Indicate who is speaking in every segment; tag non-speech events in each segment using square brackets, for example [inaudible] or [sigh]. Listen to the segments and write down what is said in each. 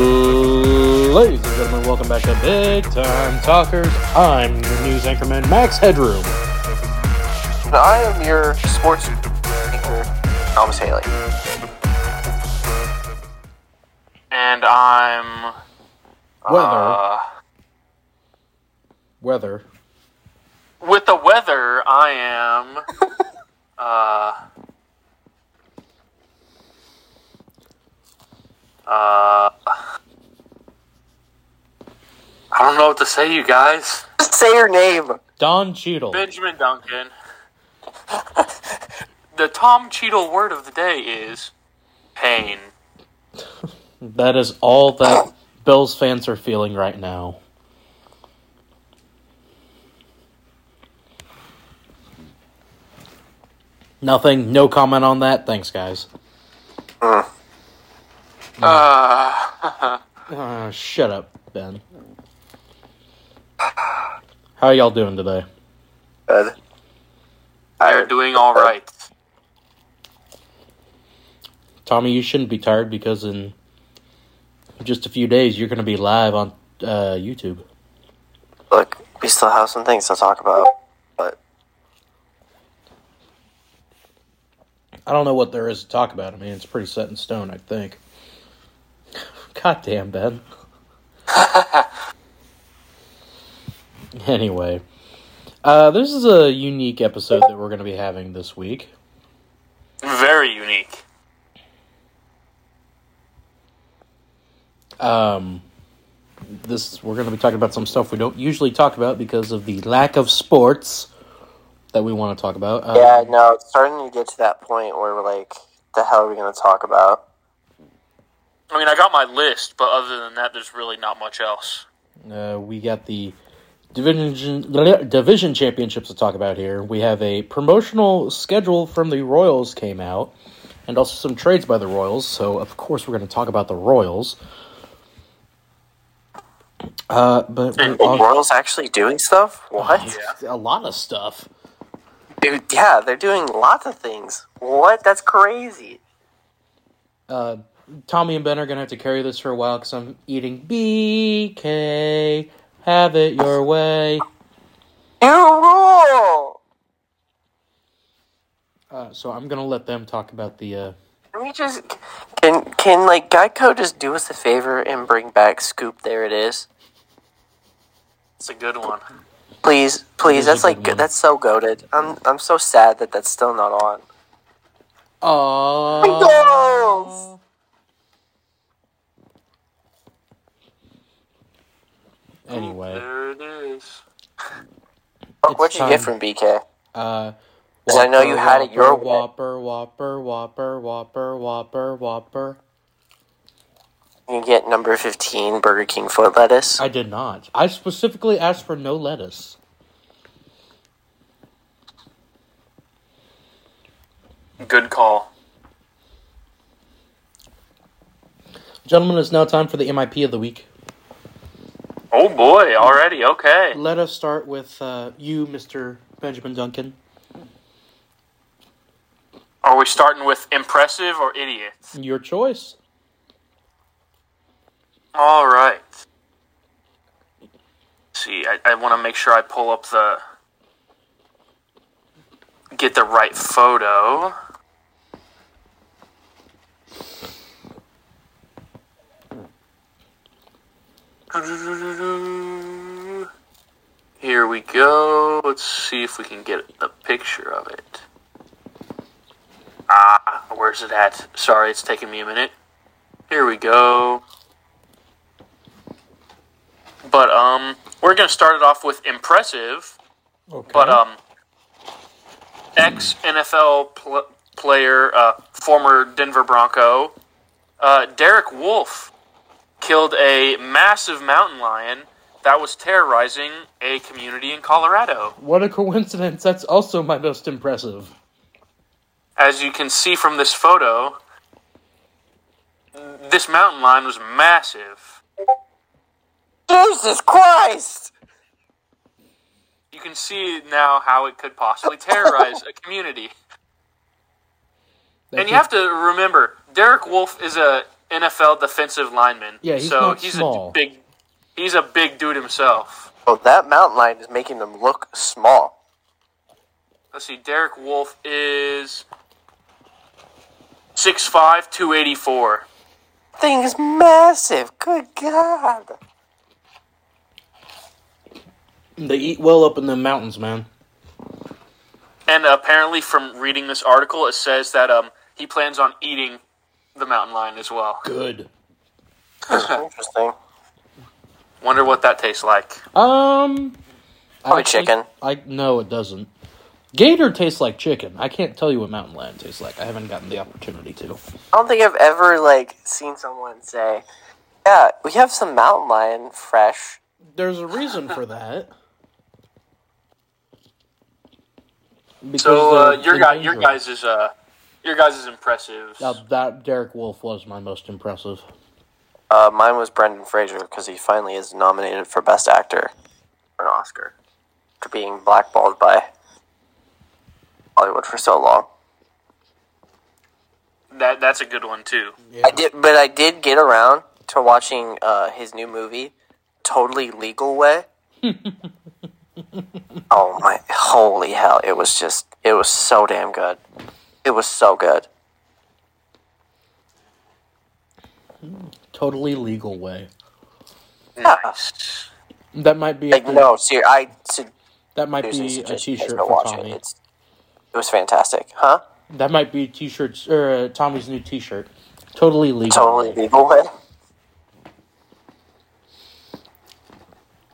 Speaker 1: Ladies and gentlemen, welcome back to Big Time Talkers. I'm your news anchorman, Max Headroom.
Speaker 2: And I am your sports anchor, Thomas Haley. And I'm.
Speaker 1: Weather,
Speaker 2: Uh,
Speaker 1: weather.
Speaker 2: with the weather, I am. uh. Uh, I don't know what to say, you guys.
Speaker 3: Just say your name.
Speaker 1: Don Cheadle.
Speaker 2: Benjamin Duncan. the Tom Cheadle word of the day is pain.
Speaker 1: [laughs] That is all that Bills fans are feeling right now. Nothing. No comment on that. Thanks, guys.
Speaker 2: [laughs] Uh,
Speaker 1: Uh, shut up, Ben. How y'all doing today?
Speaker 3: Good.
Speaker 2: they're doing all right.
Speaker 1: Tommy, you shouldn't be tired because in just a few days you're going to be live on uh, YouTube.
Speaker 3: Look, we still have some things to talk about, but
Speaker 1: I don't know what there is to talk about. I mean, it's pretty set in stone, I think. [laughs] God damn, Ben. [laughs] anyway, uh, this is a unique episode that we're going to be having this week.
Speaker 2: Very unique.
Speaker 1: Um, this we're going to be talking about some stuff we don't usually talk about because of the lack of sports that we want to talk about. Um,
Speaker 3: yeah, no, it's starting to get to that point where we're like, the hell are we gonna talk about?
Speaker 2: I mean, I got my list, but other than that, there's really not much else.
Speaker 1: Uh, we got the division division championships to talk about here. We have a promotional schedule from the Royals came out, and also some trades by the Royals. So of course we're going to talk about the Royals. Uh, but we
Speaker 3: The
Speaker 1: al-
Speaker 3: Royals actually doing stuff? What?
Speaker 1: a lot of stuff.
Speaker 3: Dude, yeah, they're doing lots of things. What? That's crazy.
Speaker 1: Uh, Tommy and Ben are going to have to carry this for a while because I'm eating BK. Have it your way.
Speaker 3: You rule.
Speaker 1: Uh, so I'm going to let them talk about the. Uh,
Speaker 3: Can we just can can like Geico just do us a favor and bring back Scoop? There it is.
Speaker 2: It's a good one.
Speaker 3: Please, please.
Speaker 1: That is
Speaker 3: That's
Speaker 1: a
Speaker 3: like
Speaker 1: good one.
Speaker 3: that's so goaded. I'm I'm so sad that that's still not on.
Speaker 1: Oh.
Speaker 3: Royals!
Speaker 1: Anyway,
Speaker 2: There it is.
Speaker 1: It's
Speaker 3: What'd you
Speaker 1: time.
Speaker 3: get from BK?
Speaker 1: uh,
Speaker 3: 'Cause I know you had it your way.
Speaker 1: whopper, whopper, whopper, whopper, whopper, whopper.
Speaker 3: You get number 15 Burger King foot lettuce.
Speaker 1: I did not. I specifically asked for no lettuce.
Speaker 2: Good call.
Speaker 1: Gentlemen, it's now time for the MIP of the week.
Speaker 2: Oh boy, already okay.
Speaker 1: Let us start with uh, you, Mr. Benjamin Duncan.
Speaker 2: Are we starting with impressive or idiot?
Speaker 1: Your choice.
Speaker 2: All right. See, I, I want to make sure I pull up the. Get the right photo. Here we go. Let's see if we can get a picture of it. Ah, where's it at? Sorry, it's taking me a minute. Here we go. But um, we're gonna start it off with impressive.
Speaker 1: Okay.
Speaker 2: But
Speaker 3: uh,
Speaker 2: um, ex NFL pl- player, uh, former Denver Bronco, uh, Derek Wolf, killed a massive mountain lion that was terrorizing a community in Colorado.
Speaker 1: what a coincidence. That's also my most impressive.
Speaker 2: As you can see from this photo, this mountain lion was massive.
Speaker 3: Jesus Christ!
Speaker 2: You can see now how it could possibly terrorize a community.
Speaker 1: That
Speaker 2: And
Speaker 1: could-
Speaker 2: you have to remember, Derek Wolf is a NFL defensive lineman.
Speaker 1: Yeah, he's
Speaker 2: so
Speaker 1: not
Speaker 2: he's
Speaker 1: small.
Speaker 2: a big he's a big dude himself.
Speaker 3: Oh, that mountain lion is making them look small.
Speaker 2: Let's see, Derek Wolf is 6'5", 284.
Speaker 3: Thing is massive. Good God.
Speaker 1: They eat well up in the mountains, man.
Speaker 2: And apparently, from reading this article, it says that um he plans on eating the mountain lion as well.
Speaker 1: Good.
Speaker 3: Interesting.
Speaker 2: Wonder what that tastes like.
Speaker 1: Um,
Speaker 3: Probably
Speaker 1: I think-
Speaker 3: chicken.
Speaker 1: I no, it doesn't. Gator tastes like chicken. I can't tell you what mountain lion tastes like. I haven't gotten the opportunity to.
Speaker 3: I don't think I've ever like seen someone say, "Yeah, we have some mountain lion fresh."
Speaker 1: There's a reason for that. Because
Speaker 2: So uh,
Speaker 1: they're
Speaker 2: your guy, your
Speaker 1: endangered.
Speaker 2: guys is uh your guys is impressive.
Speaker 1: Uh, that Derek Wolf was my most impressive.
Speaker 3: Uh, mine was Brendan Fraser because he finally is nominated for Best Actor for an Oscar for being blackballed by Hollywood for so long.
Speaker 2: That that's a good one too.
Speaker 1: Yeah.
Speaker 3: I did, but I did get around to watching uh, his new movie, Totally
Speaker 1: [laughs]
Speaker 3: Legal Way. oh my! Holy hell! It was just, it was so damn good. It was so good.
Speaker 1: Totally legal way.
Speaker 2: Nice.
Speaker 1: That might be
Speaker 3: Ah, Like
Speaker 1: a,
Speaker 3: no, ser- I su-
Speaker 1: that might
Speaker 3: seriously
Speaker 1: be a
Speaker 3: suggest you guys
Speaker 1: t-shirt
Speaker 3: go
Speaker 1: for
Speaker 3: watch it.
Speaker 1: Tommy.
Speaker 3: It's, it was fantastic, huh?
Speaker 1: That might be t-shirts or uh, Tommy's new t-shirt. Totally legal.
Speaker 3: Totally legal way.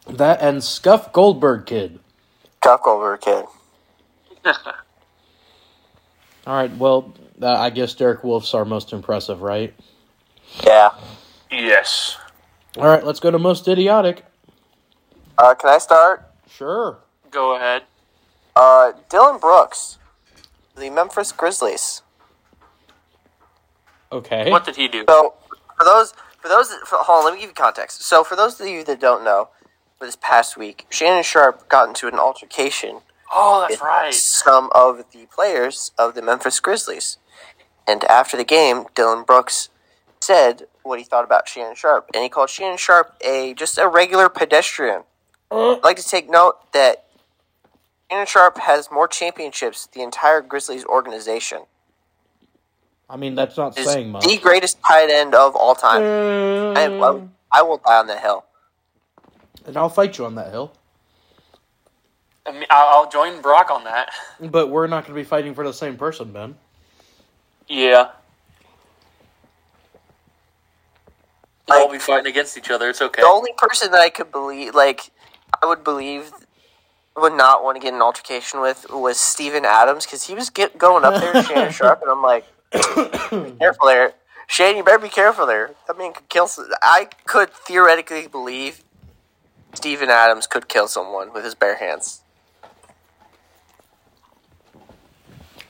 Speaker 1: That and Scuff Goldberg kid.
Speaker 3: Cuff over kid.
Speaker 1: All right. Well, uh, I guess Derek Wolf's our most impressive, right?
Speaker 3: Yeah.
Speaker 2: yes.
Speaker 1: All right. Let's go to most idiotic.
Speaker 3: Uh, can I start?
Speaker 1: Sure.
Speaker 2: Go ahead.
Speaker 3: Uh, Dylan Brooks, the Memphis Grizzlies.
Speaker 1: Okay.
Speaker 2: What did he do?
Speaker 3: So for those for those for, hold on, let me give you context. So for those of you that don't know, this past week, Shannon Sharp got into an altercation
Speaker 2: Oh,
Speaker 3: with
Speaker 2: that's right.
Speaker 3: some of the players of the Memphis Grizzlies. And after the game, Dylan Brooks said what he thought about Shannon Sharp, and he called Shannon Sharp a just a regular pedestrian.
Speaker 2: Uh-huh.
Speaker 3: I'd like to take note that Shannon Sharp has more championships than the entire Grizzlies organization.
Speaker 1: I mean, that's not
Speaker 3: Is
Speaker 1: saying much.
Speaker 3: the greatest tight end of all time. I, am- I,
Speaker 1: Uh,
Speaker 3: will- I will die on that hill.
Speaker 1: and I'll fight you on that hill.
Speaker 2: I mean, I'll, I'll join Brock on that.
Speaker 1: But we're not going to be fighting for the same person, Ben.
Speaker 2: Yeah.
Speaker 3: Like-
Speaker 2: I'll be fighting against each other. It's okay.
Speaker 3: The only person that I could believe, like, I would believe, would not want to get an altercation with was Steven Adams because he was get, going up there to Shannon Sharp, and I'm like, be careful there. Shane, you better be careful there. That man could kill. Some, I could theoretically believe Steven Adams could kill someone with his bare hands.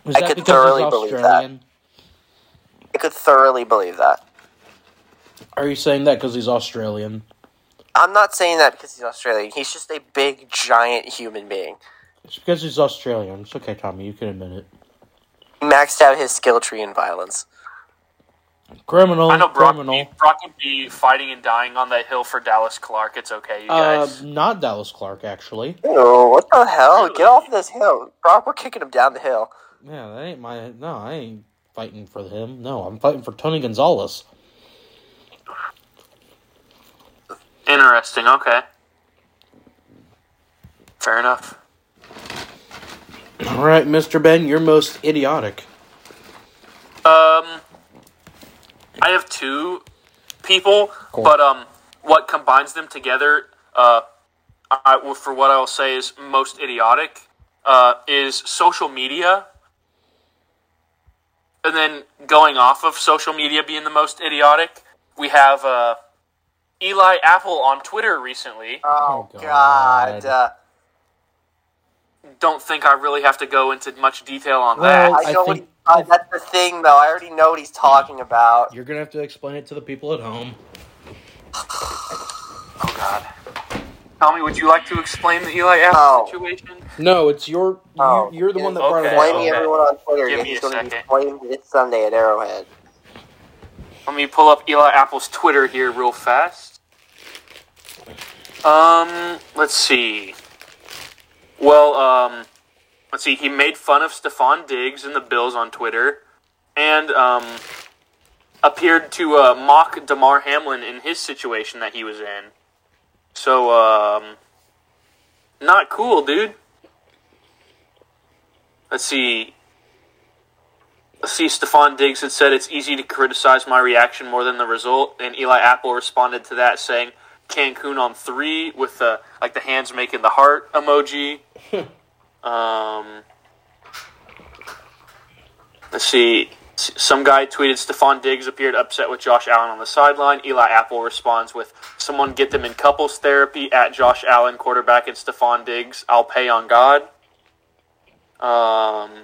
Speaker 1: Is
Speaker 3: I
Speaker 1: that
Speaker 3: could
Speaker 1: because
Speaker 3: thoroughly
Speaker 1: he's
Speaker 3: believe that.
Speaker 1: Australian?
Speaker 3: I could thoroughly believe that.
Speaker 1: Are you saying that because he's Australian?
Speaker 3: I'm not saying that because he's Australian. He's just a big, giant human being.
Speaker 1: It's because he's Australian. It's okay, Tommy. You can admit it.
Speaker 3: He maxed out his skill tree in violence.
Speaker 1: Criminal.
Speaker 2: I know Brock.
Speaker 1: criminal.
Speaker 2: would be- Brock would be fighting and dying on that hill for Dallas Clark. It's okay, you
Speaker 1: Uh,
Speaker 2: guys.
Speaker 1: not Dallas Clark, actually.
Speaker 3: Ew, what the hell? Get off this hill. Brock, we're kicking him down the hill.
Speaker 1: Yeah, that ain't my. No, I ain't fighting for him. No, I'm fighting for Tony Gonzalez.
Speaker 2: Interesting. Okay. Fair enough.
Speaker 1: All right, Mr. Ben, you're most idiotic.
Speaker 2: Um, I have two people,
Speaker 1: Cool.
Speaker 2: but um, what combines them together, uh, I, well, for what I will say is most idiotic, uh, is social media, and then going off of social media being the most idiotic, we have uh, Eli Apple on Twitter recently.
Speaker 1: Oh,
Speaker 3: Oh,
Speaker 1: God.
Speaker 3: God. Uh,
Speaker 2: Don't think I really have to go into much detail on that.
Speaker 1: Well, I
Speaker 3: I know what
Speaker 1: think-
Speaker 3: he- uh, that's the thing, though. I already know what he's talking about.
Speaker 1: You're gonna have to explain it to the people at home.
Speaker 2: Oh God. Tommy, would you like to explain the Eli Apple
Speaker 3: Oh.
Speaker 2: situation?
Speaker 1: No, it's your.
Speaker 3: Oh,
Speaker 1: you, you're the one that brought it up.
Speaker 2: okay.
Speaker 3: Blaming
Speaker 2: Okay.
Speaker 3: everyone on Twitter.
Speaker 2: Give
Speaker 3: that
Speaker 2: me
Speaker 3: he's
Speaker 2: a
Speaker 3: going to be
Speaker 2: second.
Speaker 3: blamed this Sunday at Arrowhead.
Speaker 2: Let me pull up Eli Apple's Twitter here real fast. Um, let's see. Well, um, let's see. He made fun of Stephon Diggs and the Bills on Twitter, and um, appeared to uh, mock Damar Hamlin in his situation that he was in. So, um, not cool, dude. Let's see. Let's see. Stephon Diggs had said it's easy to criticize my reaction more than the result, and Eli Apple responded to that saying Cancun on three with the like the hands making the heart emoji. um, let's see. S- Some guy tweeted Stephon Diggs appeared upset with Josh Allen on the sideline. Eli Apple responds with someone get them in couples therapy at Josh Allen quarterback and Stephon Diggs. I'll pay on God. Um,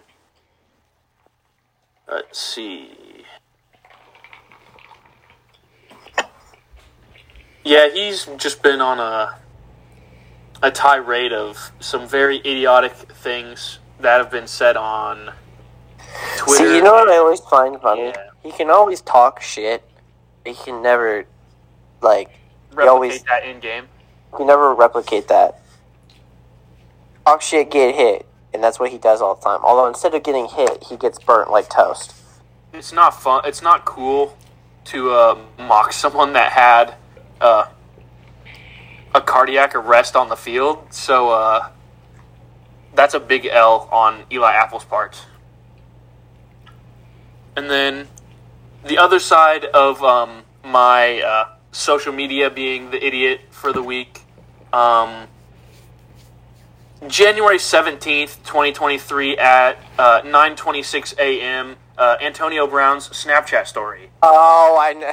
Speaker 2: let's see. Yeah, he's just been on a a tirade of some very idiotic things that have been said on Twitter.
Speaker 3: See, you know what I always find funny?
Speaker 2: Yeah.
Speaker 3: He can always talk shit. He can never, like,
Speaker 2: Replicate
Speaker 3: always-
Speaker 2: that in game.
Speaker 3: he never replicate that. Talk shit, get hit, and that's what he does all the time. Although instead of getting hit, he gets burnt like toast.
Speaker 2: It's not fun. It's not cool to uh, mock [laughs] someone that had uh, a cardiac arrest on the field. So uh, that's a big L on Eli Apple's part. And then the other side of um, my uh, social media being the idiot for the week. Um, January 17th, 2023 at uh, 9:26 a.m. Uh, Antonio Brown's Snapchat story.
Speaker 3: Oh, I know.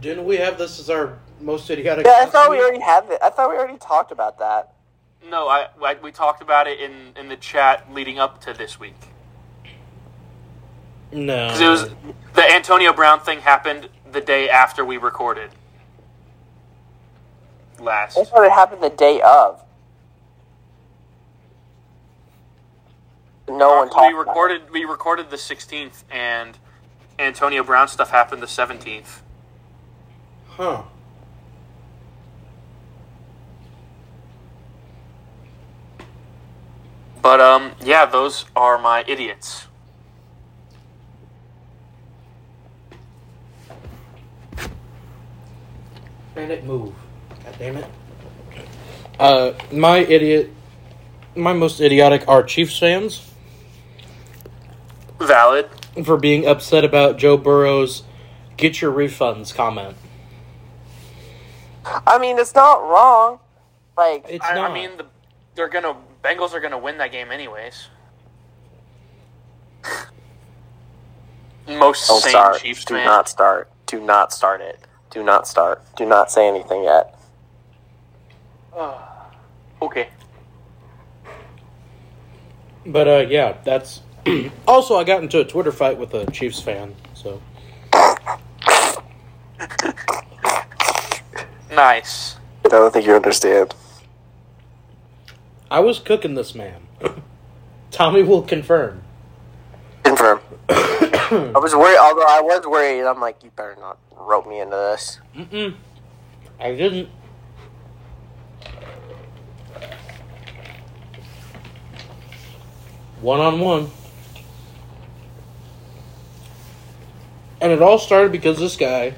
Speaker 1: Didn't we have this as our most idiotic?
Speaker 3: Yeah, I thought we already had it. I thought we already talked about that.
Speaker 2: No, I, I we talked about it in in the chat leading up to this week.
Speaker 1: No.
Speaker 2: 'Cause it was the Antonio Brown thing happened the day after we recorded last.
Speaker 3: That's what it happened the day of. No one talked. about
Speaker 2: we
Speaker 3: it.
Speaker 2: recorded we recorded the 16th and Antonio Brown stuff happened the 17th.
Speaker 1: Huh.
Speaker 2: But um yeah, those are my idiots.
Speaker 1: And it move. God damn it. Uh, my idiot, my most idiotic are Chiefs fans
Speaker 2: Valid.
Speaker 1: for being upset about Joe Burrow's "get your refunds" comment.
Speaker 3: I mean, it's not wrong. Like,
Speaker 1: It's
Speaker 2: I,
Speaker 1: not.
Speaker 2: I mean, the, they're gonna Bengals are gonna win that game anyways. Most
Speaker 3: don't
Speaker 2: sane
Speaker 3: start.
Speaker 2: Chiefs
Speaker 3: Oh, Do
Speaker 2: fan.
Speaker 3: not start. Do not start it. Do not start. Do not say anything yet.
Speaker 2: Okay.
Speaker 1: but uh, yeah, that's. [clears throat] also, I got into a Twitter fight with a Chiefs fan. So
Speaker 2: Nice.
Speaker 3: I don't think you understand.
Speaker 1: I was cooking this man. Tommy will confirm.
Speaker 3: [coughs] Confirm. I was worried, although I was worried. I'm like, you better not rope me into this.
Speaker 1: Mm-mm. I didn't. One on one. And it all started because this guy,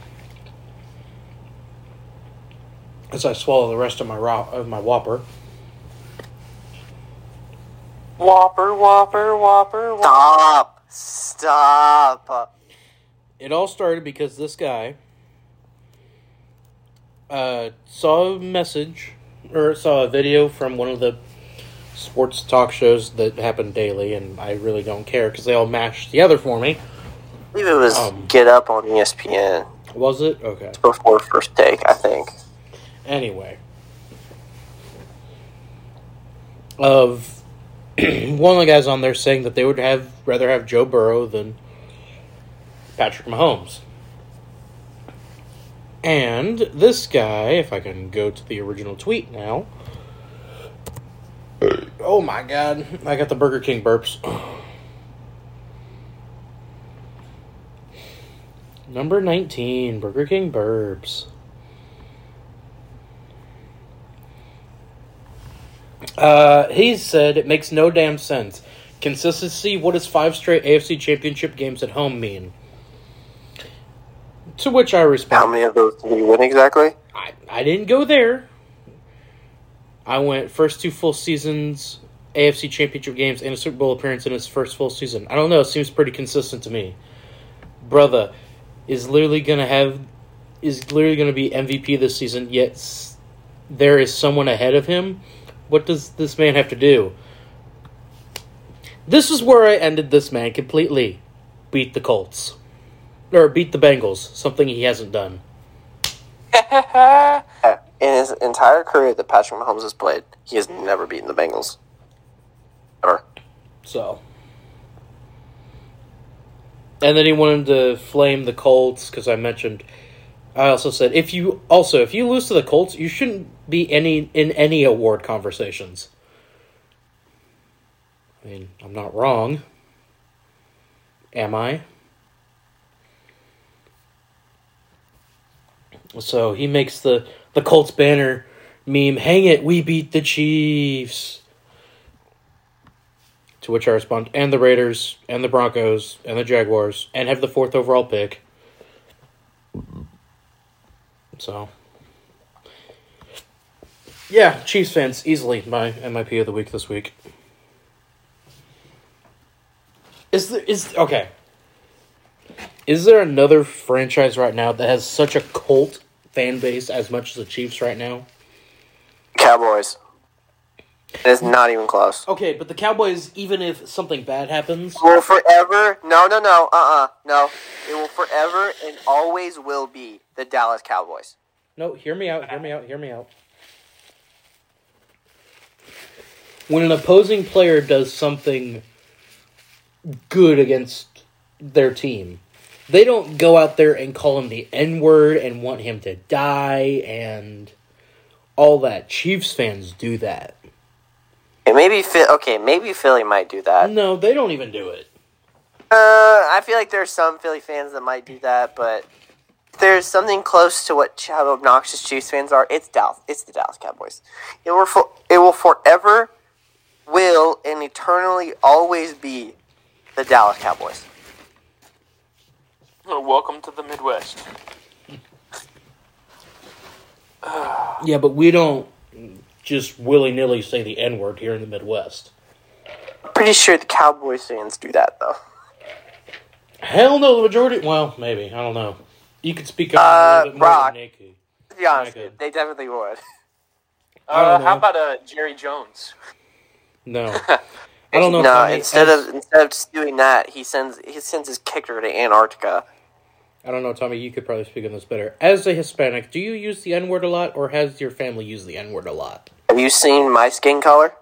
Speaker 1: as I swallow the rest of my ro- of my Whopper,
Speaker 2: Whopper, whopper, whopper, whopper.
Speaker 3: Stop. Stop.
Speaker 1: it all started because this guy uh, saw a message or saw a video from one of the sports talk shows that happen daily, and I really don't care because they all mash together for me.
Speaker 3: I believe it was
Speaker 1: Um.
Speaker 3: Get Up on E ESPN
Speaker 1: Was it okay?
Speaker 3: before first take, I think.
Speaker 1: Anyway, of [clears throat] one of the guys on there saying that they would have rather have Joe Burrow than Patrick Mahomes. And this guy, if I can go to the original tweet now. Oh my god, I got the Burger King burps. [sighs] Number 19, Burger King Burbs. Uh, he said it makes no damn sense. Consistency, what does five straight AFC championship games at home mean? To which I
Speaker 3: How
Speaker 1: respond,
Speaker 3: many of those did we win exactly?
Speaker 1: I, I didn't go there. I went first two full seasons, AFC championship games, and a Super Bowl appearance in his first full season. I don't know, it seems pretty consistent to me. Brother is literally going to have, is literally going to be MVP this season, yet s- there is someone ahead of him. What does this man have to do? This is where I ended this man completely. Beat the Colts. Or beat the Bengals, something he hasn't done.
Speaker 3: Yeah. In his entire career that Patrick Mahomes has played, he has never beaten the Bengals. Ever.
Speaker 1: So. And then he wanted to flame the Colts because I mentioned. I also said if you also if you lose to the Colts, you shouldn't be any in any award conversations. I mean, I'm not wrong. Am I? So he makes the the Colts banner meme. Hang it, we beat the Chiefs. To which I respond, and the Raiders, and the Broncos, and the Jaguars, and have the fourth overall pick. So. Yeah, Chiefs fans, easily my MIP of the week this week. Is there, is, okay. Is there another franchise right now that has such a cult fan base as much as the Chiefs right now?
Speaker 3: Cowboys. It is not even close.
Speaker 1: Okay, but the Cowboys, even if something bad happens,
Speaker 3: Will forever, no, no, no, uh uh no. It will forever and always will be the Dallas Cowboys.
Speaker 1: No, hear me out, hear me out, hear me out. When an opposing player does something good against their team, they don't go out there and call him the N word and want him to die and all that. Chiefs fans do that.
Speaker 3: And maybe Phil, okay, maybe Philly might do that. Uh,
Speaker 1: No, they don't even do it.
Speaker 3: I feel like there's some Philly fans that might do that, but if there's something close to what ch- how obnoxious Chiefs fans are. It's Dallas. It's the Dallas Cowboys. It will for, it will forever, will and eternally always be the Dallas Cowboys.
Speaker 2: Well, welcome to the Midwest.
Speaker 1: Yeah, but we don't just willy nilly say the N word here in the Midwest.
Speaker 3: Pretty sure the Cowboys fans do that though.
Speaker 1: Hell no, the majority. Well, maybe I don't know. You could speak up
Speaker 3: Uh,
Speaker 1: a little bit more
Speaker 3: Brock.
Speaker 1: than Nicky.
Speaker 3: To be honest,
Speaker 1: Okay.
Speaker 3: they definitely would.
Speaker 1: I don't
Speaker 2: Uh,
Speaker 1: know.
Speaker 2: how about uh, Jerry Jones? [laughs]
Speaker 1: No,
Speaker 3: [laughs]
Speaker 1: I don't know. if
Speaker 3: No,
Speaker 1: I,
Speaker 3: instead of instead of just doing that, he sends he sends his kicker to Antarctica.
Speaker 1: I don't know, Tommy. You could probably speak on this better. As a Hispanic, do you use the N word a lot, or has your family used the N word a lot?
Speaker 3: Have you seen my skin color?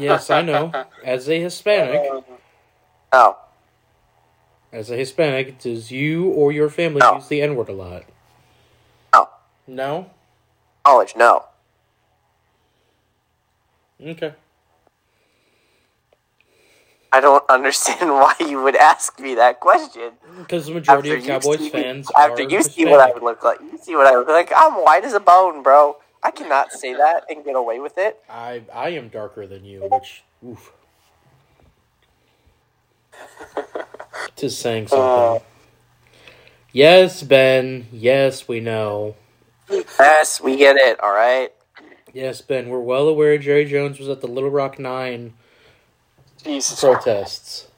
Speaker 1: yes, I know. [laughs] As a Hispanic,
Speaker 3: Oh,
Speaker 1: as a Hispanic, does you or your family
Speaker 3: No.
Speaker 1: use the N word a lot?
Speaker 3: no,
Speaker 1: No.
Speaker 3: Oh. college, no.
Speaker 1: Okay.
Speaker 3: I don't understand [laughs] why you would ask me that question.
Speaker 1: Because the majority of
Speaker 3: you
Speaker 1: Cowboys
Speaker 3: see-
Speaker 1: fans
Speaker 3: after
Speaker 1: are
Speaker 3: you see what I
Speaker 1: Hispanic.
Speaker 3: would look like, you see what I would look like. I'm white as a bone, bro. I cannot say that and get away with it.
Speaker 1: I I am darker than
Speaker 3: [laughs]
Speaker 1: you, which oof. Just saying something.
Speaker 3: Uh.
Speaker 1: yes, Ben. Yes, we know.
Speaker 3: Yes, we get it. All right.
Speaker 1: Yes, Ben. We're well aware Jerry Jones was at the Little Rock Nine
Speaker 2: Jesus.
Speaker 1: protests.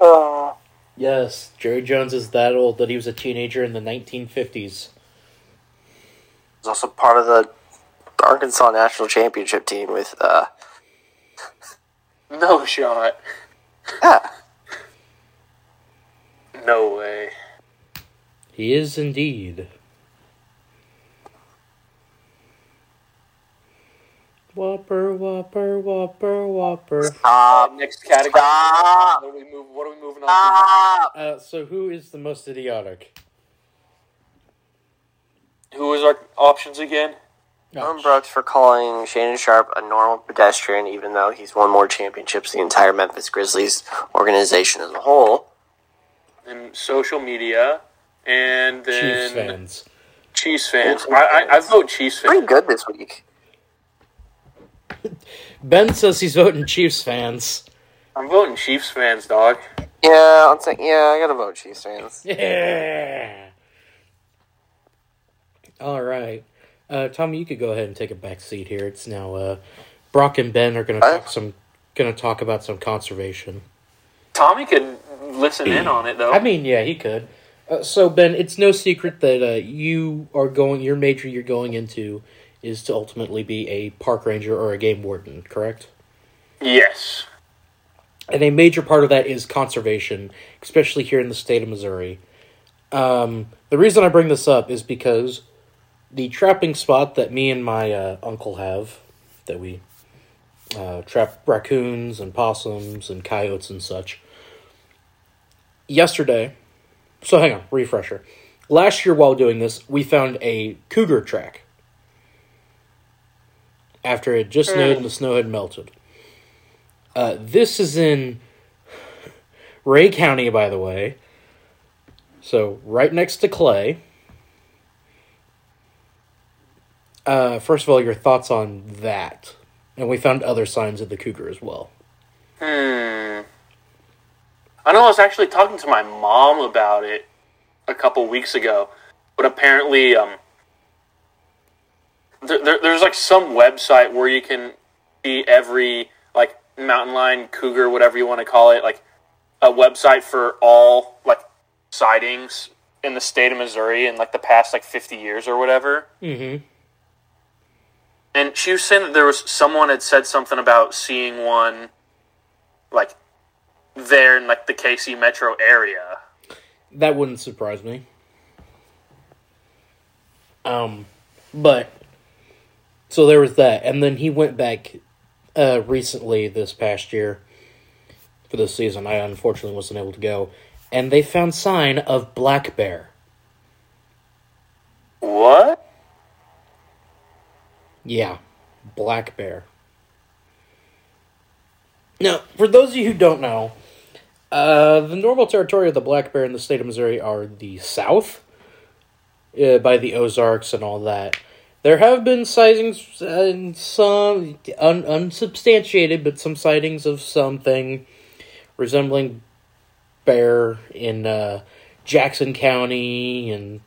Speaker 3: Oh,
Speaker 1: Yes, Jerry Jones is that old that he was a teenager in the 1950s.
Speaker 3: he's also part of the Arkansas national championship team with uh,
Speaker 2: No shot.
Speaker 1: [laughs]
Speaker 3: yeah.
Speaker 2: No way.
Speaker 1: He is indeed. Whopper, whopper, whopper, whopper.
Speaker 2: Uh,
Speaker 3: Um,
Speaker 2: next category.
Speaker 3: Stop.
Speaker 2: What are we, move, what are we moving on
Speaker 3: ah,
Speaker 1: Uh, so who is the most idiotic?
Speaker 2: to? Who is our options again?
Speaker 3: I'm Brooks for calling Shannon Sharp a normal pedestrian, even though he's won more championships than the entire Memphis Grizzlies organization as a whole.
Speaker 2: and social media, and then
Speaker 1: Chiefs fans.
Speaker 2: Chiefs fans. I, I, I vote Chiefs
Speaker 3: Pretty
Speaker 2: fans.
Speaker 3: good this week.
Speaker 1: Ben says he's voting Chiefs fans.
Speaker 2: I'm voting Chiefs fans, dog.
Speaker 3: Yeah, I'll say, yeah, I gotta vote Chiefs fans.
Speaker 1: Yeah. All right, uh, Tommy, you could go ahead and take a back seat here. It's now uh, Brock and Ben are gonna
Speaker 3: Huh?
Speaker 1: talk some gonna talk about some conservation.
Speaker 2: Tommy could listen in on it though.
Speaker 1: I mean, yeah, he could. Uh, so Ben, it's no secret that uh, you are going. Your major you're going into is to ultimately be a park ranger or a game warden, correct?
Speaker 2: yes.
Speaker 1: and a major part of that is conservation, especially here in the state of Missouri. Um, the reason I bring this up is because the trapping spot that me and my uh, uncle have, that we uh, trap raccoons and possums and coyotes and such. Yesterday, so hang on, refresher. Last year, while doing this, we found a cougar track. After it just snowed and the snow had melted. Uh, this is in Ray County, by the way. So right next to Clay. Uh, first of all, your thoughts on that, and we found other signs of the cougar as well.
Speaker 2: Hmm. I know I was actually talking to my mom about it a couple weeks ago, but apparently, um, there, there, there's like some website where you can see every like mountain lion, cougar, whatever you want to call it, like a website for all like sightings in the state of Missouri in like the past like 50 years or whatever.
Speaker 1: Mm-hmm.
Speaker 2: And she was saying that there was someone had said something about seeing one, like there in like the KC metro area.
Speaker 1: That wouldn't surprise me. Um, but so there was that, and then he went back uh, recently this past year for this season. I unfortunately wasn't able to go, and they found sign of black bear.
Speaker 2: What?
Speaker 1: Yeah, black bear. Now, for those of you who don't know, uh, the normal territory of the black bear in the state of Missouri are the South, uh, by the Ozarks and all that. There have been sightings uh, and some un- unsubstantiated, but some sightings of something resembling bear in uh, Jackson County, and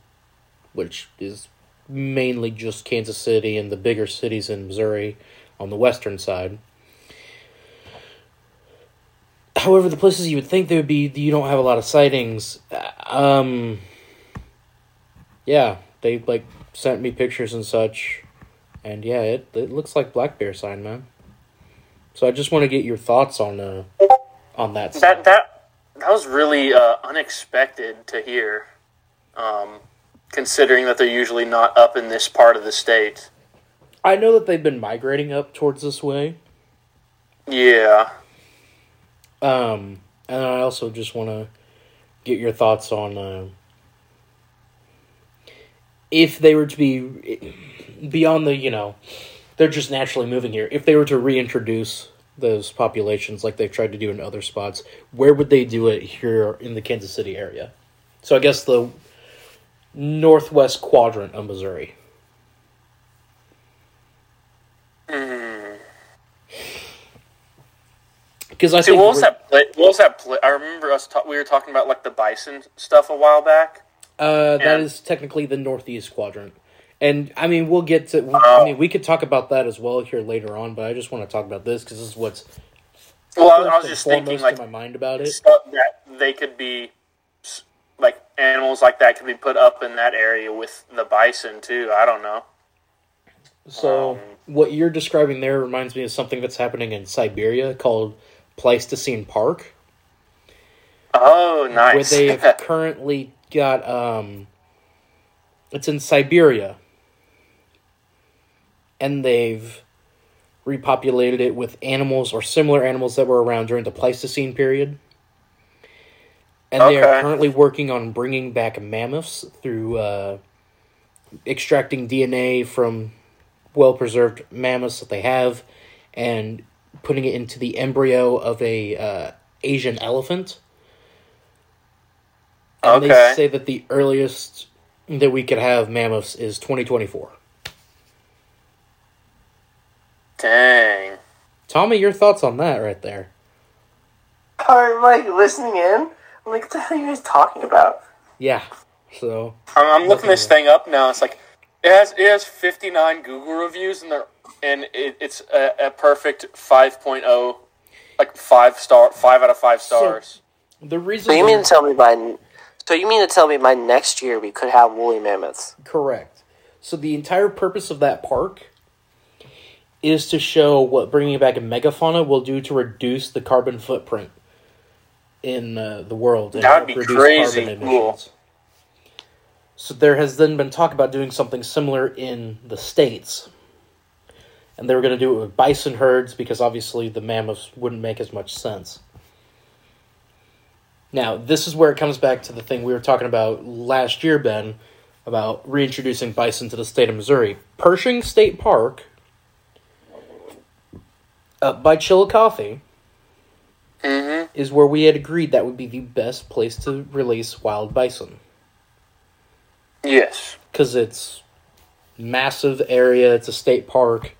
Speaker 1: which is mainly just Kansas City and the bigger cities in Missouri on the western side. However, the places you would think they would be, you don't have a lot of sightings. Uh, Um, yeah, they like sent me pictures and such, and yeah, it it looks like black bear sign, man. So I just want to get your thoughts on uh on that. sign.
Speaker 2: That that that was really uh, unexpected to hear, um, considering that they're usually not up in this part of the state.
Speaker 1: I know that they've been migrating up towards this way.
Speaker 2: Yeah.
Speaker 1: Um, and I also just want to get your thoughts on uh, if they were to be beyond the, you know, they're just naturally moving here. If they were to reintroduce those populations like they've tried to do in other spots, where would they do it here in the Kansas City area? So I guess the northwest quadrant of Missouri.
Speaker 2: Mm.
Speaker 1: Because I
Speaker 2: See,
Speaker 1: think
Speaker 2: what was
Speaker 1: we're-
Speaker 2: that? Pla- what was that? Pla- I remember us. Ta- we were talking about like the bison stuff a while back.
Speaker 1: Uh, that
Speaker 2: Yeah.
Speaker 1: is technically the northeast quadrant, and I mean we'll get to.
Speaker 2: Oh.
Speaker 1: I mean we could talk about that as well here later on, but I just want to talk about this because this is what's
Speaker 2: Well, I, I
Speaker 1: first
Speaker 2: was just
Speaker 1: and
Speaker 2: thinking
Speaker 1: foremost
Speaker 2: like
Speaker 1: in my mind about it.
Speaker 2: stuff that they could be s- like animals like that could be put up in that area with the bison too. I don't know.
Speaker 1: So
Speaker 2: um,
Speaker 1: what you're describing there reminds me of something that's happening in Siberia called Pleistocene Park,
Speaker 2: Oh, nice.
Speaker 1: where
Speaker 2: [laughs]
Speaker 1: they've currently got um, it's in Siberia, and they've repopulated it with animals or similar animals that were around during the Pleistocene period. And they are
Speaker 2: Okay.
Speaker 1: currently working on bringing back mammoths through uh, extracting DNA from well preserved mammoths that they have and putting it into the embryo of a uh, Asian elephant And
Speaker 2: Okay.
Speaker 1: they say that the earliest that we could have mammoths is 2024.
Speaker 2: Dang.
Speaker 1: Tommy, your thoughts on that right there?
Speaker 3: I'm like listening in. I'm like, what the hell are you guys talking about?
Speaker 1: Yeah. So
Speaker 2: I'm, I'm looking this
Speaker 1: Okay.
Speaker 2: thing up now. It's like it has it has 59 Google reviews and they're and it, it's a, a perfect 5.0, like five star, five out of five stars.
Speaker 1: the reason
Speaker 3: So you
Speaker 1: the-
Speaker 3: mean to tell me by? So you mean to tell me by next year we could have woolly mammoths?
Speaker 1: Correct. So the entire purpose of that park is to show what bringing back megafauna will do to reduce the carbon footprint in uh, the world. and
Speaker 2: That would be
Speaker 1: reduce
Speaker 2: crazy
Speaker 1: carbon
Speaker 2: cool.
Speaker 1: emissions. So there has then been talk about doing something similar in the states. And they were going to do it with bison herds because obviously the mammoths wouldn't make as much sense. Now, this is where it comes back to the thing we were talking about last year, Ben, about reintroducing bison to the state of Missouri. Pershing State Park, up by Chillicothe,
Speaker 2: Mm-hmm.
Speaker 1: is where we had agreed that would be the best place to release wild bison.
Speaker 2: Yes.
Speaker 1: Because it's massive area, it's a state park.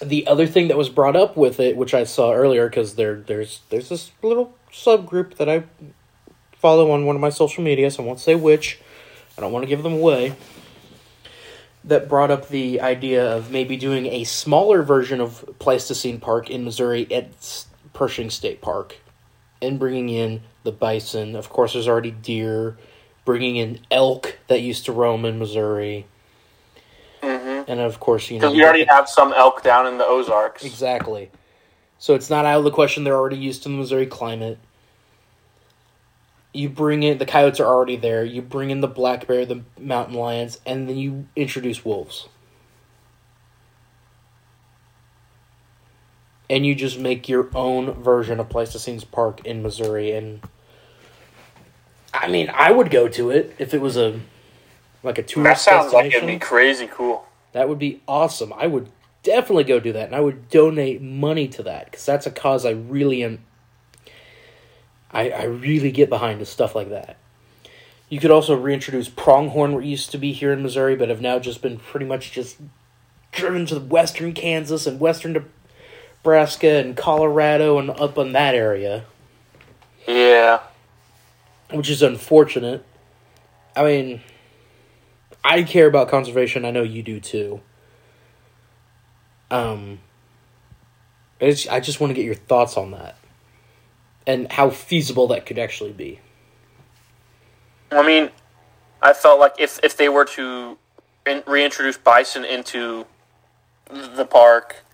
Speaker 1: The other thing that was brought up with it, which I saw earlier, because there there's there's this little subgroup that I follow on one of my social medias. I won't say which. I don't want to give them away. That brought up the idea of maybe doing a smaller version of Pleistocene Park in Missouri at S- Pershing State Park, and bringing in the bison. Of course, there's already deer. Bringing in elk that used to roam in Missouri,
Speaker 2: Mm-hmm.
Speaker 1: and of course, you know
Speaker 2: Because we already have some elk down in the Ozarks.
Speaker 1: Exactly. So it's not out of the question. They're already used to the Missouri climate. You bring in the coyotes are already there. You bring in the black bear, the mountain lions, and then you introduce wolves. And you just make your own version of Pleistocene's Park in Missouri. And I mean, I would go to it if it was a like a tourist
Speaker 2: That sounds like it'd
Speaker 1: destination.
Speaker 2: be crazy cool.
Speaker 1: That would be awesome. I would definitely go do that, and I would donate money to that because that's a cause I really am. I I really get behind is stuff like that. You could also reintroduce pronghorn, what used to be here in Missouri, but have now just been pretty much just driven to western Kansas and western Nebraska and Colorado and up in that area
Speaker 2: Yeah.
Speaker 1: which is unfortunate. I mean, I care about conservation. I know you do too. Um, it's, I just want to get your thoughts on that and how feasible that could actually be.
Speaker 2: I mean, I felt like if if they were to in, reintroduce bison into the park,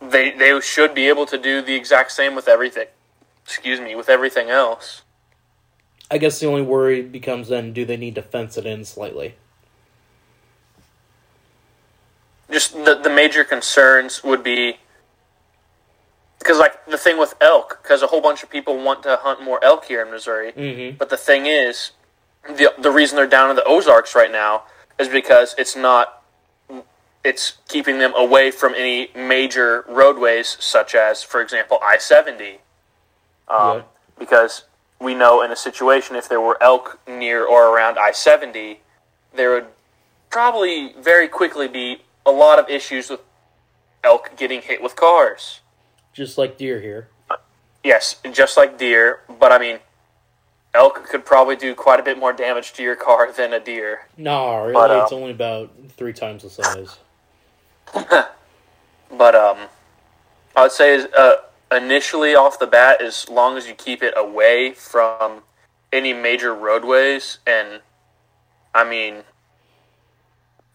Speaker 2: they they should be able to do the exact same with everything. Excuse me, with everything else.
Speaker 1: I guess the only worry becomes then do they need to fence it in slightly?
Speaker 2: Just the the major concerns would be because like the thing with elk, because a whole bunch of people want to hunt more elk here in Missouri.
Speaker 1: Mm-hmm.
Speaker 2: But the thing is, the the reason they're down in the Ozarks right now is because it's not it's keeping them away from any major roadways such as, for example, I seventy. Um,
Speaker 1: Yeah.
Speaker 2: Because we know in a situation if there were elk near or around I seventy, there would probably very quickly be a lot of issues with elk getting hit with cars.
Speaker 1: Just like deer here.
Speaker 2: Yes, just like deer, but I mean, elk could probably do quite a bit more damage to your car [laughs] than a deer.
Speaker 1: No, really,
Speaker 2: But, uh,
Speaker 1: it's only about three times the size.
Speaker 2: But um, I would say is, uh, initially off the bat, as long as you keep it away from any major roadways, and I mean,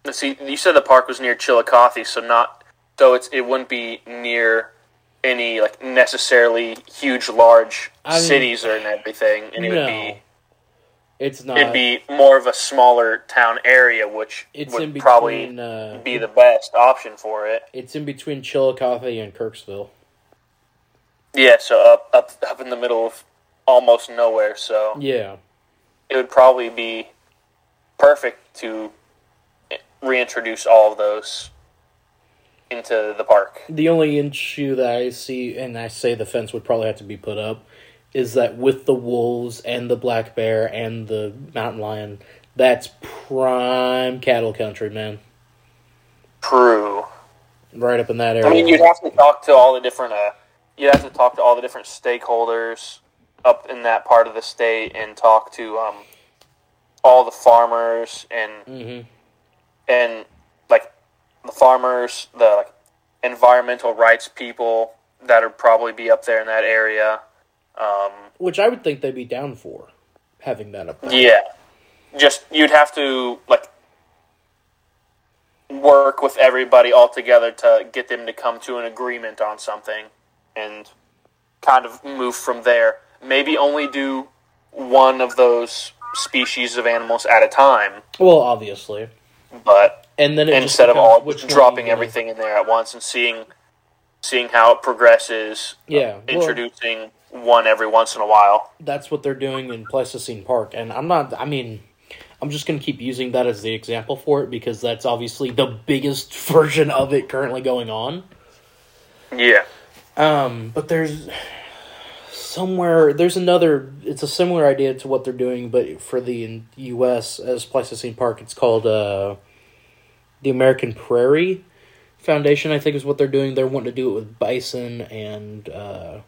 Speaker 2: let's see, you said the park was near Chillicothe, so not so it's it wouldn't be near any like necessarily huge large
Speaker 1: I mean,
Speaker 2: cities or and everything, and it
Speaker 1: no, uh,
Speaker 2: would be.
Speaker 1: it's not.
Speaker 2: it'd be more of a smaller town area, which
Speaker 1: it's
Speaker 2: would
Speaker 1: in between.
Speaker 2: probably
Speaker 1: uh,
Speaker 2: be the best option for it.
Speaker 1: It's in between Chillicothe and Kirksville.
Speaker 2: Yeah, so up up up in the middle of almost nowhere, so
Speaker 1: Yeah.
Speaker 2: it would probably be perfect to reintroduce all of those into the park.
Speaker 1: The only issue that I see, and I say the fence would probably have to be put up, is that with the wolves and the black bear and the mountain lion, that's prime cattle country, man.
Speaker 2: True.
Speaker 1: Right up in that area.
Speaker 2: I mean, you'd have to talk to all the different. Uh, you'd have to talk to all the different stakeholders up in that part of the state and talk to um, all the farmers and
Speaker 1: Mhm.
Speaker 2: and like the farmers, the like, environmental rights people that would probably be up there in that area. Um,
Speaker 1: Which I would think they'd be down for having that up there.
Speaker 2: yeah, just you'd have to like work with everybody all together to get them to come to an agreement on something and kind of move from there. Maybe only do one of those species of animals at a time,
Speaker 1: Well, obviously.
Speaker 2: but
Speaker 1: And then it just
Speaker 2: instead of
Speaker 1: becomes
Speaker 2: all
Speaker 1: which one are you
Speaker 2: dropping
Speaker 1: gonna-
Speaker 2: everything in there at once and seeing seeing how it progresses. uh,
Speaker 1: Yeah, well-
Speaker 2: introducing one every once in a while.
Speaker 1: that's what they're doing in Pleistocene Park. And I'm not, I mean, I'm just going to keep using that as the example for it because that's obviously the biggest [laughs] version of it currently going on.
Speaker 2: Yeah,
Speaker 1: Um, but there's somewhere, there's another, it's a similar idea to what they're doing, but for the U.S. as Pleistocene Park, it's called uh, the American Prairie Foundation, I think is what they're doing. They're wanting to do it with bison and uh,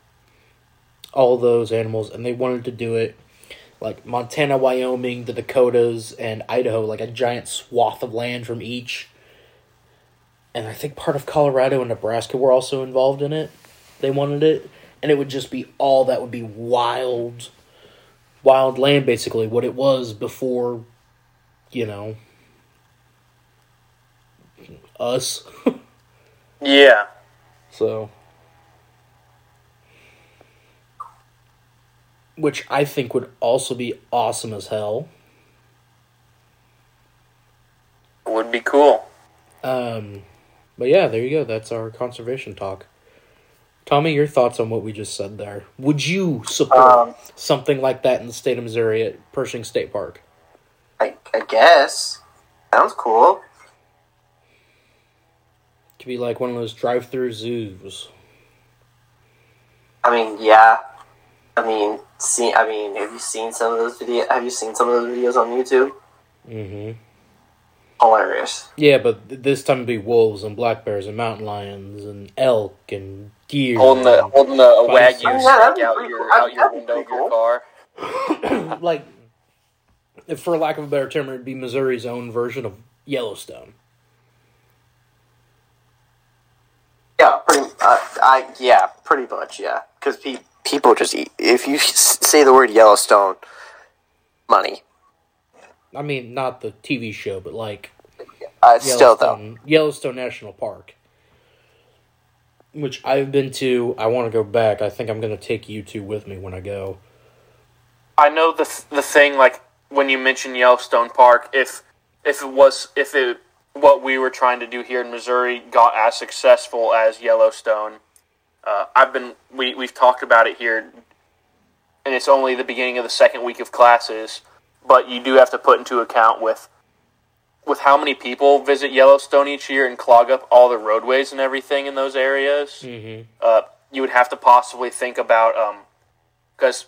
Speaker 1: all those animals, and they wanted to do it like Montana, Wyoming, the Dakotas, and Idaho, like a giant swath of land from each. And I think part of Colorado and Nebraska were also involved in it. They wanted it, and it would just be all that would be wild, wild land, basically what it was before, you know, us. [laughs]
Speaker 2: yeah.
Speaker 1: So, which I think would also be awesome as hell.
Speaker 2: It would be cool.
Speaker 1: Um, but yeah, there you go. That's our conservation talk. Tommy, your thoughts on what we just said there? Would you support
Speaker 3: Um,
Speaker 1: something like that in the state of Missouri at Pershing State Park?
Speaker 3: I, I guess. Sounds cool.
Speaker 1: To be like one of those drive-through zoos.
Speaker 3: I mean, yeah. I mean, see. I mean, have you seen some of those video? Have you seen some of those videos on YouTube?
Speaker 1: hmm
Speaker 3: Hilarious.
Speaker 1: Yeah, but th- this time it'd be wolves and black bears and mountain lions and elk and deer.
Speaker 2: Holding the holding the wagyu
Speaker 1: Oh, yeah,
Speaker 2: steak
Speaker 3: that'd be
Speaker 2: out
Speaker 3: pretty
Speaker 2: your
Speaker 3: cool.
Speaker 2: out your
Speaker 3: That'd be
Speaker 2: window of
Speaker 3: pretty
Speaker 2: your
Speaker 3: cool.
Speaker 2: car.
Speaker 1: like, if for lack of a better term, it'd be Missouri's own version of Yellowstone.
Speaker 3: Yeah, pretty. Uh, I yeah, pretty much. Yeah, because pe- people just eat. If you s- say the word Yellowstone, money.
Speaker 1: I mean, not the TV show, but like
Speaker 3: Uh, still though,
Speaker 1: Yellowstone, Yellowstone National Park, which I've been to. I want to go back. I think I'm going to take you two with me when I go.
Speaker 2: I know the th- the thing like when you mention Yellowstone Park, if if it was if it what we were trying to do here in Missouri got as successful as Yellowstone, uh, I've been we we've talked about it here, and it's only the beginning of the second week of classes, but you do have to put into account with with how many people visit Yellowstone each year and clog up all the roadways and everything in those areas
Speaker 1: Mm-hmm.
Speaker 2: uh, you would have to possibly think about because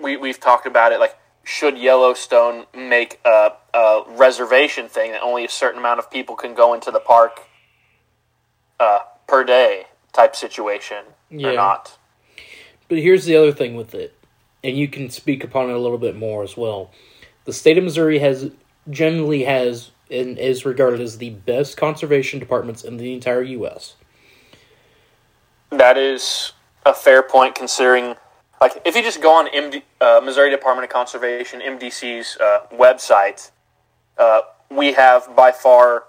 Speaker 2: we we've talked about it like should Yellowstone make a, a reservation thing that only a certain amount of people can go into the park uh, per day type situation
Speaker 1: Yeah.
Speaker 2: or not?
Speaker 1: But here's the other thing with it, and you can speak upon it a little bit more as well. The state of Missouri has generally has and is regarded as the best conservation departments in the entire U.S.
Speaker 2: That is a fair point considering like if you just go on MD, uh, Missouri Department of Conservation MDC's uh, website, uh, we have by far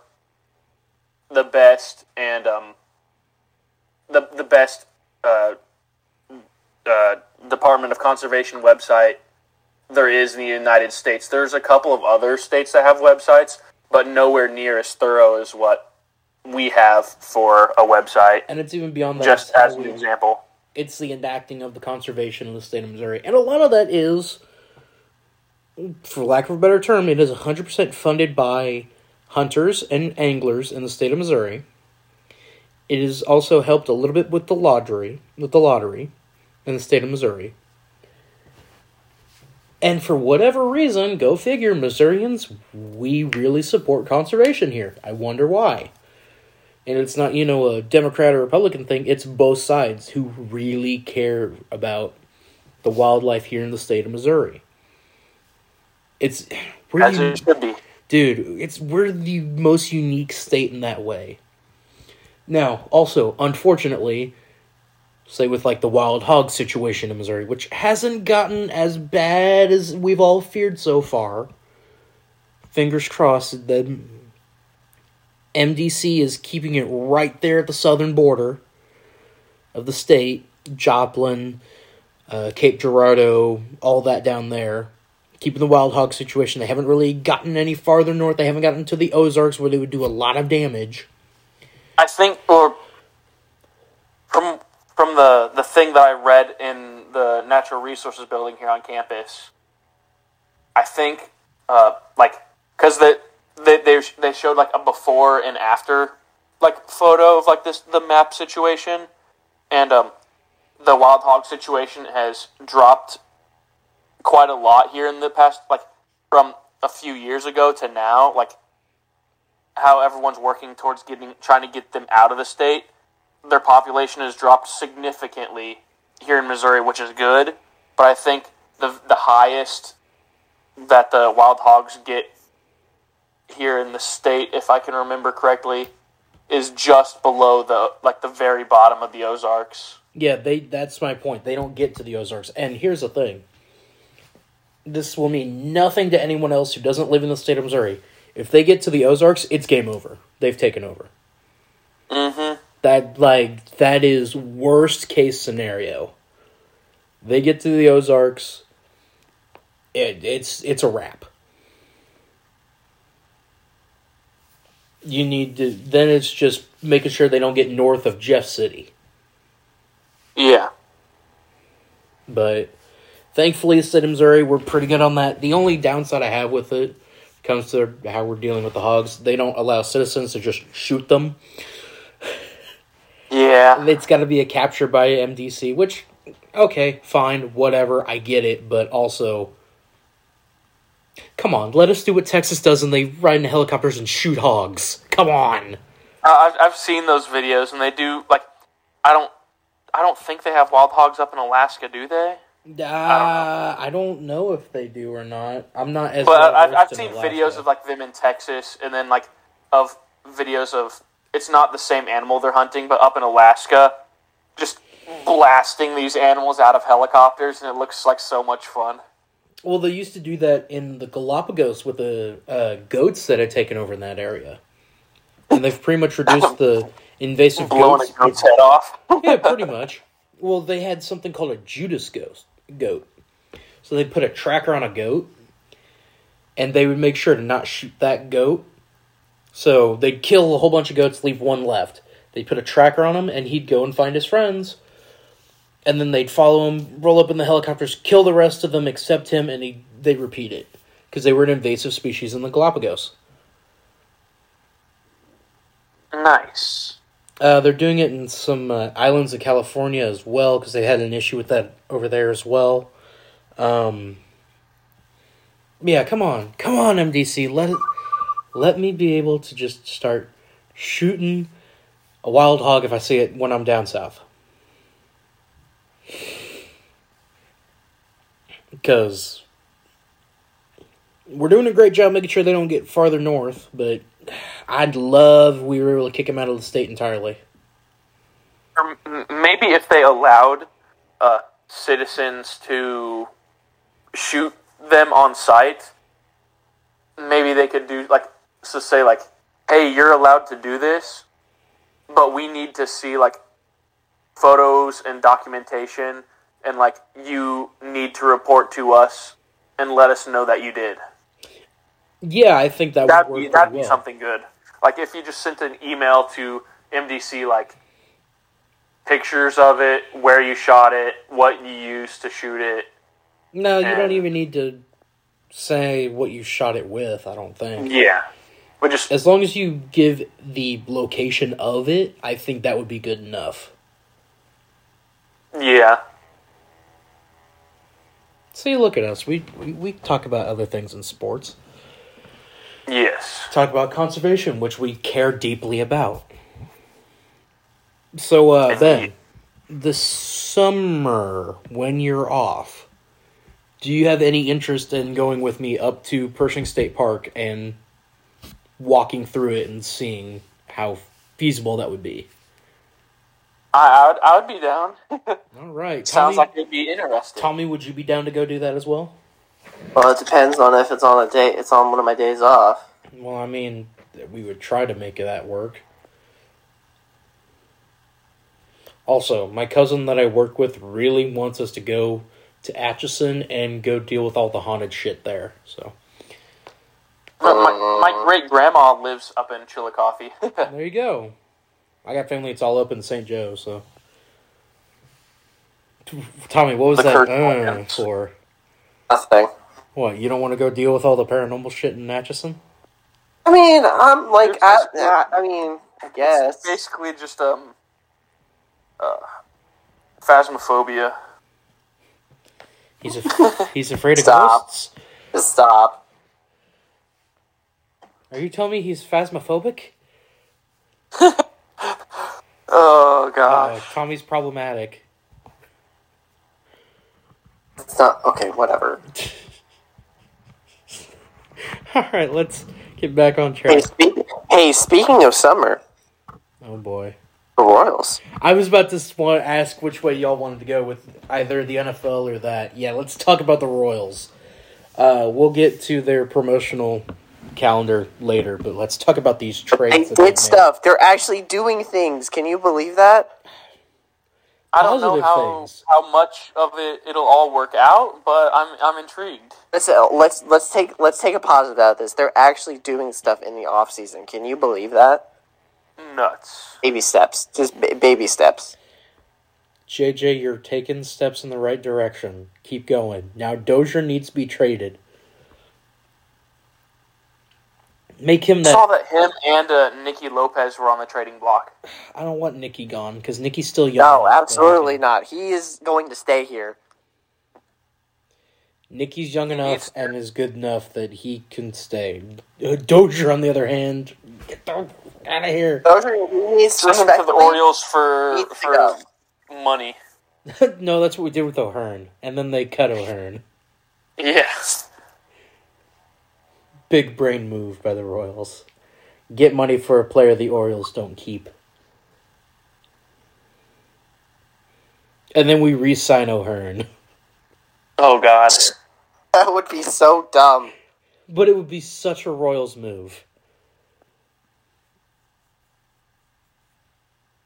Speaker 2: the best and um, the the best uh, uh, Department of Conservation website there is in the United States. There's a couple of other states that have websites, but nowhere near as thorough as what we have for a website
Speaker 1: And it's even beyond that.
Speaker 2: just
Speaker 1: it's
Speaker 2: as
Speaker 1: how
Speaker 2: an
Speaker 1: we-
Speaker 2: example.
Speaker 1: it's the enacting of the conservation of the state of Missouri. And a lot of that is, for lack of a better term, it is 100% funded by hunters and anglers in the state of Missouri. It is also helped a little bit with the lottery, with the lottery in the state of Missouri. And for whatever reason, go figure, Missourians, we really support conservation here. I wonder why. And it's not, you know, a Democrat or Republican thing, it's both sides who really care about the wildlife here in the state of Missouri. It's we're
Speaker 2: as
Speaker 1: uni-
Speaker 2: it should be.
Speaker 1: dude, it's we're the most unique state in that way. Now, also, unfortunately, say with like the wild hog situation in Missouri, which hasn't gotten as bad as we've all feared so far. Fingers crossed that MDC is keeping it right there at the southern border of the state, Joplin, uh, Cape Girardeau, all that down there. Keeping the wild hog situation. They haven't really gotten any farther north. They haven't gotten to the Ozarks where they would do a lot of damage.
Speaker 2: I think, or from from the the thing that I read in the natural resources building here on campus, I think uh, like because the, they they they showed like a before and after like photo of like this the map situation, and um, the wild hog situation has dropped quite a lot here in the past like from a few years ago to now like how everyone's working towards getting trying to get them out of the state. Their population has dropped significantly here in Missouri, which is good. But I think the the highest that the wild hogs get here in the state, if I can remember correctly, is just below the like the very bottom of the Ozarks.
Speaker 1: Yeah, they that's my point. They don't get to the Ozarks. And here's the thing. This will mean nothing to anyone else who doesn't live in the state of Missouri. If they get to the Ozarks, it's game over. They've taken over.
Speaker 2: Mm-hmm.
Speaker 1: That like that is worst case scenario. They get to the Ozarks. It, it's it's a wrap. You need to then it's just making sure they don't get north of Jeff City.
Speaker 2: Yeah.
Speaker 1: But thankfully, state of Missouri, we're pretty good on that. The only downside I have with it comes to how we're dealing with the hogs. They don't allow citizens to just shoot them.
Speaker 2: Yeah.
Speaker 1: It's got to be a capture by MDC, which, okay, fine, whatever, I get it, but also. Come on, let us do what Texas does and they ride in helicopters and shoot hogs. Come on.
Speaker 2: I- I've I've seen those videos and they do like I don't I don't think they have wild hogs up in Alaska, do they?
Speaker 1: Uh, I don't know if they do or not. I'm not as.
Speaker 2: But I- I've,
Speaker 1: well-versed
Speaker 2: I've
Speaker 1: in
Speaker 2: seen
Speaker 1: Alaska.
Speaker 2: videos of like them in Texas, and then like of videos of it's not the same animal they're hunting, but up in Alaska, just blasting these animals out of helicopters, and it looks like so much fun.
Speaker 1: Well, they used to do that in the Galapagos with the uh, goats that had taken over in that area, and they've pretty much
Speaker 2: [coughs]
Speaker 1: reduced the invasive
Speaker 2: Blowing
Speaker 1: goats.
Speaker 2: a goat's head off.
Speaker 1: yeah, pretty much. Well, they had something called a Judas ghost goat, so they put a tracker on a goat, and they would make sure to not shoot that goat. So they'd kill a whole bunch of goats, leave one left. They put a tracker on him, and he'd go and find his friends. And then they'd follow him, roll up in the helicopters, kill the rest of them except him, and he they repeat it because they were an invasive species in the Galapagos.
Speaker 2: Nice.
Speaker 1: Uh, they're doing it in some uh, islands of California as well because they had an issue with that over there as well. Um, yeah, come on, come on, MDC, let it, let me be able to just start shooting a wild hog if I see it when I'm down south. Because we're doing a great job making sure they don't get farther north, but I'd love we were able to kick them out of the state entirely.
Speaker 2: Or m- maybe if they allowed uh, citizens to shoot them on site, maybe they could do like so say like, "Hey, you're allowed to do this, but we need to see like photos and documentation, and like you need to report to us and let us know that you did."
Speaker 1: Yeah, I think that
Speaker 2: that'd
Speaker 1: would work
Speaker 2: be that'd
Speaker 1: pretty well.
Speaker 2: be something good. Like if you just sent an email to MDC, like pictures of it, where you shot it, what you used to shoot it.
Speaker 1: No, you don't
Speaker 2: and-
Speaker 1: even need to say what you shot it with. I don't think.
Speaker 2: Yeah, but just
Speaker 1: As long as you give the location of it, I think that would be good enough.
Speaker 2: yeah,
Speaker 1: see, look at us. We, we we talk about other things in sports.
Speaker 2: Yes.
Speaker 1: Talk about conservation, which we care deeply about. So uh, Ben, this summer when you're off, do you have any interest in going with me up to Pershing State Park and walking through it and seeing how feasible that would be?
Speaker 2: I, I, would, I would be down. [laughs]
Speaker 1: All right. Tommy,
Speaker 2: Sounds like it'd be interesting.
Speaker 1: Tommy, would you be down to go do that as well?
Speaker 3: Well, it depends on if it's on a day. It's on one of my days off.
Speaker 1: Well, I mean, we would try to make that work. Also, my cousin that I work with really wants us to go to Atchison and go deal with all the haunted shit there. So
Speaker 2: But my, my great grandma lives up in
Speaker 1: [laughs]
Speaker 2: Chillicothe. [laughs]
Speaker 1: there you go. I got family; it's all up in St. Joe. So, Tommy, what was
Speaker 3: The
Speaker 1: that
Speaker 3: curse
Speaker 1: uh,
Speaker 3: organs.
Speaker 1: for?
Speaker 3: Nothing.
Speaker 1: What you don't want to go deal with all the paranormal shit in Atchison?
Speaker 3: I mean, I'm like,
Speaker 2: There's
Speaker 3: I,
Speaker 2: just-
Speaker 3: I, I mean, I guess.
Speaker 2: It's basically just um, uh, phasmophobia.
Speaker 1: He's
Speaker 3: [laughs]
Speaker 1: af- he's afraid of
Speaker 3: Stop.
Speaker 1: ghosts.
Speaker 3: Just stop.
Speaker 1: Are you telling me he's phasmophobic?
Speaker 2: Oh
Speaker 1: Uh,
Speaker 2: gosh.
Speaker 1: Tommy's problematic.
Speaker 3: It's not okay. Whatever.
Speaker 1: [laughs] All right, let's get back on
Speaker 3: Hey,
Speaker 1: track.
Speaker 3: speak, hey, speaking of summer,
Speaker 1: Oh boy,
Speaker 3: the Royals.
Speaker 1: I was about to s- want to ask which way y'all wanted to go with either the NFL or that. Yeah, let's talk about the Royals. Uh, we'll get to their promotional calendar later, but let's talk about these
Speaker 3: They
Speaker 1: trades. that they've made.
Speaker 3: did stuff. They're actually doing things. Can you believe that?
Speaker 2: I don't know
Speaker 1: positive
Speaker 2: how
Speaker 1: things.
Speaker 2: how much of it it'll all work out, but I'm I'm intrigued.
Speaker 3: Let's uh, let's let's take let's take a positive out of this. They're actually doing stuff in the off season. Can you believe that?
Speaker 2: Nuts.
Speaker 3: Baby steps, just ba- baby steps.
Speaker 1: JJ, you're taking steps in the right direction. Keep going. Now Dozier needs to be traded. Make him
Speaker 2: I
Speaker 1: that
Speaker 3: Oh.
Speaker 2: saw that him and uh, Nikki Lopez were on the trading block.
Speaker 1: I don't want Nikki gone because Nikki's still young.
Speaker 3: No, Oh, absolutely not. He is going to stay here.
Speaker 1: Nikki's young enough
Speaker 2: He's-
Speaker 1: and is good enough that he can stay. Uh, Dozier, on the other hand, get out of here. [laughs]
Speaker 3: Those are he needs to
Speaker 2: Listen to the Orioles for
Speaker 3: Needs to
Speaker 2: for
Speaker 3: go. [laughs]
Speaker 2: money.
Speaker 1: no, that's what we did with O'Hearn, and then they cut O'Hearn.
Speaker 2: Yes.
Speaker 1: Big brain move by the Royals. Get money for a player the Orioles don't keep. And then we re-sign O'Hearn. [laughs]
Speaker 2: Oh God.
Speaker 3: That would be so dumb.
Speaker 1: But it would be such a Royals move.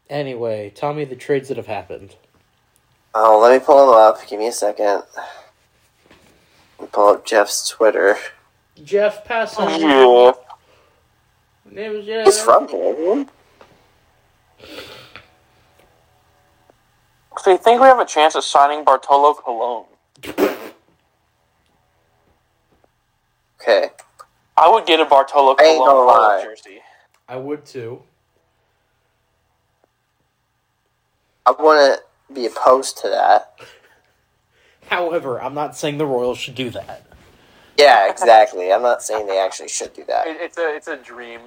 Speaker 1: Anyway, tell me the trades that have happened.
Speaker 3: Oh, let me pull him up. Give me a second. Let me Pull up Jeff's Twitter.
Speaker 1: Jeff, pass on.
Speaker 2: Yeah.
Speaker 1: It was Jeff.
Speaker 3: He's from here. isn't
Speaker 2: So you think we have a chance of signing Bartolo Colon?
Speaker 3: he? Okay.
Speaker 2: I would get a Bartolo
Speaker 3: I ain't gonna
Speaker 2: Colon Royals
Speaker 3: lie.
Speaker 2: jersey.
Speaker 1: I would too.
Speaker 3: I want to be opposed to that.
Speaker 1: However, I'm not saying the Royals should do that.
Speaker 3: Yeah, exactly. I'm not saying they actually should do that.
Speaker 2: It, it's a it's a dream.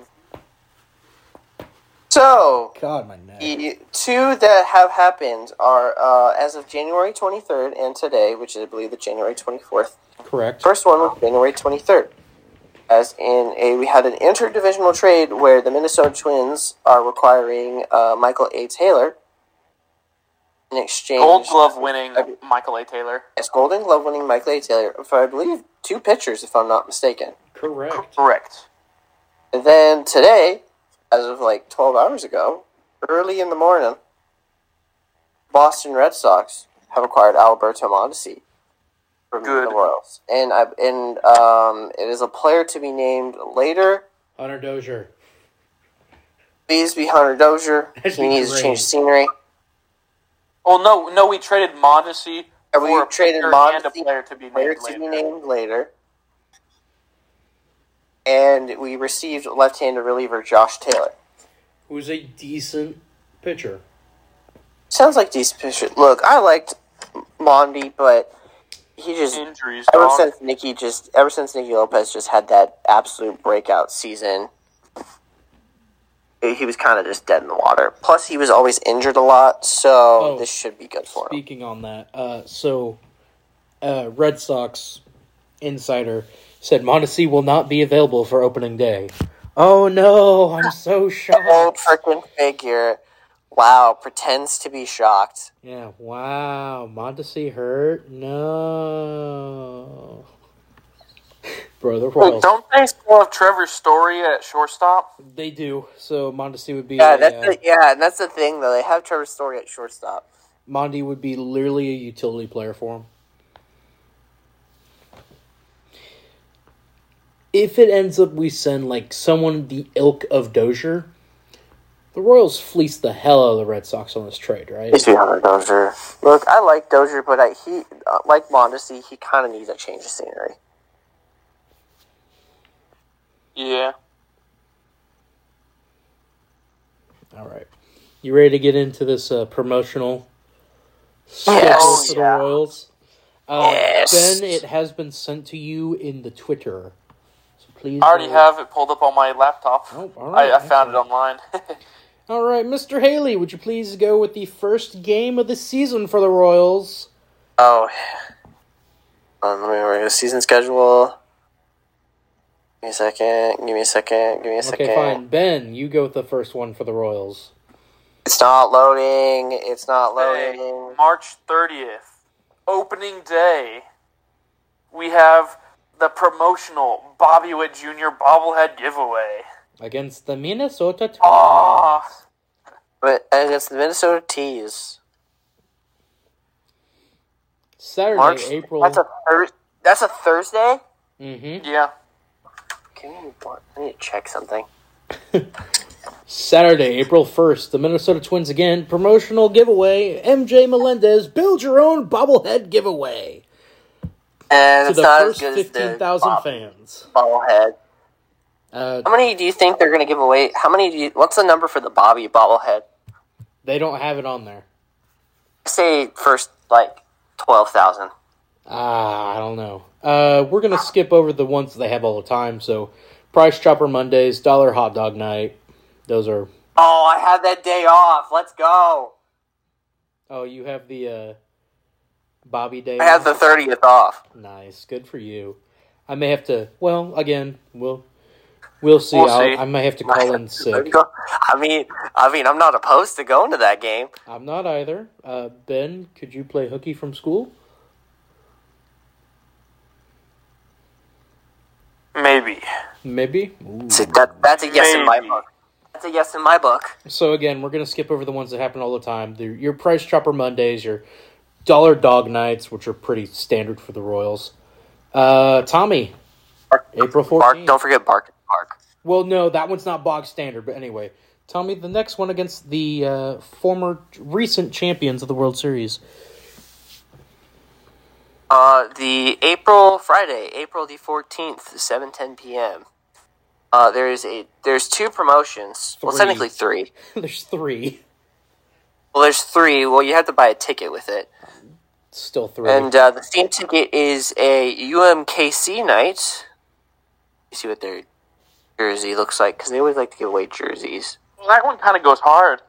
Speaker 3: So,
Speaker 1: God, my neck.
Speaker 3: the two that have happened are uh, as of January 23rd and today, which is, I believe, the January 24th.
Speaker 1: Correct.
Speaker 3: First one was January 23rd. As in a, we had an interdivisional trade where the Minnesota Twins are requiring uh, Michael A. Taylor in exchange.
Speaker 2: Gold Glove winning Michael A. Taylor.
Speaker 3: Yes, Golden Glove winning Michael A. Taylor for I believe two pitchers, if I'm not mistaken.
Speaker 1: Correct.
Speaker 2: Correct.
Speaker 3: And then today, as of like 12 hours ago, early in the morning, Boston Red Sox have acquired Alberto Mondesi from
Speaker 2: Good.
Speaker 3: the Royals, and I, and um, it is a player to be named later.
Speaker 1: Hunter Dozier.
Speaker 3: Please be Hunter Dozier.
Speaker 1: [laughs] That'd
Speaker 3: he
Speaker 1: be
Speaker 3: needs
Speaker 1: great.
Speaker 3: to change scenery.
Speaker 2: Well, no, no, we traded Modesty
Speaker 3: Or we
Speaker 2: for a
Speaker 3: traded
Speaker 2: pitcher and a
Speaker 3: Mondesi-
Speaker 2: player to be
Speaker 3: Player
Speaker 2: named
Speaker 3: to be
Speaker 2: later.
Speaker 3: named later. And we received left-handed reliever Josh Taylor.
Speaker 1: Who's a decent pitcher.
Speaker 3: Sounds like decent pitcher. Look, I liked Monty, but he just
Speaker 2: injuries.
Speaker 3: ever
Speaker 2: dog.
Speaker 3: since Nikki just ever since Nikki Lopez just had that absolute breakout season, he was kind of just dead in the water. Plus, he was always injured a lot, so
Speaker 1: Oh.
Speaker 3: this should be good for him.
Speaker 1: Speaking on that, uh, so uh, Red Sox insider said Mondesi will not be available for opening day. Oh no, I'm so
Speaker 3: Old
Speaker 1: shocked.
Speaker 3: freaking figure. Wow, pretends to be shocked.
Speaker 1: Yeah, wow, Mondesi hurt? No. Bro, the
Speaker 2: Well,
Speaker 1: Royals.
Speaker 2: don't they still have Trevor Story at shortstop?
Speaker 1: They do. So Mondesi would be
Speaker 3: Yeah,
Speaker 1: a,
Speaker 3: that's
Speaker 1: uh,
Speaker 3: the, yeah, and that's the thing though. They have Trevor Story at shortstop.
Speaker 1: Mondi would be literally a utility player for him. If it ends up we send like someone the ilk of Dozier, the Royals fleece the hell out of the Red Sox on this trade, right?
Speaker 3: He's behind Dozier. Look, I like Dozier, but I, he uh, like Mondesi. He kind of needs a change of scenery.
Speaker 2: Yeah.
Speaker 1: All right, you ready to get into this uh, promotional?
Speaker 3: Yes. Oh,
Speaker 1: for the
Speaker 3: Yeah.
Speaker 1: Royals. Uh,
Speaker 3: Yes.
Speaker 1: Ben, it has been sent to you in the Twitter, so please.
Speaker 2: I already
Speaker 1: uh,
Speaker 2: have it pulled up on my laptop.
Speaker 1: Oh, all right,
Speaker 2: I, I found
Speaker 1: excellent.
Speaker 2: it online. [laughs]
Speaker 1: All right, Mr. Haley, would you please go with the first game of the season for the Royals?
Speaker 3: Oh, [sighs] um, let me remember the season schedule. Give me a second. Give me a second. Give me a second.
Speaker 1: Okay, fine. Ben, you go with the first one for the Royals.
Speaker 3: It's not loading. It's not
Speaker 2: Hey,
Speaker 3: loading.
Speaker 2: March 30th, opening day, we have the promotional Bobby Witt Jr. bobblehead giveaway.
Speaker 1: Against the Minnesota Twins.
Speaker 2: Ah,
Speaker 3: But and it's the Minnesota Tees.
Speaker 1: Saturday,
Speaker 3: March.
Speaker 1: April.
Speaker 3: That's a thir- That's a Thursday.
Speaker 1: Mhm.
Speaker 2: yeah.
Speaker 3: Give me one. I need to check something.
Speaker 1: Saturday, April 1st, the Minnesota Twins again. Promotional giveaway. MJ Melendez, build your own bobblehead giveaway.
Speaker 3: And
Speaker 1: To
Speaker 3: it's
Speaker 1: the
Speaker 3: not
Speaker 1: first
Speaker 3: as good as the
Speaker 1: 15,000
Speaker 3: bob-
Speaker 1: fans.
Speaker 3: bobblehead.
Speaker 1: Uh,
Speaker 3: How many do you think they're going to give away? How many do you? What's the number for the Bobby bobblehead?
Speaker 1: they don't have it on there.
Speaker 3: Say first like twelve thousand.
Speaker 1: Ah, I don't know. Uh, we're gonna skip over the ones that they have all the time. So, Price Chopper Mondays, Dollar Hot Dog Night. Those are.
Speaker 3: Oh, I had that day off. Let's go.
Speaker 1: Oh, you have the uh, Bobby Day.
Speaker 3: I had
Speaker 1: off?
Speaker 3: the thirtieth off. [laughs]
Speaker 1: nice. Good for you. I may have to. Well, again, we'll we'll see.
Speaker 2: We'll
Speaker 1: I'll,
Speaker 2: see.
Speaker 1: I may have to call in sick.
Speaker 3: [laughs] I mean, I mean, I'm not opposed to going to that game.
Speaker 1: I'm not either. Uh, ben, could you play hooky from school?
Speaker 2: Maybe.
Speaker 1: Maybe.
Speaker 3: So that, that's a yes in my
Speaker 2: Maybe.
Speaker 3: book. That's a yes in my book.
Speaker 1: So again, we're gonna skip over the ones that happen all the time. The, your Price Chopper Mondays, your Dollar Dog Nights, which are pretty standard for the Royals. Uh, Tommy, April
Speaker 3: Bark.
Speaker 1: fourteenth.
Speaker 3: Don't forget bark. Bark.
Speaker 1: Well, no, that one's not bog standard. But anyway, Tommy, the next one against the uh, former recent champions of the World Series. [laughs]
Speaker 3: Uh, the April Friday, April the fourteenth, seven ten p.m. Uh, there is a there's two promotions. Well,
Speaker 1: Three.
Speaker 3: technically three.
Speaker 1: There's three.
Speaker 3: Well, there's three. Well, you have to buy a ticket with it.
Speaker 1: Still three.
Speaker 3: And uh, the theme ticket is a UMKC night. You see what their jersey looks like because they always like to give away jerseys.
Speaker 2: Well, that one kind of goes hard.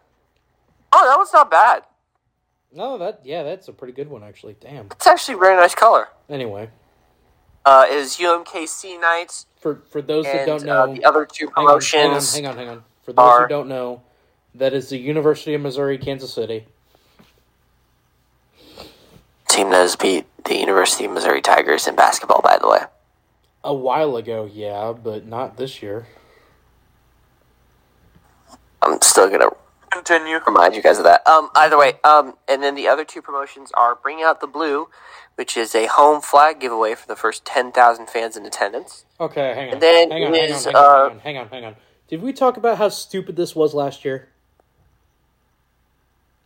Speaker 3: Oh, that one's not bad.
Speaker 1: no, that yeah, that's a pretty good one actually. Damn.
Speaker 3: It's actually a very nice color.
Speaker 1: Anyway,
Speaker 3: Uh, it is UMKC night,
Speaker 1: for for those that
Speaker 3: and
Speaker 1: don't
Speaker 3: uh,
Speaker 1: know,
Speaker 3: the other two
Speaker 1: Hang on, hang on,
Speaker 3: promotions.
Speaker 1: Hang on, hang on, For those who
Speaker 3: are-
Speaker 1: don't know, that is the University of Missouri, Kansas City.
Speaker 3: Team that has beat the University of Missouri Tigers in basketball, by the way.
Speaker 1: A while ago, yeah, but not this year.
Speaker 3: I'm still gonna
Speaker 2: Continue.
Speaker 3: remind you guys of that. Um, either way, um, and then the other two promotions are Bring Out the Blue, which is a home flag giveaway for the first 10,000 fans in attendance.
Speaker 1: Okay, hang on.
Speaker 3: And then
Speaker 1: hang, on hang,
Speaker 3: it is,
Speaker 1: on, hang, on
Speaker 3: uh,
Speaker 1: hang on, hang on, hang on. Did we talk about how stupid this was last year?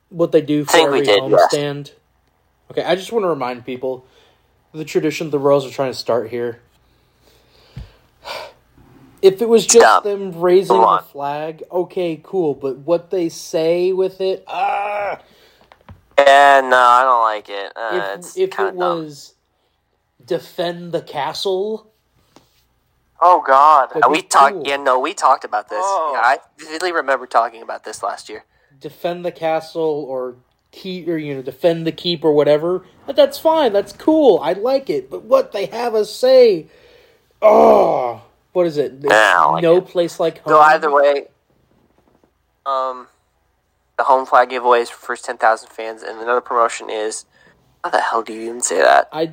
Speaker 1: What they do for
Speaker 3: Think we
Speaker 1: every
Speaker 3: did, yes.
Speaker 1: homestand? Okay, I just want to remind people the tradition the Royals are trying to start here. If it was just
Speaker 3: Stop.
Speaker 1: them raising
Speaker 3: Move
Speaker 1: the
Speaker 3: on.
Speaker 1: flag, okay, cool. But what they say with it, ah,
Speaker 3: Yeah, no, I don't like it. Uh,
Speaker 1: if,
Speaker 3: it's
Speaker 1: if
Speaker 3: kind
Speaker 1: it
Speaker 3: of dumb.
Speaker 1: was defend the castle.
Speaker 2: Oh God.
Speaker 1: That'd
Speaker 3: we
Speaker 1: be cool.
Speaker 3: talked. Yeah, no, we talked about this.
Speaker 2: Oh.
Speaker 3: Yeah, I vividly remember talking about this last year.
Speaker 1: defend the castle or keep or you know defend the keep or whatever but that's fine that's cool i like it but what they have us say oh what is it There's
Speaker 3: Yeah, I like
Speaker 1: no place like home
Speaker 3: Go either way. Um, the home flag giveaway is for first ten thousand fans, and another promotion is how the hell do you even say that?
Speaker 1: i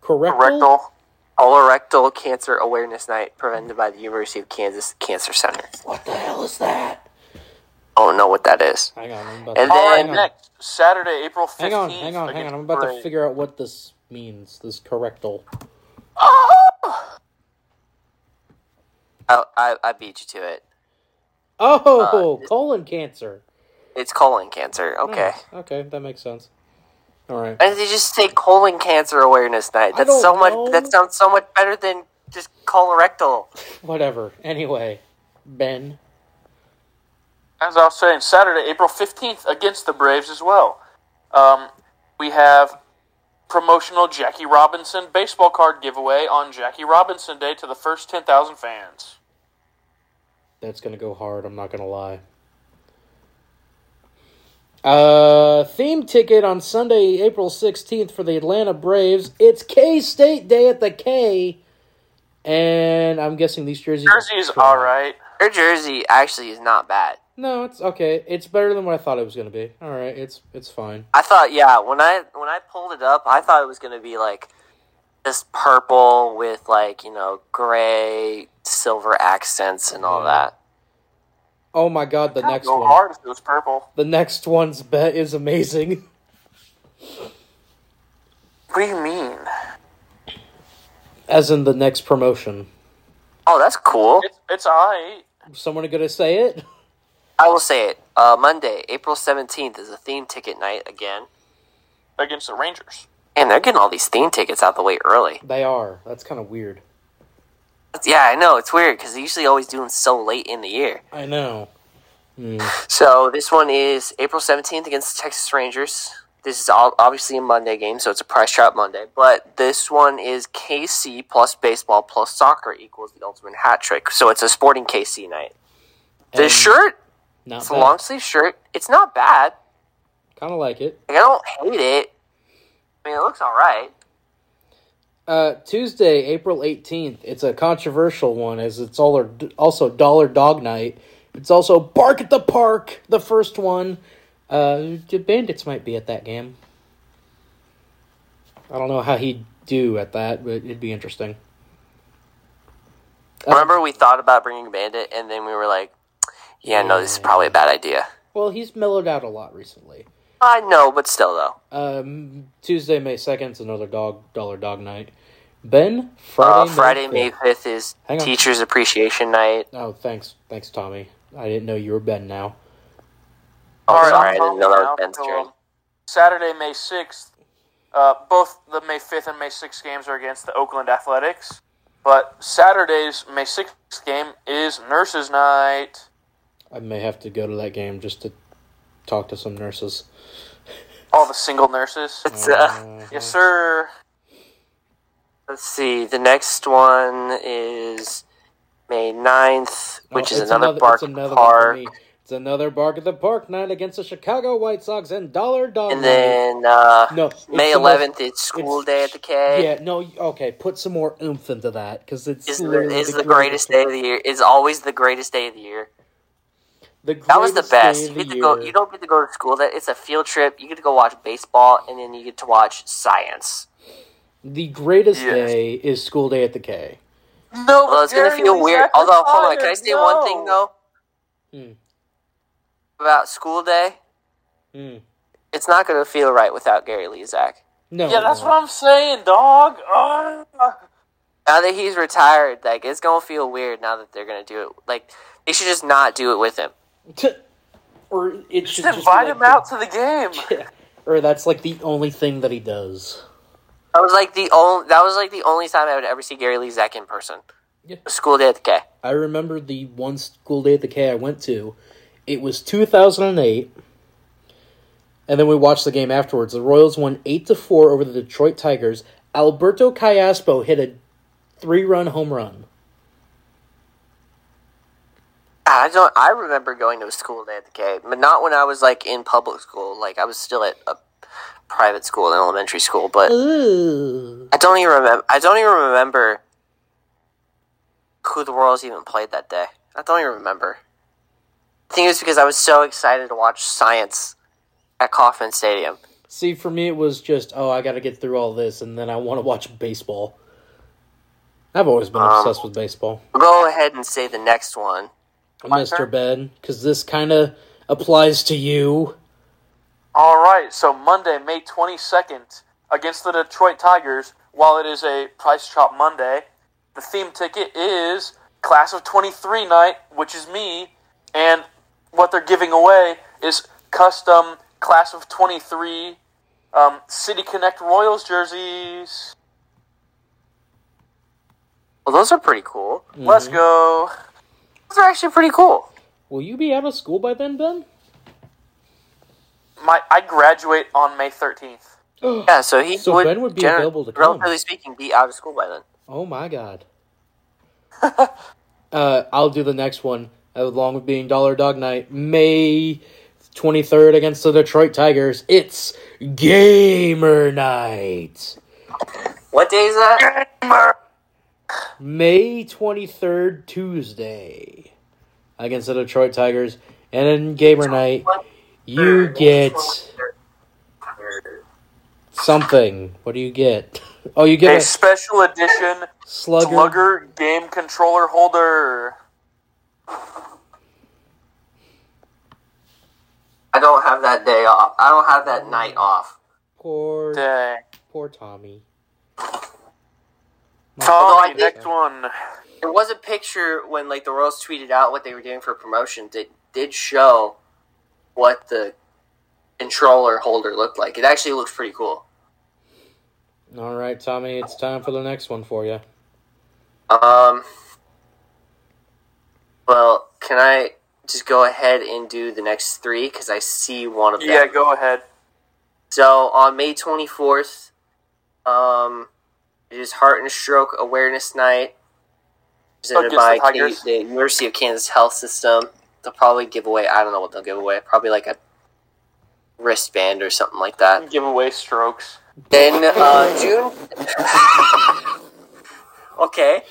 Speaker 1: correct
Speaker 3: Rectal colorectal cancer awareness night prevented by the University of Kansas Cancer Center.
Speaker 1: what the hell is that
Speaker 3: I don't know what that is.
Speaker 1: hang on i'm about
Speaker 3: And
Speaker 1: to,
Speaker 2: All right,
Speaker 1: hang, on.
Speaker 2: next Saturday, April fifteenth.
Speaker 1: hang on hang on hang on i'm about to figure out what this means this correctal
Speaker 3: I, I, I beat you to it.
Speaker 1: oh [laughs] colon cancer
Speaker 3: It's colon cancer. Okay.
Speaker 1: Nice. okay that makes sense all right
Speaker 3: Why did they just say colon cancer awareness night? That's
Speaker 1: don't
Speaker 3: so much.
Speaker 1: know.
Speaker 3: That sounds so much better than just colorectal.
Speaker 1: whatever anyway ben
Speaker 2: As I was saying, Saturday, April fifteenth, against the Braves as well. Um, we have promotional Jackie Robinson baseball card giveaway on Jackie Robinson Day to the first ten thousand fans.
Speaker 1: That's gonna go hard. I'm not gonna lie. Uh, theme ticket on Sunday, April sixteenth for the Atlanta Braves. It's K State Day at the K, and I'm guessing these jerseys.
Speaker 2: Jersey's all right.
Speaker 3: Their jersey actually is not bad.
Speaker 1: No, it's okay. It's better than what I thought it was gonna be. All right, it's it's fine.
Speaker 3: I thought, yeah, when I when I pulled it up, I thought it was gonna be like this purple with like you know gray silver accents and all that.
Speaker 1: Oh my god, the next
Speaker 2: Go
Speaker 1: one.
Speaker 2: hard if it was purple.
Speaker 1: The next one's bet is amazing. [laughs]
Speaker 2: What do you mean?
Speaker 1: As in the next promotion.
Speaker 3: Oh, that's cool.
Speaker 2: It's it's alright.
Speaker 1: Someone gonna say it?
Speaker 3: I will say it. Uh, Monday, April seventeenth is a theme ticket night again,
Speaker 2: against the Rangers.
Speaker 3: and they're getting all these theme tickets out the way early.
Speaker 1: They are. That's kind of weird.
Speaker 3: Yeah, I know it's weird because they usually always do them so late in the year.
Speaker 1: I know.
Speaker 3: So this one is April seventeenth against the Texas Rangers. This is all, obviously a Monday game, so it's a price drop Monday. But this one is KC plus baseball plus soccer equals the ultimate hat trick. So it's a sporting KC night. The
Speaker 1: And Hmm.
Speaker 3: shirt,
Speaker 1: Not
Speaker 3: it's a long sleeve shirt. It's not bad.
Speaker 1: Kind of like it.
Speaker 3: Like, I don't hate it. I mean, it looks all right.
Speaker 1: Uh, Tuesday, April 18th. It's a controversial one as it's all also Dollar Dog Night. It's also Bark at the Park, the first one. Uh, the Bandits might be at that game. I don't know how he'd do at that, but it'd be interesting. Uh,
Speaker 3: Remember, we thought about bringing Bandit, and then we were like, "Yeah, no, this is probably a bad idea."
Speaker 1: Well, he's mellowed out a lot recently.
Speaker 3: I know, but still, though.
Speaker 1: Um, Tuesday, May 2nd is another dog Dollar Dog Night. Ben,
Speaker 3: Uh,
Speaker 1: Friday,
Speaker 3: Friday, May
Speaker 1: fifth.
Speaker 3: fifth is
Speaker 1: Hang on.
Speaker 3: Teachers Appreciation Night.
Speaker 1: Oh, thanks. Thanks, Tommy. I didn't know you were Ben now.
Speaker 3: Oh,
Speaker 2: Alright,
Speaker 3: sorry, I
Speaker 2: I'll
Speaker 3: didn't know that
Speaker 2: follow
Speaker 3: was Ben's
Speaker 2: now.
Speaker 3: turn.
Speaker 2: Saturday, May 6th, uh, both the May 5th and May 6th games are against the Oakland Athletics. But Saturday's May 6th game is Nurses Night.
Speaker 1: I may have to go to that game just to talk to some nurses.
Speaker 2: All the single nurses.
Speaker 3: It's, uh,
Speaker 1: Uh,
Speaker 2: Yes, sir.
Speaker 3: let's see. The next one is May 9th,
Speaker 1: oh,
Speaker 3: which is
Speaker 1: it's
Speaker 3: another, bark
Speaker 1: it's another one for
Speaker 3: park.
Speaker 1: me. It's another bark at the park night against the Chicago White Sox and Dollar Dog.
Speaker 3: And
Speaker 1: Night.
Speaker 3: then uh,
Speaker 1: no, it's
Speaker 3: May
Speaker 1: the most-
Speaker 3: 11th is School
Speaker 1: it's-
Speaker 3: Day at the K.
Speaker 1: Yeah, no, y- okay. Put some more oomph into that because it's
Speaker 3: Is the,
Speaker 1: literally
Speaker 3: is the greatest day of the year? Is always the greatest day of the year.
Speaker 1: The
Speaker 3: That was the
Speaker 1: greatest day
Speaker 3: best.
Speaker 1: of
Speaker 3: You
Speaker 1: the
Speaker 3: get to go.
Speaker 1: year.
Speaker 3: You don't get to go to school. That it's a field trip. You get to go watch baseball, and then you get to watch science.
Speaker 1: The greatest
Speaker 2: Yes.
Speaker 1: day is school day at the K.
Speaker 2: No,
Speaker 3: Although it's gonna feel weird. Although, hold on, can I say one thing though?
Speaker 1: Hmm.
Speaker 3: About school day,
Speaker 1: Hmm.
Speaker 3: it's not gonna feel right without Gary Lezak.
Speaker 1: No,
Speaker 2: Yeah, that's
Speaker 1: no.
Speaker 2: what I'm saying, dog. Ah.
Speaker 3: Now that he's retired, like it's gonna feel weird. Now that they're gonna do it, like they should just not do it with him.
Speaker 1: [laughs] or it should just
Speaker 2: just
Speaker 1: be
Speaker 2: invite
Speaker 1: like
Speaker 2: him out to the game.
Speaker 1: the- or that's like the only thing that he does.
Speaker 3: That was like the only. That was like the only time I would ever see Gary Lezak in person.
Speaker 1: Yeah.
Speaker 3: School day at the K.
Speaker 1: I remember the one school day at the K I went to. It was 2008. And then we watched the game afterwards. The Royals won 8 to 4 over the Detroit Tigers Alberto Callaspo hit a three run home run.
Speaker 3: I don't. I remember going to a school day at the K, but not when I was like in public school. Like I was still at a private school in elementary school. But
Speaker 1: Ooh.
Speaker 3: I don't even remember. I don't even remember who the Royals even played that day. I don't even remember. I think it was because I was so excited to watch science at Kauffman Stadium.
Speaker 1: See, for me, it was just, oh, I got to get through all this, and then I want to watch baseball. I've always been obsessed with baseball.
Speaker 3: Go ahead and say the next one.
Speaker 1: Mr. Ben, because this kind of applies to you.
Speaker 2: All right, so Monday, May 22nd, against the Detroit Tigers, while it is a Price Chop Monday, the theme ticket is Class of 23 night, which is me, and what they're giving away is custom Class of 23 um, City Connect Royals jerseys.
Speaker 3: Well, those are pretty cool.
Speaker 2: Let's go.
Speaker 3: Those are actually pretty cool.
Speaker 1: Will you be out of school by then, Ben?
Speaker 2: My I graduate on May 13th.
Speaker 3: Yeah, so he
Speaker 1: So
Speaker 3: would,
Speaker 1: Ben would be
Speaker 3: gener-
Speaker 1: available to come.
Speaker 3: relatively speaking, be out of school by then.
Speaker 1: Oh my god. [laughs] uh, I'll do the next one, along with being Dollar Dog Night, May 23rd against the Detroit Tigers. It's Gamer Night.
Speaker 3: What day is that?
Speaker 1: May 23rd, Tuesday, against the Detroit Tigers. And in Gamer Night, you get something. What do you get? [laughs] Oh, you
Speaker 2: A
Speaker 1: get a
Speaker 2: special edition
Speaker 1: slugger.
Speaker 2: Slugger Game Controller Holder.
Speaker 3: I don't have that day off. I don't have that night off.
Speaker 1: Poor,
Speaker 2: Dang.
Speaker 1: poor Tommy.
Speaker 3: Although I
Speaker 2: Tommy,
Speaker 3: think-
Speaker 2: next one.
Speaker 3: There was a picture when like the Royals tweeted out what they were doing for promotion that did show what the controller holder looked like. It actually looked pretty cool.
Speaker 1: All right, Tommy, it's time for the next one for you.
Speaker 3: Um Well, can I just go ahead and do the next three because I see one of them.
Speaker 2: Yeah, go ahead.
Speaker 3: So on May 24th, um, it is Heart and Stroke Awareness Night, presented
Speaker 2: Against
Speaker 3: by
Speaker 2: the Tigers.
Speaker 3: K- the University of Kansas Health System. They'll probably give away. I don't know what they'll give away. Probably like a wristband or something like that.
Speaker 2: Give away strokes.
Speaker 3: Then
Speaker 1: [laughs]
Speaker 3: uh, June. [laughs] okay.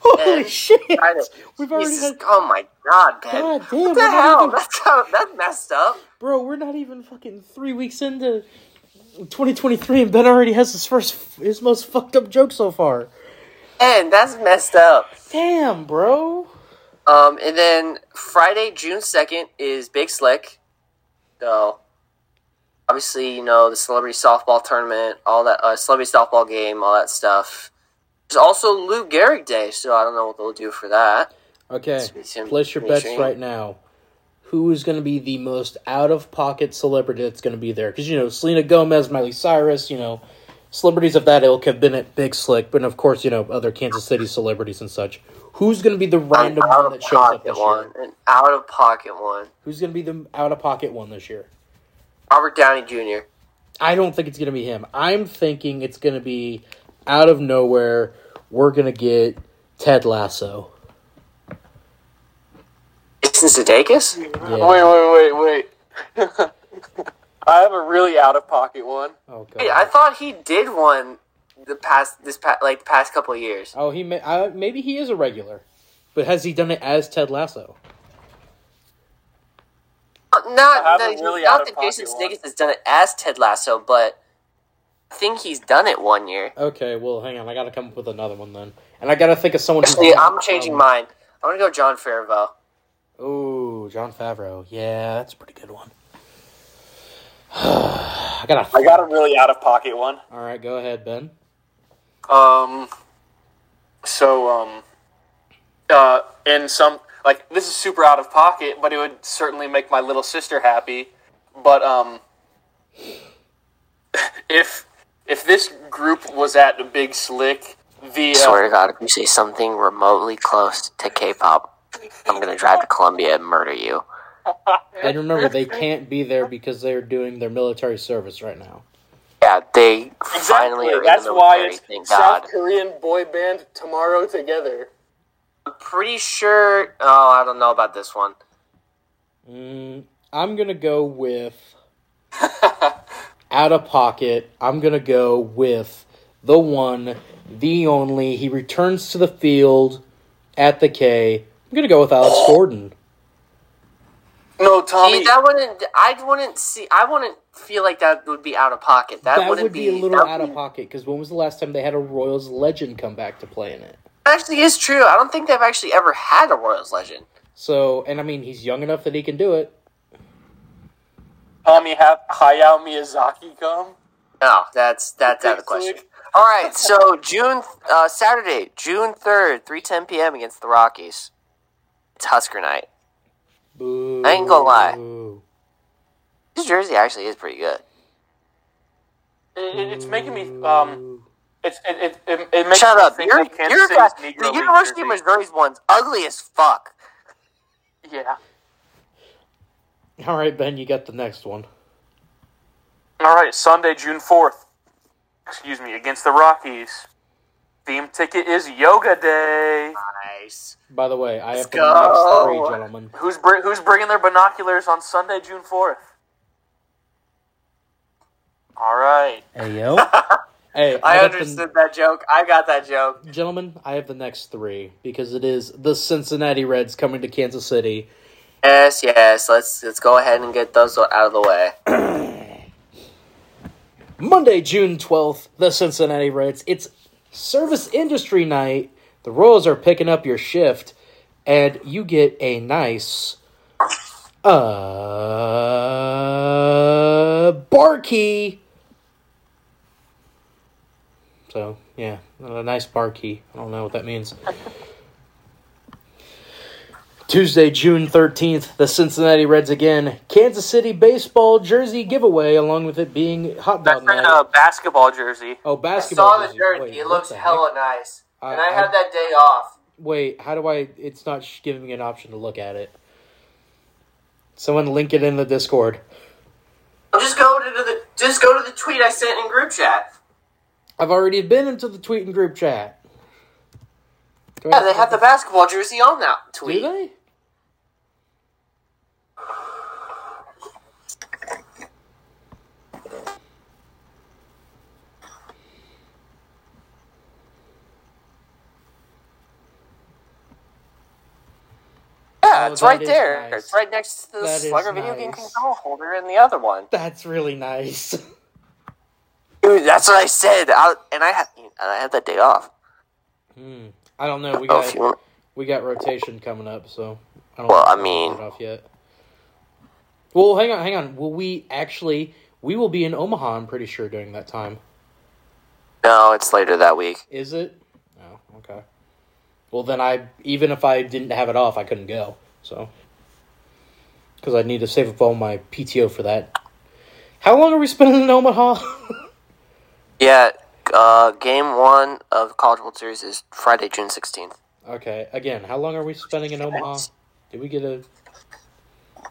Speaker 1: Holy shit!
Speaker 3: I know.
Speaker 1: We've already
Speaker 3: Jesus,
Speaker 1: had-
Speaker 3: oh my god, Ben.
Speaker 1: God damn,
Speaker 3: what
Speaker 1: we're
Speaker 3: the
Speaker 1: not
Speaker 3: hell?
Speaker 1: even-
Speaker 3: [laughs] That's how, that messed up.
Speaker 1: Bro, we're not even fucking three weeks into 2023, and Ben already has his first, his most fucked up joke so far.
Speaker 3: And that's messed up.
Speaker 1: Damn, bro.
Speaker 3: Um, and then Friday, June second, is Big Slick. So obviously, you know the celebrity softball tournament, all that uh, celebrity softball game, all that stuff. There's also Lou Gehrig Day, so I don't know what they'll do for that.
Speaker 1: Okay,
Speaker 3: It's him
Speaker 1: place your bets
Speaker 3: finishing.
Speaker 1: right now. Who is going to be the most out of pocket celebrity that's going to be there? Because, you know, Selena Gomez, Miley Cyrus, you know, celebrities of that ilk have been at Big Slick, but of course, you know, other Kansas City celebrities and such. Who's going to be the
Speaker 3: An
Speaker 1: random one
Speaker 3: out
Speaker 1: that
Speaker 3: of
Speaker 1: shows up
Speaker 3: pocket
Speaker 1: this year?
Speaker 3: one, an out of pocket one.
Speaker 1: Who's going to be the out of pocket one this year?
Speaker 3: Robert Downey Jr.
Speaker 1: I don't think it's going to be him. I'm thinking it's going to be out of nowhere. We're going to get Ted Lasso.
Speaker 3: Jason Sudeikis.
Speaker 1: Yeah.
Speaker 2: Wait, wait, wait, wait. [laughs] I have a really out of pocket one.
Speaker 1: Oh, God.
Speaker 3: Hey, I thought he did one the past this past like the past couple of years.
Speaker 1: oh he may, uh, maybe he is a regular, but has he done it as Ted Lasso?
Speaker 2: I
Speaker 3: not
Speaker 2: haven't
Speaker 3: that,
Speaker 2: really
Speaker 3: not
Speaker 2: out of
Speaker 3: that Jason
Speaker 2: pocket
Speaker 3: Sudeikis has done it as Ted Lasso, but I think he's done it one year.
Speaker 1: Okay, well, hang on. I got to come up with another one then, and I got to think of someone. who's
Speaker 3: Actually, I'm changing mine. I'm gonna go John Favreau.
Speaker 1: Ooh, John Favreau. Yeah, that's a pretty good one. [sighs] I gotta.
Speaker 2: I got a really out of pocket one.
Speaker 1: All right, go ahead, Ben.
Speaker 2: Um, so, um, uh, in some, like, this is super out of pocket, but it would certainly make my little sister happy. But, um, [laughs] if, if this group was at the Big Slick, the,
Speaker 3: I
Speaker 2: uh,
Speaker 3: Swear to God, if you say something remotely close to K-pop, I'm gonna drive to Columbia and murder you. [laughs]
Speaker 1: And remember, they can't be there because they're doing their military service right now.
Speaker 3: Yeah, they finally
Speaker 4: Exactly.
Speaker 3: are
Speaker 4: That's
Speaker 3: in the
Speaker 4: why
Speaker 3: military,
Speaker 4: it's
Speaker 3: thank God.
Speaker 4: South Korean boy band Tomorrow Together.
Speaker 3: I'm pretty sure. Oh, I don't know about this one.
Speaker 1: Mm, I'm gonna go with out of pocket. I'm gonna go with the one, the only. He returns to the field at the K. I'm gonna go with Alex Gordon.
Speaker 4: No,
Speaker 3: See,
Speaker 4: Tommy.
Speaker 3: that wouldn't. I wouldn't see. I wouldn't feel like that would be out of pocket. That,
Speaker 1: That
Speaker 3: wouldn't
Speaker 1: would be a little
Speaker 3: that
Speaker 1: out of pocket because when was the last time they had a Royals legend come back to play in it?
Speaker 3: Actually, is true. I don't think they've actually ever had a Royals legend.
Speaker 1: So, and I mean, he's young enough that he can do it.
Speaker 4: Tommy ha- Hayao Miyazaki come.
Speaker 3: No, that's that's out of the question. All right, so June uh, Saturday, June third, three ten p.m. against the Rockies. It's Husker night.
Speaker 1: Boo.
Speaker 3: I ain't gonna lie. This jersey actually is pretty good.
Speaker 4: It, it, it's making me um. It's it it, it, it makes
Speaker 3: Shut
Speaker 4: me
Speaker 3: up!
Speaker 4: think
Speaker 3: Your,
Speaker 4: of Kansas
Speaker 3: your
Speaker 4: City's
Speaker 3: guy,
Speaker 4: Negro
Speaker 3: the
Speaker 4: League
Speaker 3: University of
Speaker 4: jersey.
Speaker 3: Missouri's one's ugly as fuck.
Speaker 4: Yeah.
Speaker 1: All right, Ben, you got the next one.
Speaker 4: All right, Sunday, June fourth. Excuse me, against the Rockies. Theme ticket is Yoga Day.
Speaker 3: Nice.
Speaker 1: By the way, I have the
Speaker 3: go.
Speaker 1: next three gentlemen.
Speaker 4: Who's br- who's bringing their binoculars on Sunday, June fourth? All right.
Speaker 1: [laughs] Hey yo. hey,
Speaker 3: I
Speaker 1: have the-
Speaker 3: understood that joke. I got that joke.
Speaker 1: gentlemen, I have the next three because it is the Cincinnati Reds coming to Kansas City.
Speaker 3: Yes, yes. Let's let's go ahead and get those out of the way.
Speaker 1: Monday, June 12th, the Cincinnati Reds. It's service industry night. The Royals are picking up your shift, and you get a nice uh bar key. So yeah, a nice bar key. I don't know what that means. [laughs] Tuesday, June 13th, the Cincinnati Reds again. Kansas City baseball jersey giveaway, along with it being hot
Speaker 4: That's
Speaker 1: dog
Speaker 4: in
Speaker 1: night.
Speaker 4: a basketball jersey.
Speaker 1: Oh,
Speaker 3: uh, I
Speaker 1: basketball.
Speaker 3: saw the
Speaker 1: jersey.
Speaker 3: jersey.
Speaker 1: Wait,
Speaker 3: it
Speaker 1: what
Speaker 3: looks
Speaker 1: the heck?
Speaker 3: hella nice,
Speaker 1: I-
Speaker 3: and I,
Speaker 1: I-
Speaker 3: had that day off.
Speaker 1: Wait, how do I? It's not sh- giving me an option to look at it. Someone link it in the Discord.
Speaker 3: Just go to the just go to the tweet I sent in group chat.
Speaker 1: I've already been into the tweet and group chat. Do I
Speaker 3: Yeah, they have the basketball jersey on that
Speaker 1: Do
Speaker 3: tweet.
Speaker 1: they?
Speaker 3: Yeah,
Speaker 1: Oh,
Speaker 3: it's
Speaker 1: that
Speaker 3: right
Speaker 1: is
Speaker 3: there.
Speaker 1: nice.
Speaker 3: It's right next to the
Speaker 1: That is
Speaker 3: Slugger video game
Speaker 1: nice.
Speaker 3: control holder and the other one.
Speaker 1: That's really nice. [laughs]
Speaker 3: Dude, that's what I said. I, and I had and I had that day off.
Speaker 1: Hmm. I don't know. We
Speaker 3: Oh, if
Speaker 1: got
Speaker 3: you want-
Speaker 1: we got rotation coming up, so I don't.
Speaker 3: Well, I
Speaker 1: don't
Speaker 3: mean-
Speaker 1: it off yet. Well, hang on, hang on. Will we actually? We will be in Omaha. I'm pretty sure during that time.
Speaker 3: No, it's later that week.
Speaker 1: Is it? Oh, okay. Well, then I even if I didn't have it off, I couldn't go. So because I need to save up all my PTO for that. How long are we spending in Omaha? [laughs]
Speaker 3: Yeah, uh, game one of College World Series is Friday, June sixteenth.
Speaker 1: okay, again, how long are we spending in Omaha? Did we get a?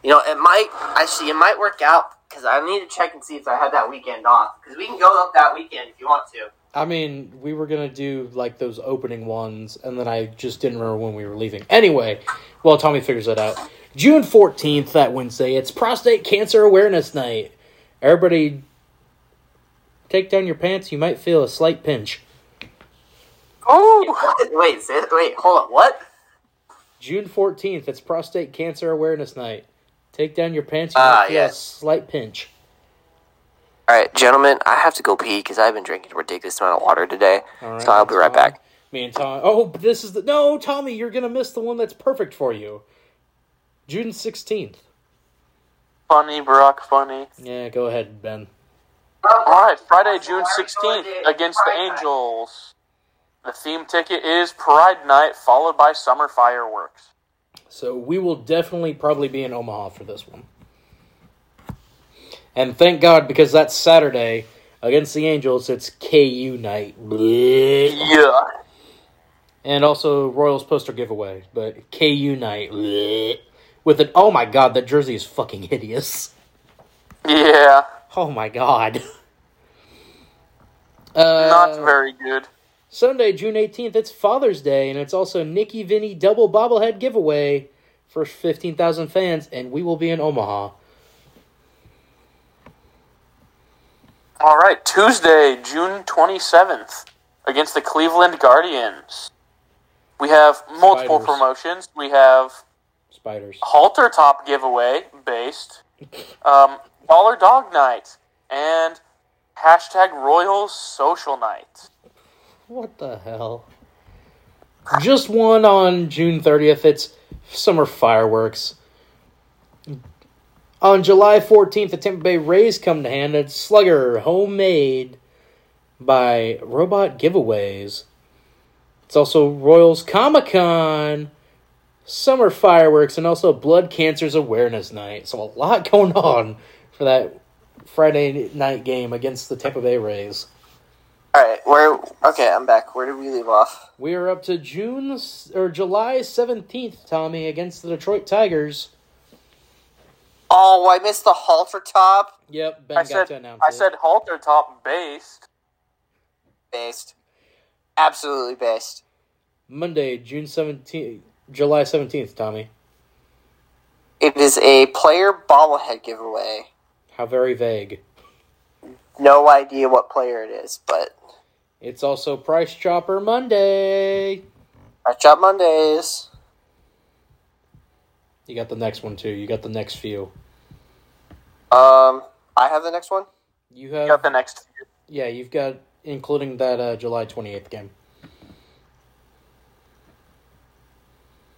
Speaker 3: You know, it might actually it might work out because I need to check and see if I had that weekend off. Because we can go up that weekend if you want to.
Speaker 1: I mean, we were gonna do like those opening ones, and then I just didn't remember when we were leaving. Anyway, well, Tommy figures that out. June fourteenth, that Wednesday, it's prostate cancer awareness night. Everybody, take down your pants. You might feel a slight pinch.
Speaker 4: Oh,
Speaker 3: wait, say- wait, hold on. What?
Speaker 1: June fourteenth, it's prostate cancer awareness night. Take down your pants. You
Speaker 3: Ah,
Speaker 1: might feel
Speaker 3: yes.
Speaker 1: a slight pinch.
Speaker 3: All right, gentlemen, I have to go pee because I've been drinking a ridiculous amount of water today.
Speaker 1: All right,
Speaker 3: so I'll be
Speaker 1: that's
Speaker 3: right
Speaker 1: fine.
Speaker 3: back.
Speaker 1: Me and Tom. Oh, this is the no, Tommy. You're gonna miss the one that's perfect for you. June sixteenth.
Speaker 4: funny, Brock, funny.
Speaker 1: Yeah, go ahead, Ben.
Speaker 4: All right, Friday, June sixteenth, against the Angels. The theme ticket is Pride Night, followed by summer fireworks.
Speaker 1: So we will definitely probably be in Omaha for this one. And thank God because that's Saturday against the Angels. It's KU night. Blech.
Speaker 4: Yeah.
Speaker 1: And also Royals poster giveaway, but KU night. Blech. With an oh my god, that jersey is fucking hideous.
Speaker 4: Yeah.
Speaker 1: Oh my god. Uh,
Speaker 2: Not very good.
Speaker 1: Sunday, June 18th, it's Father's Day, and it's also Nikki Vinny double bobblehead giveaway. First 15,000 fans, and we will be in Omaha.
Speaker 2: All right, Tuesday, June 27th, against the Cleveland Guardians. We have multiple
Speaker 1: Spiders.
Speaker 2: promotions. We have
Speaker 1: Spiders.
Speaker 2: halter top giveaway based, um, dollar dog night, and hashtag Royals social night.
Speaker 1: What the hell? Just one on June 30th. It's summer fireworks. On July 14th, the Tampa Bay Rays come to hand. It's Slugger, homemade by Robot Giveaways. It's also Royals Comic Con, summer fireworks, and also Blood Cancers Awareness Night. So a lot [laughs] going on for that Friday night game against the Tampa Bay Rays.
Speaker 3: All right, where? Okay, I'm back. Where did we leave off?
Speaker 1: We are up to June s- or July 17th, Tommy, against the Detroit Tigers.
Speaker 3: Oh, I missed the halter top.
Speaker 1: Yep, Ben
Speaker 2: I
Speaker 1: got
Speaker 2: said,
Speaker 1: to announce
Speaker 2: I
Speaker 1: it.
Speaker 2: said halter top based.
Speaker 3: Based, absolutely based.
Speaker 1: Monday, June 17th, July 17th, Tommy.
Speaker 3: It is a player bobblehead giveaway.
Speaker 1: How very vague.
Speaker 3: No idea what player it is, but
Speaker 1: It's also Price Chopper Monday.
Speaker 3: Match Up Mondays.
Speaker 1: You got the next one too. You got the next few.
Speaker 3: Um, I have the next one.
Speaker 1: You
Speaker 2: You
Speaker 1: have
Speaker 2: got the next.
Speaker 1: yeah, you've got including that uh, July 28th game.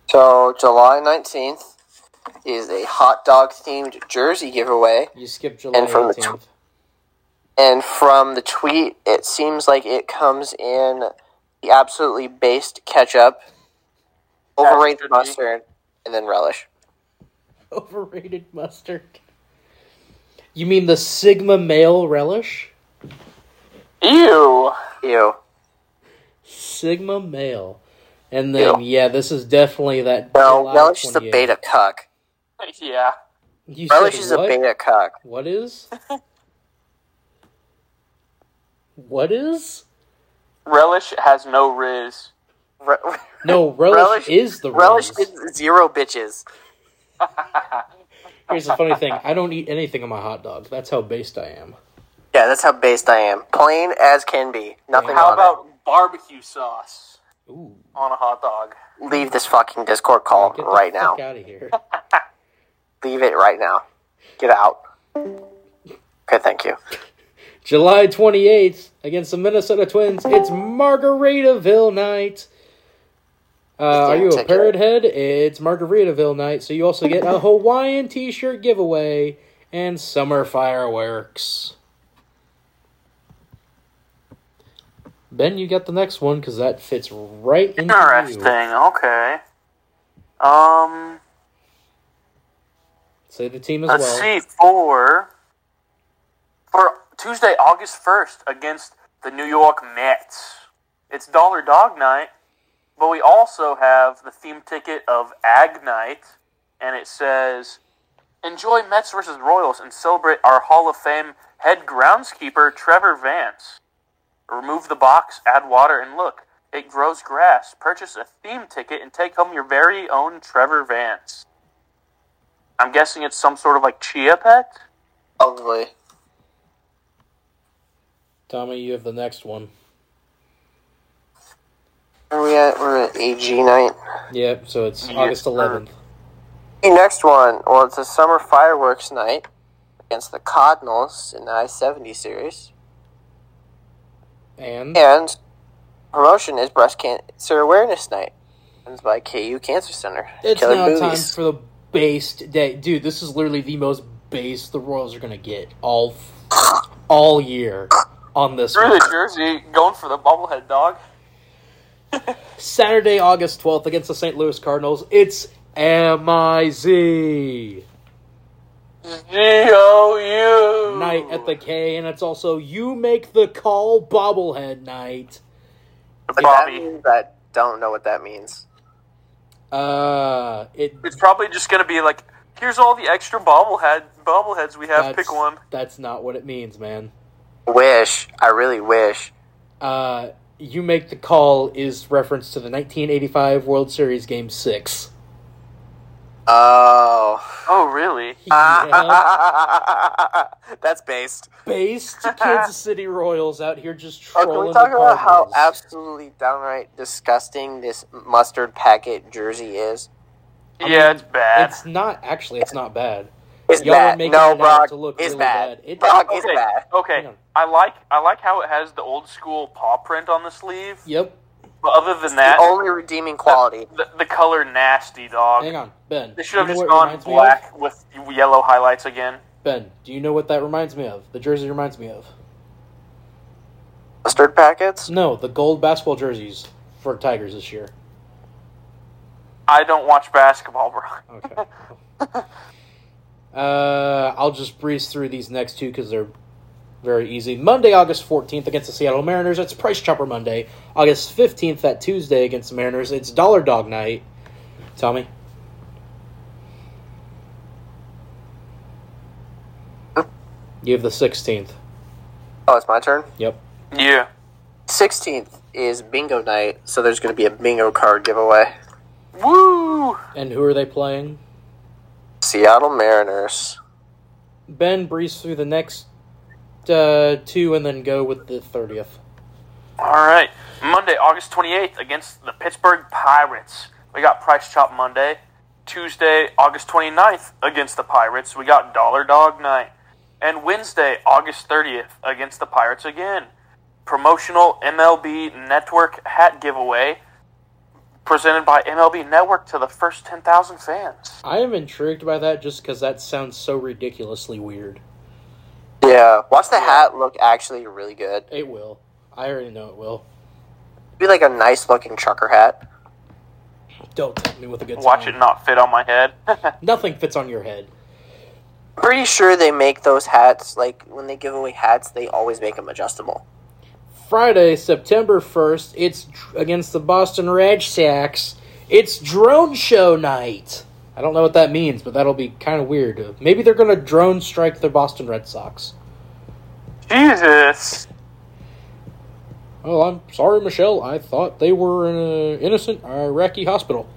Speaker 3: So July nineteenth is a hot dog themed jersey giveaway,
Speaker 1: You skipped July
Speaker 3: from the
Speaker 1: 18th.
Speaker 3: and from the tweet, it seems like it comes in the absolutely based ketchup,
Speaker 2: Yeah,
Speaker 3: overrated
Speaker 2: it should be.
Speaker 3: mustard, and then relish.
Speaker 1: [laughs] Overrated mustard. You mean the Sigma male relish?
Speaker 2: Ew. [laughs]
Speaker 3: Ew.
Speaker 1: Sigma male. And then yeah, this is definitely that.
Speaker 3: No,
Speaker 1: July
Speaker 3: relish is a
Speaker 1: 28th.
Speaker 3: beta cuck.
Speaker 2: Yeah.
Speaker 1: You said
Speaker 3: Relish is a
Speaker 1: what?
Speaker 3: beta cuck.
Speaker 1: What
Speaker 3: [laughs]
Speaker 1: is? what is?
Speaker 2: Relish has no riz.
Speaker 3: Re-
Speaker 1: No, relish,
Speaker 3: Relish-
Speaker 1: is the
Speaker 3: relish
Speaker 1: relish.
Speaker 3: is zero bitches.
Speaker 1: Here's the funny thing: I don't eat anything on my hot dog. That's how based I am.
Speaker 3: Yeah, that's how based I am. Plain as can be. Nothing
Speaker 2: How
Speaker 3: on
Speaker 2: about barbecue sauce
Speaker 1: Ooh,
Speaker 2: on a hot dog?
Speaker 3: it. Leave this fucking Discord call
Speaker 1: get the
Speaker 3: right now.
Speaker 1: fuck out of here.
Speaker 3: Leave it right now. Get out. Okay, thank you.
Speaker 1: July 28th against the Minnesota Twins. It's Margaritaville night. Uh, are you a
Speaker 3: Take care.
Speaker 1: parrot head? It's Margaritaville night, so you also get a Hawaiian t shirt giveaway and summer fireworks. Ben, you got the next one because that fits right into you.
Speaker 2: Interesting. Okay. Um.
Speaker 1: Say the team as
Speaker 2: Let's
Speaker 1: well.
Speaker 2: see. For for Tuesday, August first, against the New York Mets. It's Dollar Dog Night, but we also have the theme ticket of Ag Night, and it says, "Enjoy Mets versus Royals and celebrate our Hall of Fame head groundskeeper Trevor Vance." Remove the box, add water, and look. It grows grass. Purchase a theme ticket and take home your very own Trevor Vance. I'm guessing it's some sort of like chia pet.
Speaker 3: Probably.
Speaker 1: Tommy, you have the next one.
Speaker 3: Where are we at? We're at AG night.
Speaker 1: Yep, so it's
Speaker 2: Yeah.
Speaker 1: August 11th.
Speaker 3: The next one, well, it's a summer fireworks night against the Cardinals in the I 70 series.
Speaker 1: And
Speaker 3: And promotion is Breast Cancer Awareness Night. It's by KU Cancer Center.
Speaker 1: It's
Speaker 3: Killer
Speaker 1: now time
Speaker 3: boobies.
Speaker 1: for the based day, dude. This is literally the most base the Royals are gonna get all all year on this
Speaker 2: Through
Speaker 1: one.
Speaker 2: the jersey, going for the bobblehead dog.
Speaker 1: Saturday, August twelfth, against the St. Louis Cardinals. It's MIZ
Speaker 2: G O U.
Speaker 1: night at the K, and it's also you make the call bobblehead night.
Speaker 3: But that
Speaker 2: Bobby.
Speaker 3: means I don't know what that means.
Speaker 1: Uh, it
Speaker 2: It's probably just gonna be like, here's all the extra bobblehead bobbleheads we have.
Speaker 1: that's,
Speaker 2: Pick one.
Speaker 1: That's not what it means, man.
Speaker 3: Wish. I really wish.
Speaker 1: Uh, you make the call is reference to the 1985 World Series Game Six.
Speaker 3: Oh. [laughs]
Speaker 2: Oh, really? ah,
Speaker 1: Yeah.
Speaker 3: That's based. [laughs]
Speaker 1: Based to Kansas City Royals out here just
Speaker 3: Oh,
Speaker 1: trolling
Speaker 3: can we
Speaker 1: the
Speaker 3: talk about how
Speaker 1: Cardinals.
Speaker 3: absolutely downright disgusting this mustard packet jersey is?
Speaker 2: yeah, it's bad.
Speaker 1: It's not actually. It's not bad.
Speaker 3: It's
Speaker 1: Y'all are
Speaker 3: bad.
Speaker 1: making
Speaker 3: No,
Speaker 1: it out
Speaker 3: Brock,
Speaker 1: to look
Speaker 3: it's
Speaker 1: really
Speaker 3: bad.
Speaker 1: bad. It-
Speaker 3: Brock,
Speaker 2: okay.
Speaker 3: it's bad.
Speaker 1: Hang
Speaker 2: Okay.
Speaker 1: on.
Speaker 2: I like I like how it has the old school paw print on the sleeve.
Speaker 1: Yep.
Speaker 2: But other than
Speaker 3: The
Speaker 2: that,
Speaker 3: only redeeming quality.
Speaker 2: the, the color nasty dog.
Speaker 1: Hang on, Ben.
Speaker 2: They should have
Speaker 1: you know
Speaker 2: just
Speaker 1: what it
Speaker 2: gone
Speaker 1: reminds me of?
Speaker 2: black with yellow highlights again.
Speaker 1: Ben, do you know what that reminds me of? The jersey reminds me of.
Speaker 3: Mustard packets?
Speaker 1: No, the gold basketball jerseys for Tigers this year.
Speaker 2: I don't watch basketball, bro.
Speaker 1: Okay. uh, I'll just breeze through these next two because they're very easy. Monday, August 14th against the Seattle Mariners. It's Price Chopper Monday. August 15th, that Tuesday against the Mariners. It's Dollar Dog Night. Tommy? You have the 16th.
Speaker 3: Oh, it's my turn?
Speaker 1: Yep.
Speaker 2: Yeah.
Speaker 3: 16th is bingo night, so there's going to be a bingo card giveaway.
Speaker 2: Woo!
Speaker 1: And who are they playing?
Speaker 3: Seattle Mariners.
Speaker 1: Ben, breeze through the next uh, two and then go with the 30th.
Speaker 2: All right. Monday, August 28th, against the Pittsburgh Pirates. We got Price Chop Monday. Tuesday, August 29th, against the Pirates. We got Dollar Dog Night. And Wednesday, August 30th, against the Pirates again. Promotional MLB Network hat giveaway presented by MLB Network to the first 10,000 fans.
Speaker 1: I am intrigued by that just because that sounds so ridiculously weird.
Speaker 3: Yeah. Watch the hat look actually really good.
Speaker 1: It will. I already know it will.
Speaker 3: Be like a nice looking trucker hat.
Speaker 1: Don't tempt me with a good
Speaker 2: Watch
Speaker 1: time.
Speaker 2: it not fit on my head. [laughs]
Speaker 1: Nothing fits on your head.
Speaker 3: Pretty sure they make those hats, like when they give away hats, they always make them adjustable.
Speaker 1: Friday, September 1st, it's dr- against the Boston Red Sox. It's drone show night. I don't know what that means, but that'll be kind of weird. Maybe they're going to drone strike the Boston Red Sox.
Speaker 2: Jesus.
Speaker 1: Oh, I'm sorry, Michelle. I thought they were in an innocent Iraqi hospital.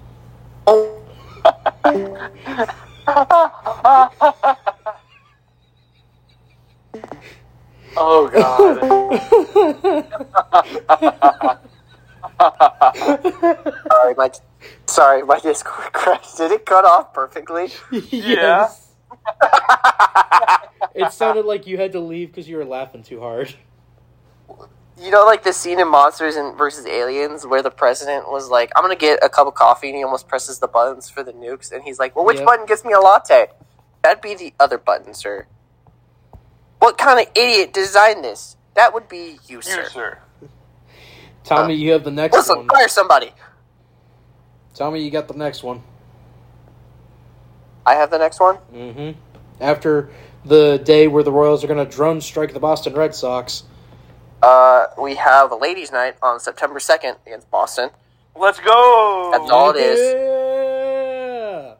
Speaker 2: Oh, God.
Speaker 3: Sorry, my sorry, my Discord [laughs] crashed. Did it cut off perfectly?
Speaker 1: yes. it sounded like you had to leave because you were laughing too hard.
Speaker 3: You know, like the scene in Monsters and versus Aliens where the president was like, "I'm gonna get a cup of coffee," and he almost presses the buttons for the nukes, and he's like, "Well, which
Speaker 1: Yep.
Speaker 3: button gets me a latte?" That'd be the other button, sir. What kind of idiot designed this? That would be you, sir.
Speaker 2: [laughs] You, sir.
Speaker 1: Tommy, you have the next
Speaker 3: Listen,
Speaker 1: one.
Speaker 3: fire somebody.
Speaker 1: Tommy, you got the next one.
Speaker 3: I have the next one.
Speaker 1: Mm-hmm. After the day where the Royals are going to drone strike the Boston Red Sox,
Speaker 3: Uh, we have a ladies' night on September second against Boston.
Speaker 2: Let's go.
Speaker 3: That's all it is.
Speaker 1: Yeah.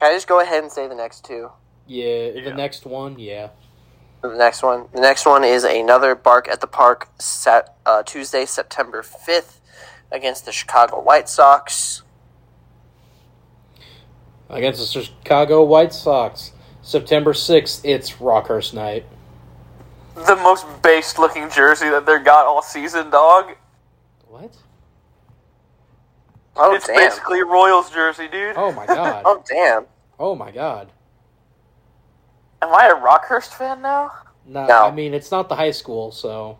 Speaker 3: Can I just go ahead and say the next two?
Speaker 1: Yeah, the
Speaker 2: Yeah.
Speaker 1: next one, yeah.
Speaker 3: The next one. The next one is another Bark at the Park set uh, Tuesday, September fifth, against the Chicago White Sox.
Speaker 1: Against the Chicago White Sox. September 6th, it's Rockhurst night.
Speaker 2: the most based looking jersey that they got all season, dog.
Speaker 1: What?
Speaker 3: Oh
Speaker 2: it's
Speaker 3: damn!
Speaker 2: basically a Royals jersey, dude.
Speaker 1: Oh, my God.
Speaker 3: [laughs] oh damn!
Speaker 1: Oh, my God.
Speaker 2: [laughs] Am I a Rockhurst fan now?
Speaker 1: No,
Speaker 3: No.
Speaker 1: I mean, it's not the high school, so.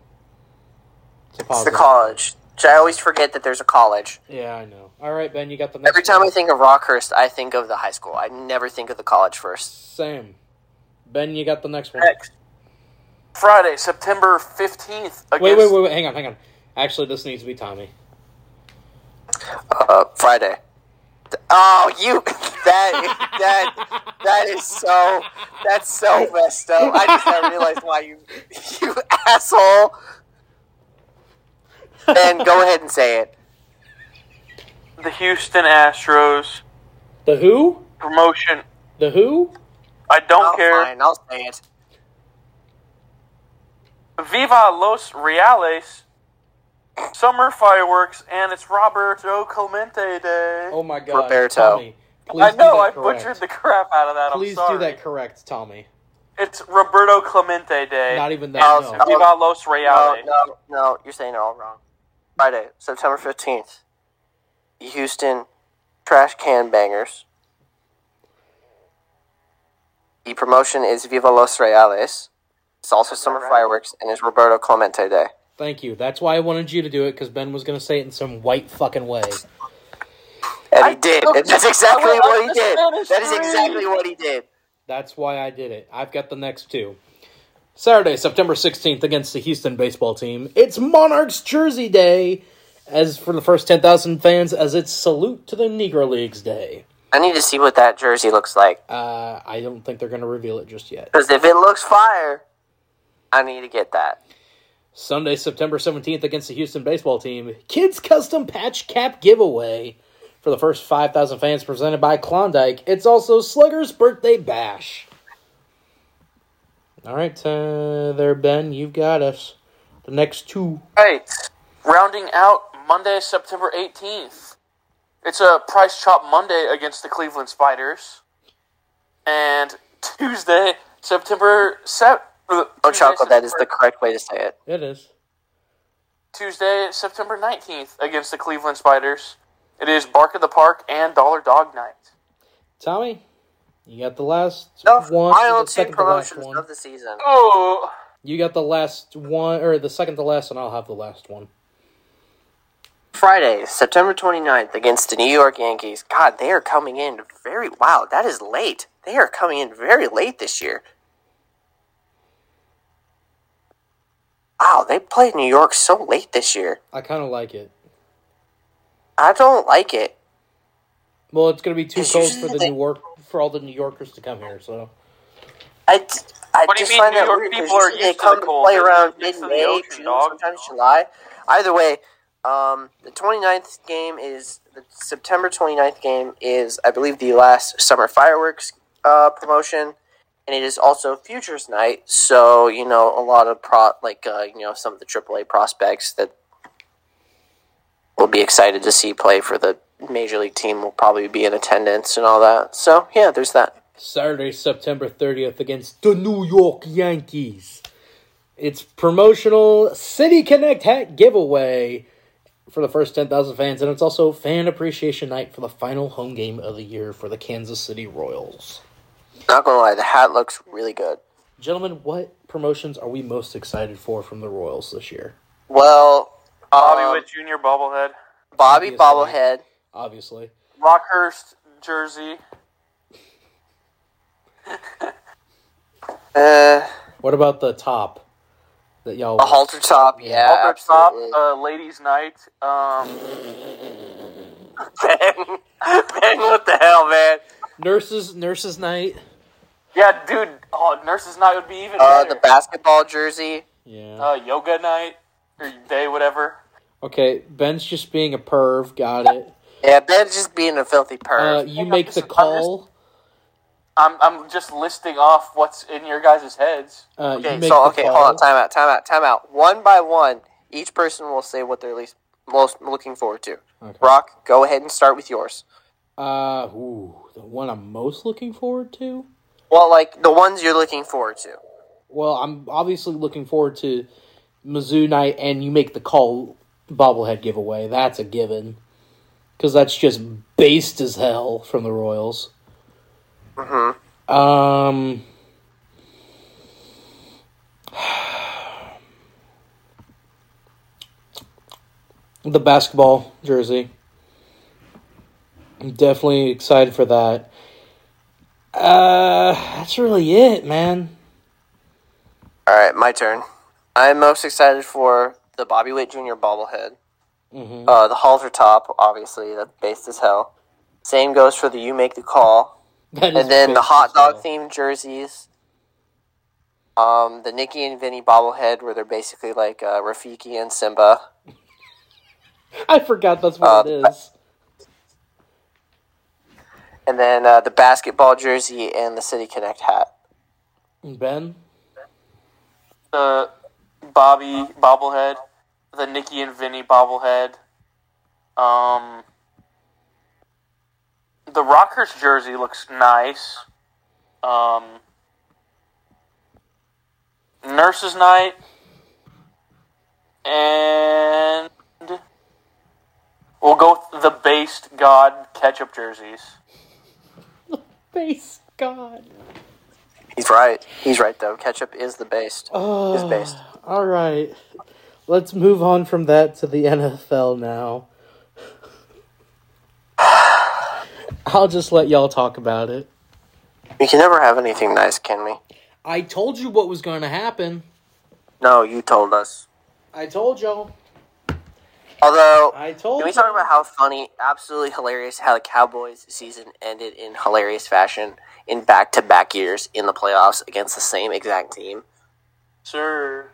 Speaker 1: It's a
Speaker 3: It's the
Speaker 1: positive.
Speaker 3: college. Which I always forget that there's a college.
Speaker 1: Yeah, I know. All right, Ben, you got the next
Speaker 3: Every time
Speaker 1: one.
Speaker 3: I think of Rockhurst, I think of the high school. I never think of the college first.
Speaker 1: Same. Ben, you got the next one.
Speaker 2: Next. Friday, September 15th. Against,
Speaker 1: Wait, wait, wait, wait. Hang on, hang on. Actually, this needs to be Tommy.
Speaker 3: Uh, Friday. Oh, you [laughs] that that that is so that's so messed up. I just now realized why you [laughs] you asshole. And go ahead and say it.
Speaker 2: The Houston Astros
Speaker 1: The who?
Speaker 2: promotion.
Speaker 1: The who?
Speaker 2: I don't
Speaker 3: Oh,
Speaker 2: care.
Speaker 3: Fine, I'll say it.
Speaker 2: Viva Los Reales, Summer Fireworks, and it's Roberto Clemente Day.
Speaker 1: Oh my god.
Speaker 3: Roberto.
Speaker 1: Tommy, please
Speaker 2: I
Speaker 1: do
Speaker 2: know, I
Speaker 1: that correct.
Speaker 2: butchered the crap out of that.
Speaker 1: Please
Speaker 2: I'm sorry.
Speaker 1: do that correct, Tommy.
Speaker 2: It's Roberto Clemente Day.
Speaker 1: Not even that.
Speaker 3: Oh,
Speaker 1: No.
Speaker 3: Tommy.
Speaker 2: Viva Los
Speaker 3: No,
Speaker 2: Reales.
Speaker 3: Oh, no, no, you're saying it all wrong. Friday, September 15th. Houston Trash Can Bangers. The promotion is Viva Los Reales. It's also Summer Fireworks and it's Roberto Clemente Day.
Speaker 1: Thank you. That's why I wanted you to do it because Ben was gonna say it in some white fucking way.
Speaker 3: And he did. And that's exactly
Speaker 2: I
Speaker 3: what he
Speaker 2: was
Speaker 3: did.
Speaker 2: Spanish
Speaker 3: That is
Speaker 2: three.
Speaker 3: exactly what he did.
Speaker 1: That's why I did it. I've got the next two. Saturday, September 16th, against the Houston baseball team. It's Monarchs Jersey Day, as for the first 10,000 fans, as it's Salute to the Negro Leagues Day.
Speaker 3: I need to see what that jersey looks like.
Speaker 1: Uh, I don't think they're going to reveal it just yet.
Speaker 3: Because if it looks fire, I need to get that.
Speaker 1: Sunday, September 17th, against the Houston baseball team. Kids Custom Patch Cap Giveaway for the first 5,000 fans presented by Klondike. It's also Slugger's Birthday Bash. All right, uh, there, Ben, you've got us. The next two.
Speaker 2: Right. Rounding out Monday, September 18th. It's a price chop Monday against the Cleveland Spiders. And Tuesday, September uh, 7th.
Speaker 3: Oh, Choco, that is the correct way to say it.
Speaker 1: It is.
Speaker 2: Tuesday, September 19th against the Cleveland Spiders. It is Bark of the Park and Dollar Dog Night.
Speaker 1: Tommy, you got the last
Speaker 3: No,
Speaker 1: one.
Speaker 3: final
Speaker 1: the
Speaker 3: two
Speaker 1: second to last
Speaker 3: promotions
Speaker 1: one.
Speaker 3: of the season.
Speaker 2: Oh,
Speaker 1: You got the last one, or the second to last, and I'll have the last one.
Speaker 3: Friday, September 29th against the New York Yankees. God, they are coming in very wow, that is late. They are coming in very late this year. Wow, they played New York so late this year.
Speaker 1: I kind of like it.
Speaker 3: I don't like it.
Speaker 1: Well, it's going to be too
Speaker 3: It's
Speaker 1: cold
Speaker 3: usually
Speaker 1: for the
Speaker 3: like-
Speaker 1: New York for all the New Yorkers to come here. So
Speaker 3: I, d- I
Speaker 2: What do you
Speaker 3: just
Speaker 2: mean
Speaker 3: find
Speaker 2: New
Speaker 3: that
Speaker 2: York
Speaker 3: weird 'cause
Speaker 2: people are
Speaker 3: usually they
Speaker 2: used to the
Speaker 3: come to
Speaker 2: cold.
Speaker 3: play
Speaker 2: They're
Speaker 3: around
Speaker 2: used to the
Speaker 3: mid-May,
Speaker 2: ocean,
Speaker 3: June,
Speaker 2: dog.
Speaker 3: sometimes July. Either way, um, the 29th game is the September 29th game is I believe the last summer fireworks uh, promotion, and it is also Futures Night. So you know a lot of pro like uh, you know some of the AAA prospects that will be excited to see play for the major league team will probably be in attendance and all that. So yeah, there's that.
Speaker 1: Saturday, September thirtieth, against the New York Yankees. It's promotional City Connect hat giveaway for the first ten thousand fans, and it's also Fan Appreciation Night for the final home game of the year for the Kansas City Royals.
Speaker 3: Not gonna lie, the hat looks really good.
Speaker 1: Gentlemen, what promotions are we most excited for from the Royals this year?
Speaker 3: Well,
Speaker 2: Bobby
Speaker 3: um,
Speaker 2: Witt Jr. bobblehead.
Speaker 1: Obviously.
Speaker 3: Bobby Bobblehead,
Speaker 1: Obviously.
Speaker 2: Rockhurst jersey.
Speaker 3: uh,
Speaker 1: What about the top that y'all?
Speaker 3: a halter top, yeah,
Speaker 2: Upper top,
Speaker 3: absolutely.
Speaker 2: uh, ladies' night. Um,
Speaker 3: ben, uh, [laughs] Ben, what the hell, man?
Speaker 1: Nurses, nurses' night.
Speaker 2: yeah, dude, oh, nurses' night would be even
Speaker 3: Uh,
Speaker 2: better.
Speaker 3: the basketball jersey.
Speaker 1: Yeah.
Speaker 2: uh, yoga night or day, whatever.
Speaker 1: okay, Ben's just being a perv. Got it.
Speaker 3: Yeah, Ben's just being a filthy
Speaker 1: Uh,
Speaker 3: perv.
Speaker 1: you make the call.
Speaker 2: I'm, I'm just listing off what's in your guys' heads.
Speaker 1: Uh, you
Speaker 3: okay,
Speaker 1: make
Speaker 3: so
Speaker 1: the
Speaker 3: okay,
Speaker 1: call.
Speaker 3: hold on, time out, time out, time out. One by one, each person will say what they're least most looking forward to.
Speaker 1: Okay.
Speaker 3: Brock, go ahead and start with yours.
Speaker 1: Uh, ooh, the one I'm most looking forward to.
Speaker 3: Well, like the ones you're looking forward to.
Speaker 1: Well, I'm obviously looking forward to Mizzou night, and you make the call bobblehead giveaway. That's a given, because that's just based as hell from the Royals. Mm-hmm. Um. The basketball jersey. I'm definitely excited for that. Uh, that's really it, man.
Speaker 3: All right, my turn. I'm most excited for the Bobby Witt Jr. bobblehead. Uh, the halter top, obviously, that's based as hell. Same goes for the you make the call,
Speaker 1: That is
Speaker 3: and then the
Speaker 1: big
Speaker 3: hot
Speaker 1: as
Speaker 3: dog
Speaker 1: hell.
Speaker 3: themed jerseys. Um, the Nikki and Vinny bobblehead, where they're basically like uh, Rafiki and Simba.
Speaker 1: I forgot that's
Speaker 3: Um,
Speaker 1: what it is.
Speaker 3: And then uh, the basketball jersey and the City Connect hat.
Speaker 1: Ben,
Speaker 2: The
Speaker 4: Bobby bobblehead, the Nikki and Vinny bobblehead, um, the Rockhurst jersey looks nice. Um, Nurses Night, and we'll go with the based God ketchup jerseys.
Speaker 1: Base God.
Speaker 3: He's right. He's right though. Ketchup is the base. is based.
Speaker 1: All right. Let's move on from that to the [laughs] NFL now. [sighs] I'll just let y'all talk about it.
Speaker 3: We can never have anything nice, can we?
Speaker 1: I told you what was going to happen.
Speaker 3: No, you told us.
Speaker 1: I told y'all.
Speaker 3: Although,
Speaker 1: I told
Speaker 3: can we
Speaker 1: you.
Speaker 3: talk about how funny, absolutely hilarious, how the Cowboys' season ended in hilarious fashion in back-to-back years in the playoffs against the same exact team?
Speaker 4: Sir,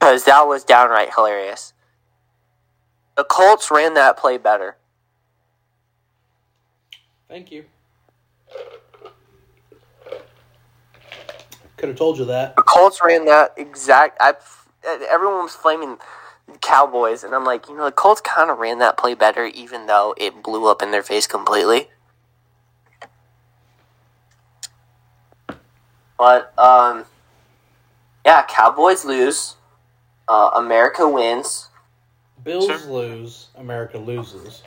Speaker 3: Because that was downright hilarious. The Colts ran that play better.
Speaker 1: Thank you. Could have told you that.
Speaker 3: The Colts ran that exact. I everyone was flaming the Cowboys, and I'm like, you know, the Colts kind of ran that play better, even though it blew up in their face completely. But um, yeah, Cowboys lose. Uh, America wins.
Speaker 1: Bills
Speaker 2: Sure.
Speaker 1: lose, America loses.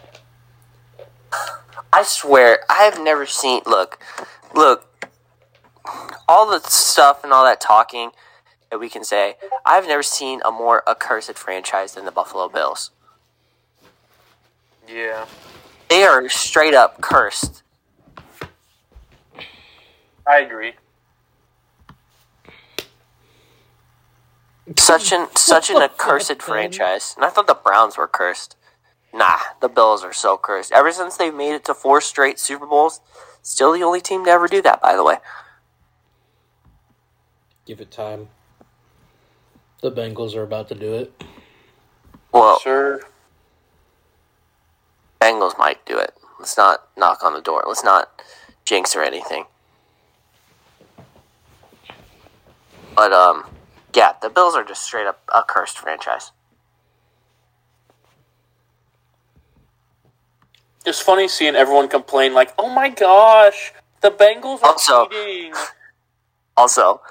Speaker 3: I swear, I have never seen. Look, look, all the stuff and all that talking that we can say, I've never seen a more accursed franchise than the Buffalo Bills.
Speaker 4: yeah,
Speaker 3: They are straight up cursed.
Speaker 4: I agree.
Speaker 3: Such an such an accursed franchise. And I thought the Browns were cursed. Nah, the Bills are so cursed. Ever since they made it to four straight Super Bowls, still the only team to ever do that. By the way,
Speaker 1: Give it time. The Bengals are about to do it.
Speaker 3: well,
Speaker 4: Sir,
Speaker 3: Bengals might do it. Let's not knock on the door. Let's not jinx or anything. But um, yeah, the Bills are just straight up a cursed franchise.
Speaker 4: it's funny seeing everyone complain like, "Oh my gosh, the Bengals are
Speaker 3: Also-
Speaker 4: cheating."
Speaker 3: Also,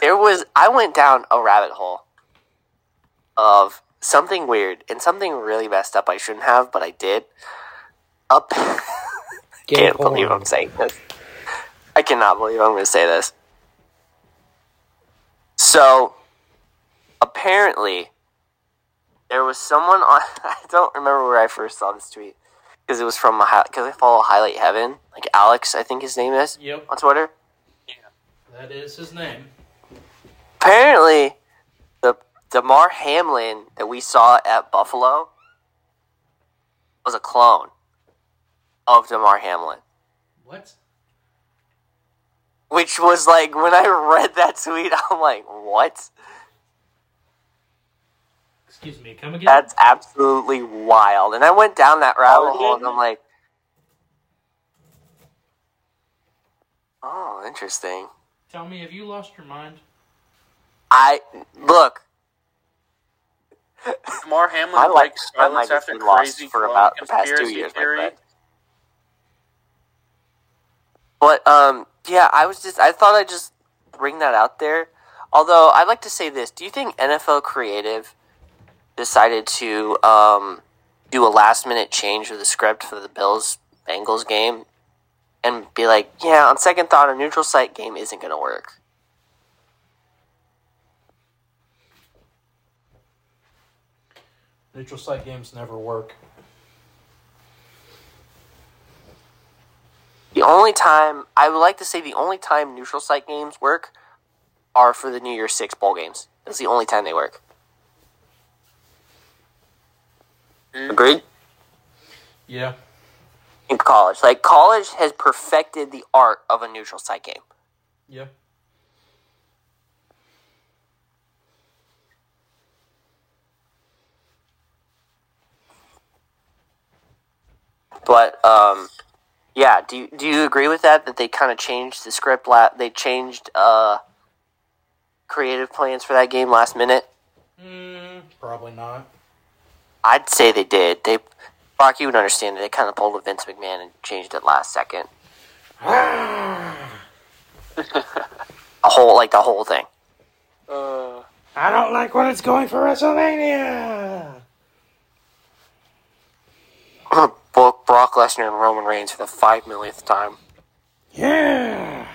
Speaker 3: there was I went down a rabbit hole of something weird and something really messed up. I shouldn't have, but I did. Up, can't believe I'm saying this. I cannot believe I'm going to say this. So, apparently, there was someone on. [laughs] I don't remember where I first saw this tweet because it was from because I follow Highlight Heaven, like Alex, I think his name is
Speaker 1: Yep,
Speaker 3: on Twitter.
Speaker 1: that is his name.
Speaker 3: apparently the Damar Hamlin that we saw at Buffalo was a clone of Damar Hamlin.
Speaker 1: What?
Speaker 3: Which was like when I read that tweet, [laughs] I'm like, what?
Speaker 1: Excuse me, come again?
Speaker 3: That's absolutely wild. And I went down that rabbit hole and I'm like Oh, interesting.
Speaker 1: Tell me, have you lost your mind?
Speaker 3: I look,
Speaker 4: Damar Hamlin
Speaker 3: I like
Speaker 4: breaks
Speaker 3: I might
Speaker 4: silence
Speaker 3: have
Speaker 4: after
Speaker 3: been lost
Speaker 4: crazy
Speaker 3: for
Speaker 4: clone
Speaker 3: about the past two
Speaker 4: conspiracy
Speaker 3: years, my
Speaker 4: theory.
Speaker 3: friend. But um, yeah, I was just I thought I'd just bring that out there. Although I'd like to say this: Do you think NFL creative decided to um, do a last minute change of the script for the Bills Bengals game and be like, yeah, on second thought, a neutral site game isn't going to work?
Speaker 1: Neutral site games never work.
Speaker 3: The only time I would like to say the only time neutral site games work are for the New Year's Six bowl games. That's the only time they work. Agreed.
Speaker 1: Yeah.
Speaker 3: in college. Like college has perfected the art of a neutral site game.
Speaker 1: Yeah.
Speaker 3: But um, yeah, do you, do you agree with that? That they kind of changed the script. La- they changed uh, creative plans for that game last minute?
Speaker 1: Probably not.
Speaker 3: I'd say they did. They, Brock, you would understand that they kind of pulled a Vince McMahon and changed it last
Speaker 1: [sighs]
Speaker 3: second. a whole like the whole thing. [clears throat]
Speaker 4: Uh,
Speaker 1: I don't like what it's going for WrestleMania.
Speaker 3: I'm gonna book Brock Lesnar and Roman Reigns for the five millionth time.
Speaker 1: Yeah.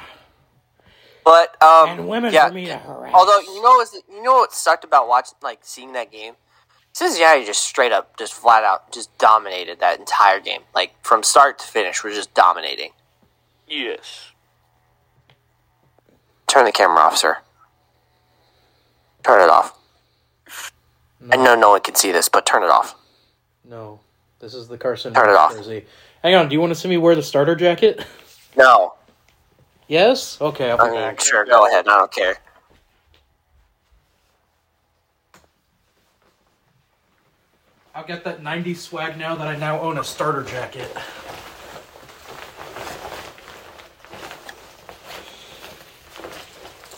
Speaker 3: But um,
Speaker 1: And women
Speaker 3: yeah.
Speaker 1: for me to harass.
Speaker 3: Although you know, is you know what sucked about watching like seeing that game? Cincinnati just straight up, just flat out, just dominated that entire game. Like from start to finish, we're just dominating.
Speaker 4: yes.
Speaker 3: Turn the camera off, sir. Turn it off. I know no one can see this, but turn it off.
Speaker 1: No, this is the Carson
Speaker 3: Turn it off.
Speaker 1: jersey. Hang on. Do you want to see me wear the starter jacket?
Speaker 3: No.
Speaker 1: [laughs] yes. Okay, I'll be
Speaker 3: I mean,
Speaker 1: back.
Speaker 3: sure, go ahead. I don't care.
Speaker 1: I've got that '90s swag now that I now own a starter jacket.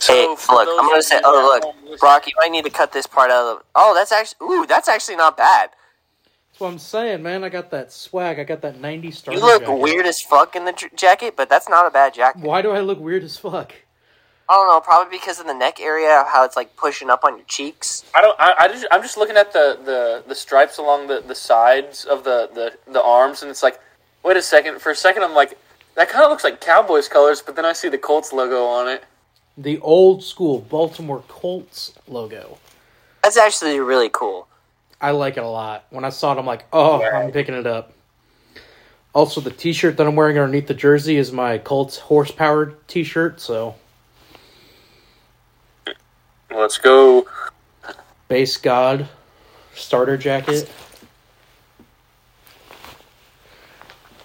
Speaker 3: Hey,
Speaker 4: So
Speaker 3: look,
Speaker 4: for those
Speaker 3: I'm gonna
Speaker 4: of
Speaker 3: say,
Speaker 4: you at
Speaker 3: oh
Speaker 4: home listening-
Speaker 3: look, Brock, you might need to cut this part out of. The, oh, that's actually, ooh, that's actually not bad.
Speaker 1: That's what I'm saying, man. I got that swag. I got that '90s starter.
Speaker 3: You look
Speaker 1: jacket.
Speaker 3: weird as fuck in the j- jacket, but that's not a bad jacket.
Speaker 1: Why do I look weird as fuck?
Speaker 3: I don't know, probably because of the neck area, how it's like pushing up on your cheeks.
Speaker 4: I don't. I, I just, I'm just looking at the, the, the stripes along the, the sides of the, the, the arms, and it's like, wait a second. For a second, I'm like, that kind of looks like Cowboys colors, but then I see the Colts logo on it.
Speaker 1: The old school Baltimore Colts logo.
Speaker 3: That's actually really cool.
Speaker 1: I like it a lot. When I saw it, I'm like, oh, I'm picking it up. Also, the T-shirt that I'm wearing underneath the jersey is my Colts horsepower T-shirt. So
Speaker 4: Let's go.
Speaker 1: base god starter jacket.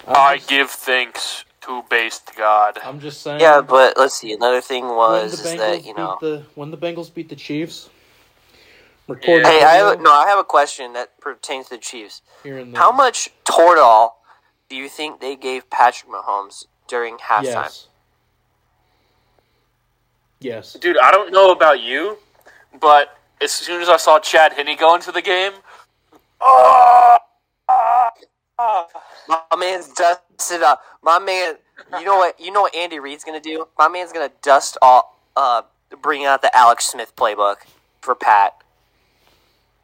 Speaker 2: I give thanks to based God.
Speaker 1: I'm just saying.
Speaker 3: Yeah, but let's see. Another thing
Speaker 1: when
Speaker 3: was
Speaker 1: the
Speaker 3: is
Speaker 1: Bengals
Speaker 3: that you know.
Speaker 1: beat the when the Bengals beat the Chiefs. Recorded
Speaker 3: Hey, I have,
Speaker 1: video
Speaker 3: a- no, I have a question that pertains to the Chiefs.
Speaker 1: here in the,
Speaker 3: How much Tordal do you think they gave Patrick Mahomes during halftime?
Speaker 1: Yes. Yes.
Speaker 4: Dude, I don't know about you, but as soon as I saw Chad Henney go into the game, oh,
Speaker 3: My man's dusted up. My man, you know what? You know what Andy Reid's gonna do? My man's gonna dust all, uh, bring out the Alex Smith playbook for Pat.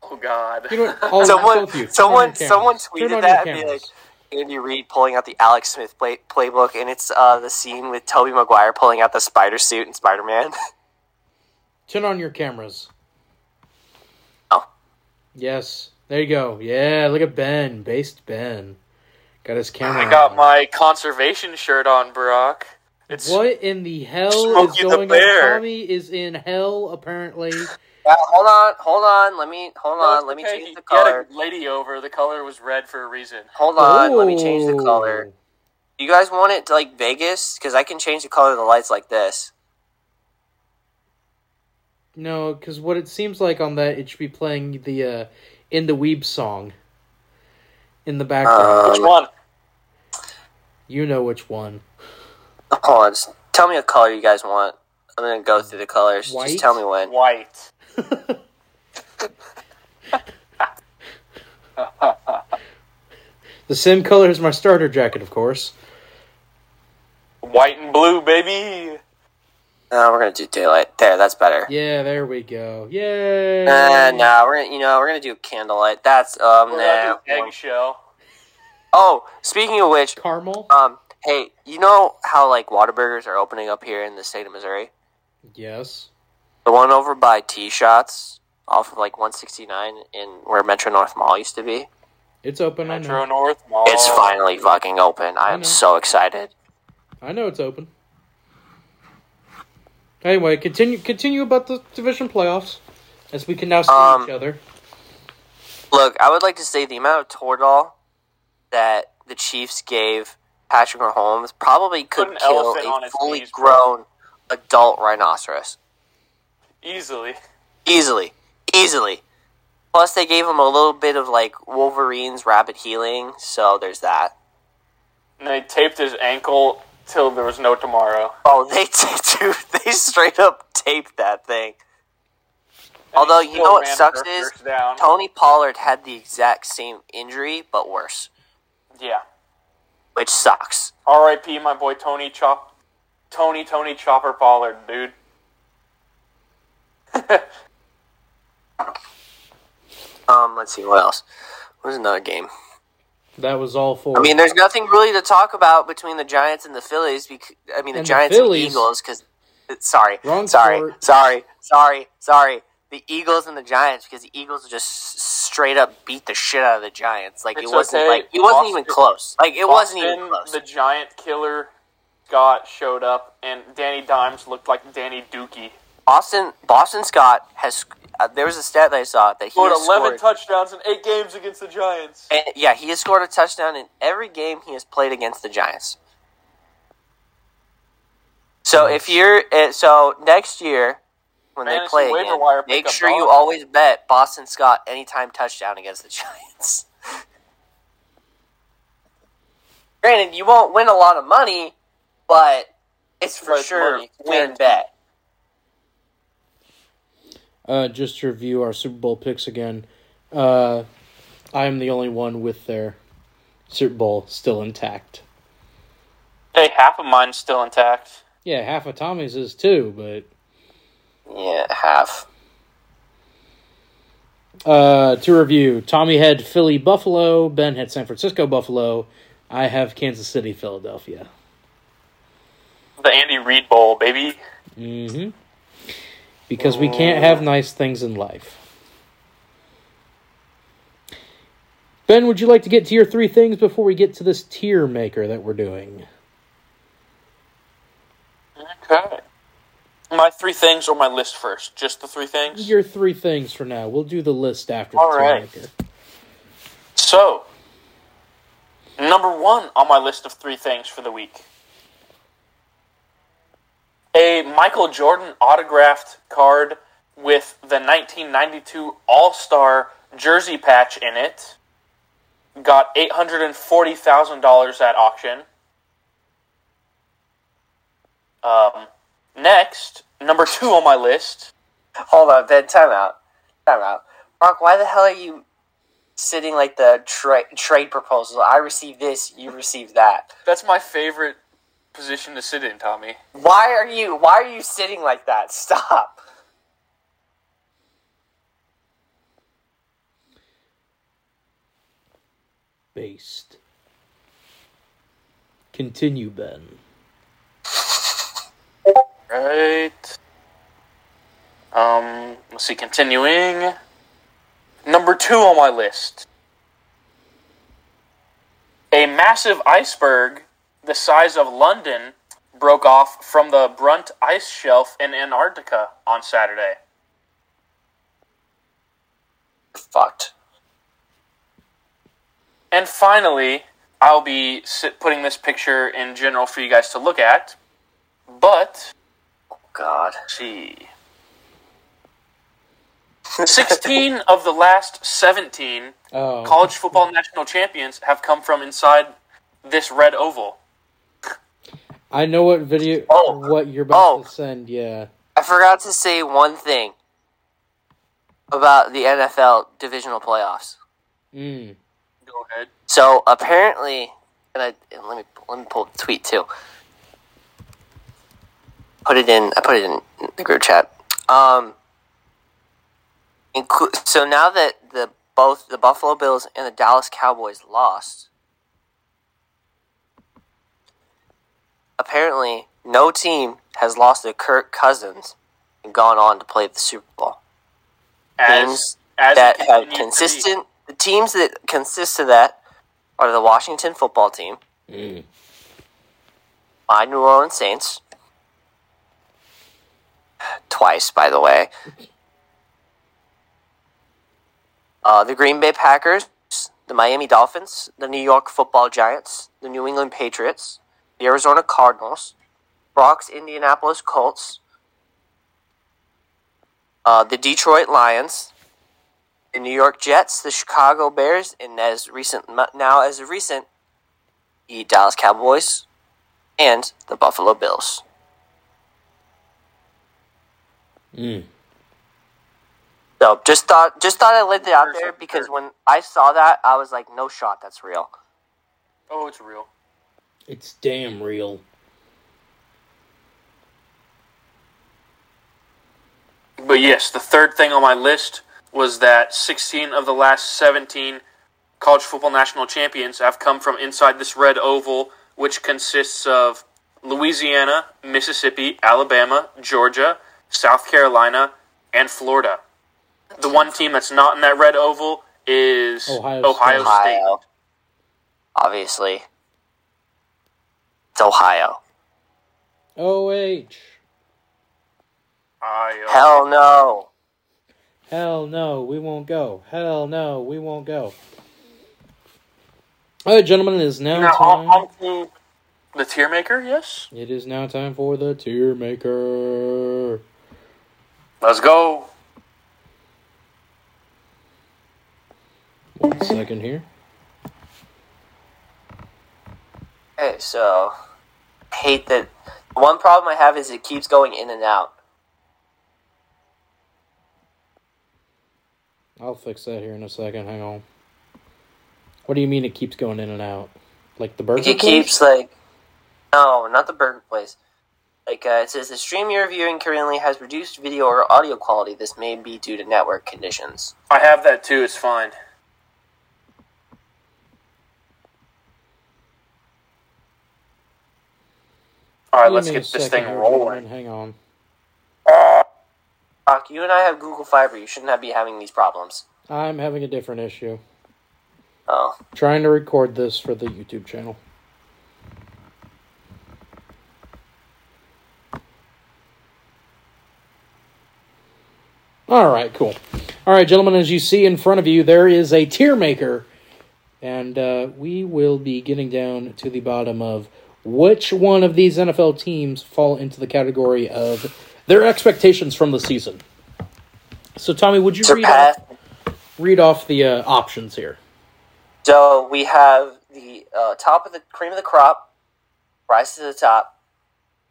Speaker 4: oh god.
Speaker 1: You know
Speaker 3: [laughs]
Speaker 1: what? I'll
Speaker 3: Someone,
Speaker 1: both you. Turn on
Speaker 3: someone,
Speaker 1: your cameras.
Speaker 3: someone
Speaker 1: Turn on
Speaker 3: tweeted that
Speaker 1: your
Speaker 3: and be like,
Speaker 1: cameras.
Speaker 3: Andy Reid pulling out the Alex Smith play- playbook, and it's uh, the scene with Toby Maguire pulling out the spider suit and Spider Man. [laughs]
Speaker 1: Turn on your cameras.
Speaker 3: Oh.
Speaker 1: Yes. There you go. Yeah, look at Ben. Based Ben. Got his camera.
Speaker 4: I got
Speaker 1: on.
Speaker 4: my conservation shirt on, Brock. It's
Speaker 1: What in the hell is
Speaker 4: Smokey the
Speaker 1: going
Speaker 4: Bear.
Speaker 1: on? Tommy is in hell, apparently.
Speaker 3: hold on, hold on. Let me hold
Speaker 4: No, it's
Speaker 3: on. Let me
Speaker 4: okay.
Speaker 3: change
Speaker 4: He
Speaker 3: the
Speaker 4: had
Speaker 3: color.
Speaker 4: a lady over. The color was red for a reason.
Speaker 3: Hold on. Let me change the
Speaker 1: Ooh.
Speaker 3: color. You guys want it to like Vegas? Because I can change the color of the lights like this.
Speaker 1: No, because what it seems like on that, it should be playing the uh, In the Weeb song in the
Speaker 2: Uh.
Speaker 1: background.
Speaker 4: Which one?
Speaker 1: you know which one.
Speaker 3: Hold on. just Tell me a color you guys want. I'm gonna go through the colors.
Speaker 1: White?
Speaker 3: Just tell me when.
Speaker 4: White.
Speaker 1: The same color as my starter jacket, of course.
Speaker 4: White and blue, baby.
Speaker 3: No, Uh, we're gonna do daylight. There, that's better.
Speaker 1: Yeah, there we go. Yay!
Speaker 3: Uh, no, we're gonna, you know, we're gonna do candlelight. That's um.
Speaker 4: Well,
Speaker 3: Nah.
Speaker 4: that's an Eggshell.
Speaker 3: Oh, speaking of which,
Speaker 1: Caramel?
Speaker 3: um, hey, you know how like Waterburgers are opening up here in the state of Missouri?
Speaker 1: Yes.
Speaker 3: The one over by T Shots off of like 169 in where Metro North Mall used to be.
Speaker 1: It's open. I
Speaker 4: Metro
Speaker 1: know.
Speaker 4: North Mall.
Speaker 3: It's finally fucking open. I
Speaker 1: Oh. I
Speaker 3: am
Speaker 1: know.
Speaker 3: so excited.
Speaker 1: I know it's open. Anyway, continue continue about the division playoffs, as we can now see
Speaker 3: Um,
Speaker 1: each other.
Speaker 3: Look, I would like to say the amount of Tordal that the Chiefs gave Patrick Mahomes probably could
Speaker 4: Put an
Speaker 3: kill
Speaker 4: elephant on
Speaker 3: a
Speaker 4: its
Speaker 3: fully
Speaker 4: knees, bro.
Speaker 3: grown adult rhinoceros.
Speaker 4: Easily.
Speaker 3: Easily. Easily. Plus, they gave him a little bit of like Wolverine's rapid healing, so there's that.
Speaker 4: And they taped his ankle till there was no tomorrow.
Speaker 3: [laughs] Oh, they dude, they straight up taped that thing. Although you
Speaker 2: still
Speaker 3: know what
Speaker 2: ran
Speaker 3: sucks
Speaker 2: Dirk
Speaker 3: is
Speaker 2: Dirk's down.
Speaker 3: Tony Pollard had the exact same injury but worse,
Speaker 2: Yeah.
Speaker 3: which sucks.
Speaker 2: R.I.P. My boy Tony Chop, Tony Tony Chopper Pollard, dude.
Speaker 3: Um, let's see what else. What was another game?
Speaker 1: That was all for.
Speaker 3: I mean, there's nothing really to talk about between the Giants and the Phillies. Because, I mean, the
Speaker 1: And the
Speaker 3: Giants
Speaker 1: Phillies-
Speaker 3: and the Eagles. Because sorry,
Speaker 1: Wrong
Speaker 3: sorry,
Speaker 1: sport.
Speaker 3: sorry, sorry, sorry. The Eagles and the Giants because the Eagles just s- straight up beat the shit out of the Giants. Like
Speaker 2: It's
Speaker 3: it wasn't
Speaker 2: okay.
Speaker 3: like it wasn't even
Speaker 2: Boston-
Speaker 3: close. Like it wasn't even
Speaker 2: Austin,
Speaker 3: close.
Speaker 2: The giant killer Scott showed up, and Danny Dimes looked like Danny Dookie.
Speaker 3: Boston Boston Scott has. Uh, there was a stat that I saw that he
Speaker 2: Scored
Speaker 3: has
Speaker 2: 11
Speaker 3: scored-
Speaker 2: touchdowns in eight games against the Giants.
Speaker 3: and, yeah, he has scored a touchdown in every game he has played against the Giants. So if you're uh, so next year when they
Speaker 2: Fantasy
Speaker 3: play
Speaker 2: waiver
Speaker 3: again,
Speaker 2: wire
Speaker 3: make
Speaker 2: pickup
Speaker 3: sure you
Speaker 2: bonus.
Speaker 3: always bet Boston Scott anytime touchdown against the [laughs] Giants. Granted, you won't win a lot of money, but it's for
Speaker 2: But it's
Speaker 3: sure
Speaker 2: money.
Speaker 3: win
Speaker 2: Guaranteed.
Speaker 3: bet.
Speaker 1: uh, just to review our Super Bowl picks again, uh, I am the only one with their Super Bowl still intact.
Speaker 2: Hey, half of mine's still intact.
Speaker 1: Yeah, half of Tommy's is too, but
Speaker 3: Yeah, half.
Speaker 1: Uh, to review, Tommy had Philly Buffalo, Ben had San Francisco Buffalo, I have Kansas City Philadelphia.
Speaker 2: The Andy Reid Bowl, baby.
Speaker 1: hmm Because we can't have nice things in life. Ben, would you like to get to your three things before we get to this tier maker that we're doing?
Speaker 2: Okay. My three things or my list first? Just the three things?
Speaker 1: Your three things for now. We'll do the list after the
Speaker 2: All
Speaker 1: tier
Speaker 2: right.
Speaker 1: maker.
Speaker 2: So, number one on my list of three things for the week a Michael Jordan autographed card with the 1992 All Star jersey patch in it. Got $840,000 at auction. Um, next, number two on my list.
Speaker 3: Hold on, Ben. Time out. Time out. Mark, why the hell are you sitting like the tra- trade proposal? I received this, you received that.
Speaker 2: That's my favorite position to sit in, Tommy.
Speaker 3: Why are you? Why are you sitting like that? Stop.
Speaker 1: Based. Continue, Ben.
Speaker 2: Right. Um, let's see, continuing. Number two on my list. A massive iceberg the size of London broke off from the Brunt ice shelf in Antarctica on Saturday.
Speaker 3: Fucked.
Speaker 2: And finally, I'll be sit- putting this picture in general for you guys to look at. But
Speaker 3: God.
Speaker 2: see. 16 of the last 17
Speaker 1: Oh.
Speaker 2: college football national champions have come from inside this red oval.
Speaker 1: I know what video,
Speaker 3: Oh.
Speaker 1: what you're about
Speaker 3: Oh.
Speaker 1: to send. Yeah,
Speaker 3: I forgot to say one thing about the NFL divisional playoffs.
Speaker 1: mm.
Speaker 2: Go ahead.
Speaker 3: So apparently, and, I, and let me let me pull up the tweet too. Put it in. I put it in the group chat. Um, inclu- so now that the both the Buffalo Bills and the Dallas Cowboys lost, apparently no team has lost to Kirk Cousins and gone on to play the Super Bowl
Speaker 2: As,
Speaker 3: Teams
Speaker 2: as
Speaker 3: that
Speaker 2: it
Speaker 3: have
Speaker 2: continues to be.
Speaker 3: consistent the teams that consist of that are the Washington football team,
Speaker 1: Mm.
Speaker 3: my New Orleans Saints, twice by the way, uh, the Green Bay Packers, the Miami Dolphins, the New York Football Giants, the New England Patriots, the Arizona Cardinals, Brock's Indianapolis Colts, uh, the Detroit Lions, the New York Jets, the Chicago Bears, and as recent now as of recent, the Dallas Cowboys and the Buffalo Bills.
Speaker 1: Mm.
Speaker 3: So just thought just thought I'd let that out
Speaker 4: There's
Speaker 3: there
Speaker 4: a-
Speaker 3: because when I saw that, I was like, no shot, that's real.
Speaker 4: Oh, it's real.
Speaker 1: It's damn real.
Speaker 2: But yes, the third thing on my list was that 16 of the last 17 college football national champions have come from inside this red oval, which consists of Louisiana, Mississippi, Alabama, Georgia, South Carolina, and Florida. The one team that's not in that red oval is
Speaker 1: Ohio
Speaker 2: Ohio,
Speaker 1: State.
Speaker 2: State.
Speaker 3: Ohio. Obviously. It's Ohio.
Speaker 1: OH.
Speaker 2: Ohio.
Speaker 3: Hell no.
Speaker 1: Hell no, we won't go. Hell no, we won't go. All right, gentlemen, it is now
Speaker 4: Now, on,
Speaker 1: time.
Speaker 4: on to
Speaker 2: The tier maker, yes.
Speaker 1: It is now time for the tier maker.
Speaker 2: Let's go.
Speaker 1: One second here.
Speaker 3: Okay, so I hate that one problem I have is it keeps going in and out.
Speaker 1: I'll fix that here in a second. Hang on. What do you mean it keeps going in and out? Like the burger?
Speaker 3: Like it
Speaker 1: place?
Speaker 3: keeps like no, not the burger place. Like uh, it says, the stream you're viewing currently has reduced video or audio quality. This may be due to network conditions.
Speaker 2: I have that too. It's fine. All right,
Speaker 1: Give
Speaker 2: let's
Speaker 1: me a
Speaker 2: get this
Speaker 1: second
Speaker 2: thing
Speaker 1: here,
Speaker 2: rolling.
Speaker 1: gentlemen. Hang on.
Speaker 3: Doc, you and I have Google Fiber. You shouldn't have be having these problems.
Speaker 1: I'm having a different issue.
Speaker 3: Oh,
Speaker 1: Trying to record this for the YouTube channel. All right, cool. All right, gentlemen, as you see in front of you, there is a tier maker. And uh, we will be getting down to the bottom of which one of these NFL teams fall into the category of their expectations from the season. So, Tommy, would you read
Speaker 3: surpass.
Speaker 1: off, read off the uh, options here?
Speaker 3: So we have the uh, top of the cream of the crop, rise to the top,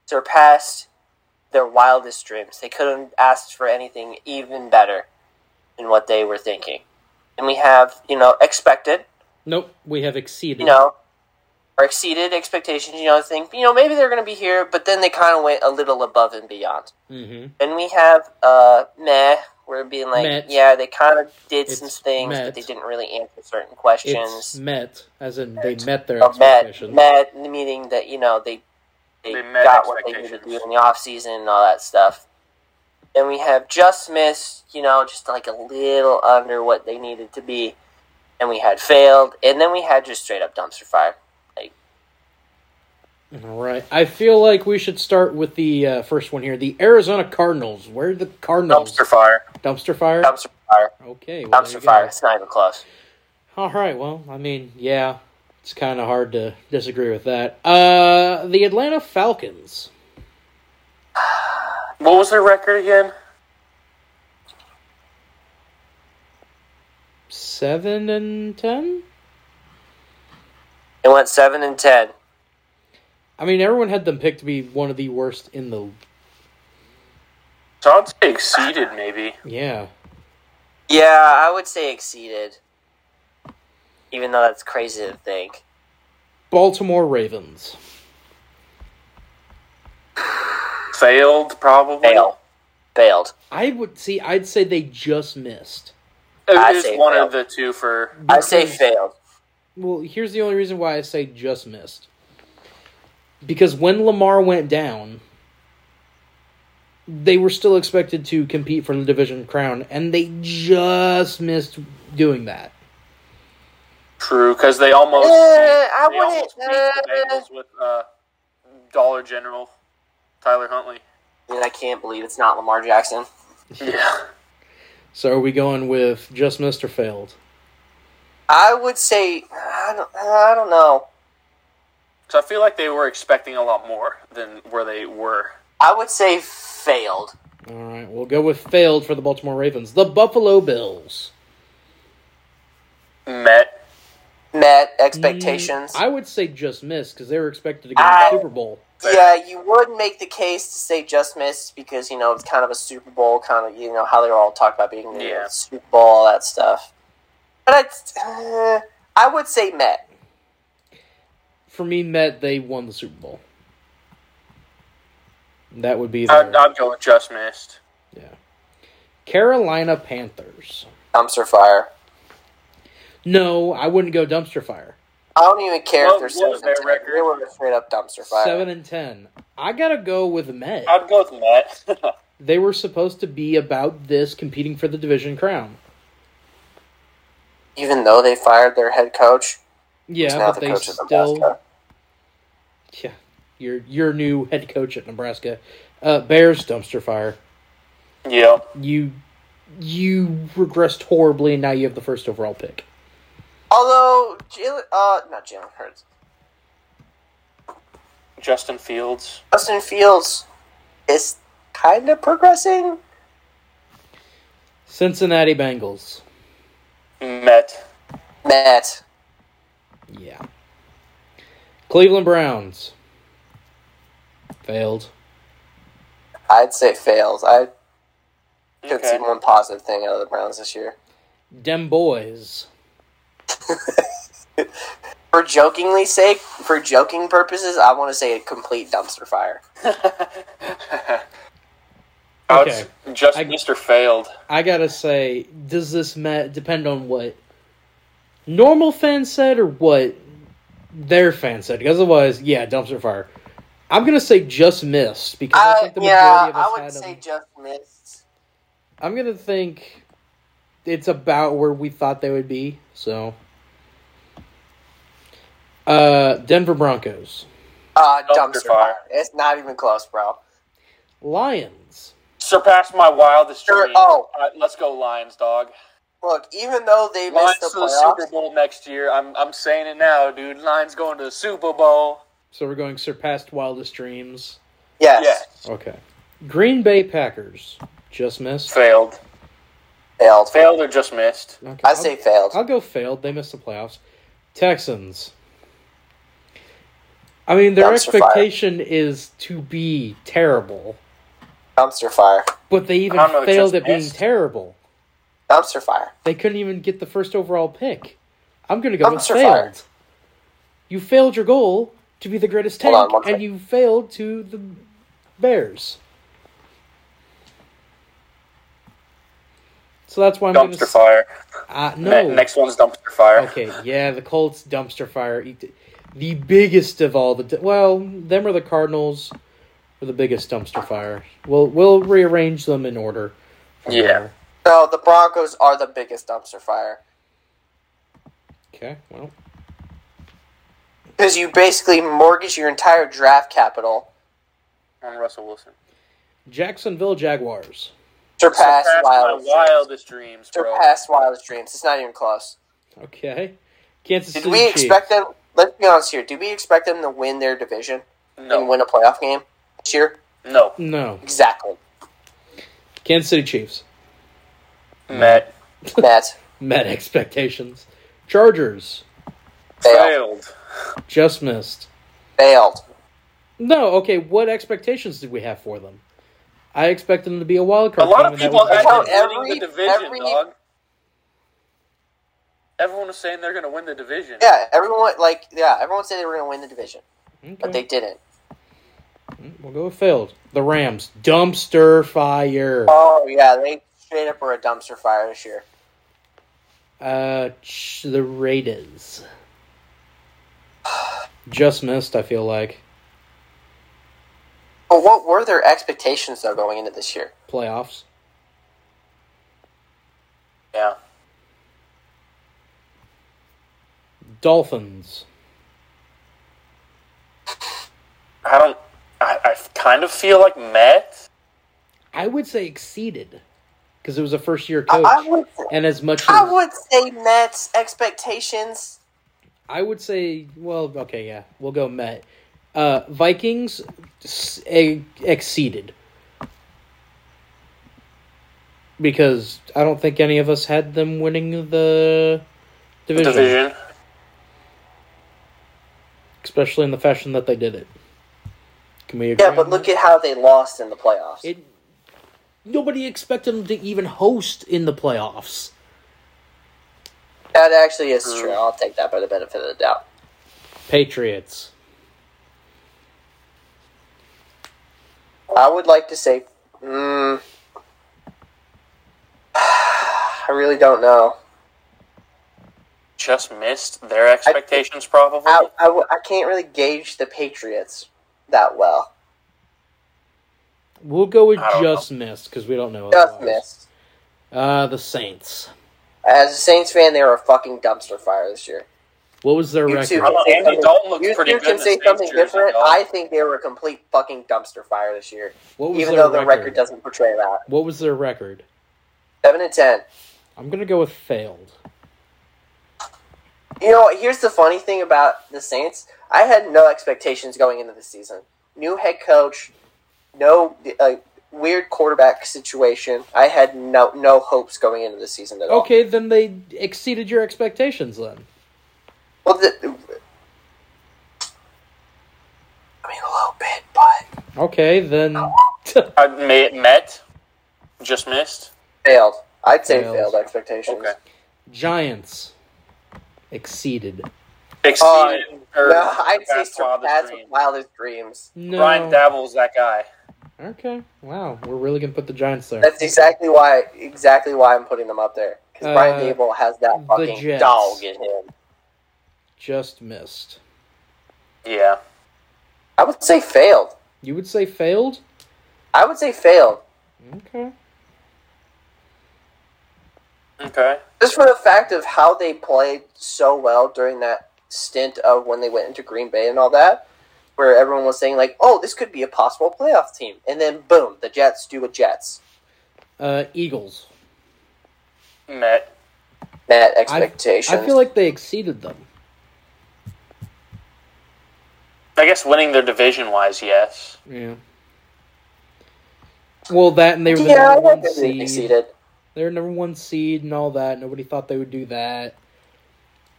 Speaker 3: surpassed their wildest dreams. They couldn't ask for anything even better than what they were thinking. And we have, you know, expected,
Speaker 1: Nope, we have exceeded.
Speaker 3: you know, or exceeded expectations, you know, think, you know, maybe they're going to be here, but then they kind of went a little above and beyond.
Speaker 1: Mm-hmm.
Speaker 3: Then we have, uh, meh, we're being like,
Speaker 1: Met.
Speaker 3: yeah, they kind of did some
Speaker 1: It's
Speaker 3: things,
Speaker 1: met.
Speaker 3: but they didn't really answer certain
Speaker 1: It's
Speaker 3: questions.
Speaker 1: met, as in they met their
Speaker 3: Or met,
Speaker 1: expectations.
Speaker 3: met, meaning that, you know, they, they,
Speaker 4: They met
Speaker 3: got what they needed to do
Speaker 4: expectations.
Speaker 3: in the offseason and all that stuff. Then we have just missed, you know, just like a little under what they needed to be. And we had failed. And then we had just straight up dumpster fire.
Speaker 1: All right. I feel like we should start with the uh, first one here. The Arizona Cardinals. Where are the Cardinals?
Speaker 2: Dumpster fire.
Speaker 1: Dumpster fire?
Speaker 3: Dumpster fire.
Speaker 1: Okay. Well, there
Speaker 3: Dumpster
Speaker 1: you go.
Speaker 3: fire. It's not even close.
Speaker 1: All right. Well, I mean, yeah, it's kind of hard to disagree with that. Uh, the Atlanta Falcons.
Speaker 2: What was their record again?
Speaker 1: Seven and ten?
Speaker 3: It went seven and ten.
Speaker 1: I mean, everyone had them picked to be one of the worst in the.
Speaker 2: So I'd say exceeded maybe.
Speaker 1: Yeah.
Speaker 3: Yeah, I would say exceeded. Even though that's crazy to think.
Speaker 1: Baltimore Ravens.
Speaker 2: Failed probably.
Speaker 3: Failed. Failed.
Speaker 1: I would see. I'd say they just missed.
Speaker 2: It
Speaker 3: I'd
Speaker 2: is
Speaker 3: say
Speaker 2: one
Speaker 3: failed.
Speaker 2: of the two for
Speaker 3: I say
Speaker 1: Because-
Speaker 3: failed.
Speaker 1: Well, here's the only reason why I say just missed. Because when Lamar went down, they were still expected to compete for the division crown, and they just missed doing that.
Speaker 2: true because they almost.
Speaker 3: Eh, I
Speaker 2: they
Speaker 3: wouldn't.
Speaker 2: almost beat the
Speaker 3: eh.
Speaker 2: Bengals with uh, Dollar General, Tyler Huntley.
Speaker 3: Dude, I can't believe it's not Lamar Jackson.
Speaker 2: Yeah.
Speaker 1: So are we going with just missed or failed?
Speaker 3: I would say I don't. I don't know.
Speaker 2: So I feel like they were expecting a lot more than where they were.
Speaker 3: I would say failed.
Speaker 1: All right, we'll go with failed for the Baltimore Ravens. The Buffalo Bills.
Speaker 2: Met
Speaker 3: met expectations.
Speaker 1: I would say just missed because they were expected to go to
Speaker 3: I-
Speaker 1: the Super Bowl.
Speaker 3: yeah, you would make the case to say just missed because you know it's kind of a Super Bowl kind of you know how they were all talk about being the
Speaker 4: Yeah.
Speaker 3: Super Bowl all that stuff. But I, [sighs] uh, I would say met.
Speaker 1: For me, Met they won the Super Bowl. That would be
Speaker 4: I,
Speaker 1: their
Speaker 4: I'm going just missed.
Speaker 1: Carolina Panthers.
Speaker 3: Dumpster fire.
Speaker 1: No, I wouldn't go dumpster fire.
Speaker 3: I don't even care
Speaker 4: What
Speaker 3: if they're
Speaker 4: was
Speaker 3: seven
Speaker 4: their
Speaker 3: and ten.
Speaker 4: record?
Speaker 3: They were a straight up dumpster fire.
Speaker 1: Seven and ten. I gotta go with Met.
Speaker 4: I'd go with Matt.
Speaker 1: They were supposed to be about this competing for the division crown.
Speaker 3: Even though they fired their head coach, who's
Speaker 1: Yeah,
Speaker 3: now
Speaker 1: but
Speaker 3: the
Speaker 1: they
Speaker 3: coach of Nebraska.
Speaker 1: still. Yeah, your your new head coach at Nebraska, uh, Bears dumpster fire.
Speaker 4: [laughs] yeah.
Speaker 1: You you regressed horribly, and now you have the first overall pick.
Speaker 3: Although Jalen, uh, not Jalen Hurts,
Speaker 4: Justin Fields.
Speaker 3: Justin Fields is kind of progressing.
Speaker 1: Cincinnati Bengals.
Speaker 4: Met.
Speaker 3: Matt,
Speaker 1: Yeah. Cleveland Browns. Failed.
Speaker 3: I'd say fails. I could
Speaker 4: Okay.
Speaker 3: see one positive thing out of the Browns this year.
Speaker 1: Dem boys.
Speaker 3: For jokingly sake, for joking purposes, I want to say a complete dumpster fire.
Speaker 4: I would
Speaker 1: Okay.
Speaker 4: s- Just
Speaker 1: I-
Speaker 4: Mr. Failed.
Speaker 1: I gotta say, does this ma- depend on what normal fans said or what their fans said? Because otherwise, yeah, dumpster fire. I'm gonna say just missed because I
Speaker 3: Uh,
Speaker 1: think the
Speaker 3: yeah,
Speaker 1: majority of us
Speaker 3: I would
Speaker 1: had 'em-
Speaker 3: say just missed.
Speaker 1: I'm gonna think it's about where we thought they would be. So, uh, Denver Broncos,
Speaker 3: Uh,
Speaker 4: Dumpster
Speaker 3: dumpster,
Speaker 4: fire.
Speaker 3: fire. It's not even close, bro.
Speaker 1: Lions.
Speaker 4: Surpassed my wildest
Speaker 3: Sure,
Speaker 4: dreams.
Speaker 3: oh.
Speaker 4: All right, let's go, Lions, dog.
Speaker 3: Look, even though they
Speaker 4: Lions
Speaker 3: missed
Speaker 4: to
Speaker 3: the
Speaker 4: the Super
Speaker 3: playoffs,
Speaker 4: Bowl next year. I'm, I'm saying it now, dude. Lions going to the Super Bowl.
Speaker 1: So we're going surpassed wildest dreams.
Speaker 3: yes,
Speaker 4: Yes.
Speaker 1: Okay. Green Bay Packers just missed.
Speaker 4: Failed.
Speaker 3: failed.
Speaker 4: Failed or just missed.
Speaker 1: Okay,
Speaker 3: I
Speaker 1: I'll-
Speaker 3: say failed.
Speaker 1: I'll go failed. They missed the playoffs. Texans. I mean, their
Speaker 3: Dumpster fire.
Speaker 1: expectation is to be terrible,
Speaker 3: Dumpster fire.
Speaker 1: but they even
Speaker 4: I don't know,
Speaker 1: failed
Speaker 4: just
Speaker 1: at being
Speaker 4: missed.
Speaker 1: terrible.
Speaker 3: Dumpster fire.
Speaker 1: They couldn't even get the first overall pick. I'm going to go with
Speaker 3: Dumpster
Speaker 1: failed.
Speaker 3: fire.
Speaker 1: You failed your goal to be the greatest
Speaker 3: Hold
Speaker 1: tank,
Speaker 3: on, one
Speaker 1: and
Speaker 3: sec.
Speaker 1: you failed to the Bears. So that's why I'm going
Speaker 4: Dumpster
Speaker 1: to
Speaker 4: fire.
Speaker 1: Uh, no.
Speaker 4: Ne- next one's dumpster fire.
Speaker 1: Okay, yeah, the Colts dumpster fire. eat- The biggest of all the well, them or the Cardinals were the biggest dumpster fire. We'll we'll rearrange them in order.
Speaker 4: Yeah.
Speaker 3: No, the Broncos are the biggest dumpster fire
Speaker 1: Okay. Well,
Speaker 3: because you basically mortgage your entire draft capital.
Speaker 4: On Russell Wilson.
Speaker 1: Jacksonville Jaguars.
Speaker 3: Surpass
Speaker 4: Surpassed
Speaker 3: wild,
Speaker 4: my wildest dreams, bro.
Speaker 3: surpass wildest dreams. It's not even close.
Speaker 1: Okay. Kansas
Speaker 3: Did
Speaker 1: City
Speaker 3: we
Speaker 1: Chiefs.
Speaker 3: expect them? Let's be honest here. Did we expect them to win their division and
Speaker 4: No.
Speaker 3: win a playoff game this year?
Speaker 4: No.
Speaker 1: No,
Speaker 3: Exactly,
Speaker 1: Kansas City Chiefs
Speaker 3: Mm.
Speaker 4: Met. [laughs]
Speaker 3: Matt.
Speaker 1: met expectations. Chargers
Speaker 3: Failed.
Speaker 4: Failed.
Speaker 1: just missed.
Speaker 3: Failed.
Speaker 1: No, okay. What expectations did we have for them? I expected them to be a wild
Speaker 4: A
Speaker 1: card.
Speaker 4: lot
Speaker 1: team,
Speaker 4: of
Speaker 1: and that
Speaker 4: people
Speaker 1: was-
Speaker 4: had
Speaker 3: Well,
Speaker 4: them winning
Speaker 3: every-
Speaker 4: the division,
Speaker 3: every-
Speaker 4: dog. Everyone was saying they're going to win the division.
Speaker 3: Yeah, everyone like yeah, everyone said they were going to win the division, but
Speaker 1: Okay.
Speaker 3: they didn't.
Speaker 1: We'll go with failed. The Rams dumpster fire.
Speaker 3: Oh yeah, they straight up were a dumpster fire this year.
Speaker 1: Uh, ch- the Raiders just missed. I feel like
Speaker 3: But what were their expectations though going into this year?
Speaker 1: playoffs.
Speaker 4: Yeah.
Speaker 1: Dolphins.
Speaker 4: I don't. I, I kind of feel like Met.
Speaker 1: I would say exceeded because it was a first year
Speaker 3: I,
Speaker 1: coach,
Speaker 3: I would
Speaker 1: and as much as
Speaker 3: I would say Mets expectations.
Speaker 1: I would say, well, okay, yeah, we'll go Met. Uh, Vikings s- e- exceeded because I don't think any of us had them winning the division.
Speaker 4: Division.
Speaker 1: especially in the fashion that they did it. Can we agree?
Speaker 3: Yeah,
Speaker 2: Mm-hmm.
Speaker 3: but
Speaker 1: on
Speaker 3: look
Speaker 1: that?
Speaker 3: at how they lost in the playoffs.
Speaker 1: it. Nobody expected them to even host in the playoffs.
Speaker 3: that actually is true. I'll take that by the benefit of the doubt.
Speaker 1: Patriots.
Speaker 3: I would like to say, mm, [sighs] I really don't know.
Speaker 2: Just missed their expectations, probably.
Speaker 3: I, I, w- I can't really gauge the Patriots that well.
Speaker 1: We'll go with
Speaker 2: I don't
Speaker 1: just missed because we don't know.
Speaker 2: Oh,
Speaker 3: Just
Speaker 1: otherwise.
Speaker 3: missed.
Speaker 1: Uh, the Saints.
Speaker 3: As a Saints fan, they were a fucking dumpster fire this year.
Speaker 1: What was their
Speaker 3: You
Speaker 1: record?
Speaker 3: two
Speaker 2: How about
Speaker 3: can say
Speaker 2: Andy
Speaker 3: something-
Speaker 2: Dalton looked
Speaker 3: you
Speaker 2: pretty
Speaker 3: two
Speaker 2: good in
Speaker 3: can
Speaker 2: the
Speaker 3: say
Speaker 2: Saints
Speaker 3: something
Speaker 2: jersey,
Speaker 3: different.
Speaker 2: y'all.
Speaker 3: I think they were a complete fucking dumpster fire this year,
Speaker 1: What was
Speaker 3: even
Speaker 1: their
Speaker 3: though the record doesn't portray that.
Speaker 1: What was their record?
Speaker 3: Seven and ten.
Speaker 1: I'm gonna go with failed.
Speaker 3: You know, what, here's the funny thing about the Saints. I had no expectations going into the season. New head coach, no uh, weird quarterback situation. I had no no hopes going into the season at all.
Speaker 1: Okay, then they exceeded your expectations. Then
Speaker 3: Well, the, I mean a little bit, but
Speaker 1: okay, then [laughs]
Speaker 4: Uh,
Speaker 2: I may, met, just missed.
Speaker 3: failed. I'd say
Speaker 1: Failed.
Speaker 3: failed, expectations.
Speaker 2: Okay.
Speaker 1: Giants exceeded.
Speaker 2: Exceeded. or
Speaker 3: Um, No, I'd say
Speaker 2: surpassed
Speaker 3: surpass
Speaker 2: dream.
Speaker 3: wildest dreams.
Speaker 1: No.
Speaker 2: Brian Dabble's that guy.
Speaker 1: Okay. Wow, we're really gonna put the Giants there.
Speaker 3: That's exactly why exactly why I'm putting them up there because
Speaker 1: Uh,
Speaker 3: Brian Dable has that
Speaker 1: the
Speaker 3: fucking
Speaker 1: Jets.
Speaker 3: dog in him.
Speaker 1: Just missed.
Speaker 2: Yeah.
Speaker 3: I would say failed.
Speaker 1: You would say failed.
Speaker 3: I would say failed.
Speaker 1: Okay.
Speaker 2: Okay.
Speaker 3: Just for the fact of how they played so well during that stint of when they went into Green Bay and all that, where everyone was saying, like, oh, this could be a possible playoff team. And then, boom, the Jets do a Jets.
Speaker 1: Uh, Eagles.
Speaker 2: Met.
Speaker 3: Met
Speaker 1: I,
Speaker 3: expectations.
Speaker 1: I feel like they exceeded them.
Speaker 2: I guess winning their division wise, yes.
Speaker 1: Yeah. Well, that and they were the
Speaker 3: yeah, I
Speaker 1: number one
Speaker 3: think they
Speaker 1: seed.
Speaker 3: exceeded.
Speaker 1: They were number one seed and all that. Nobody thought they would do that.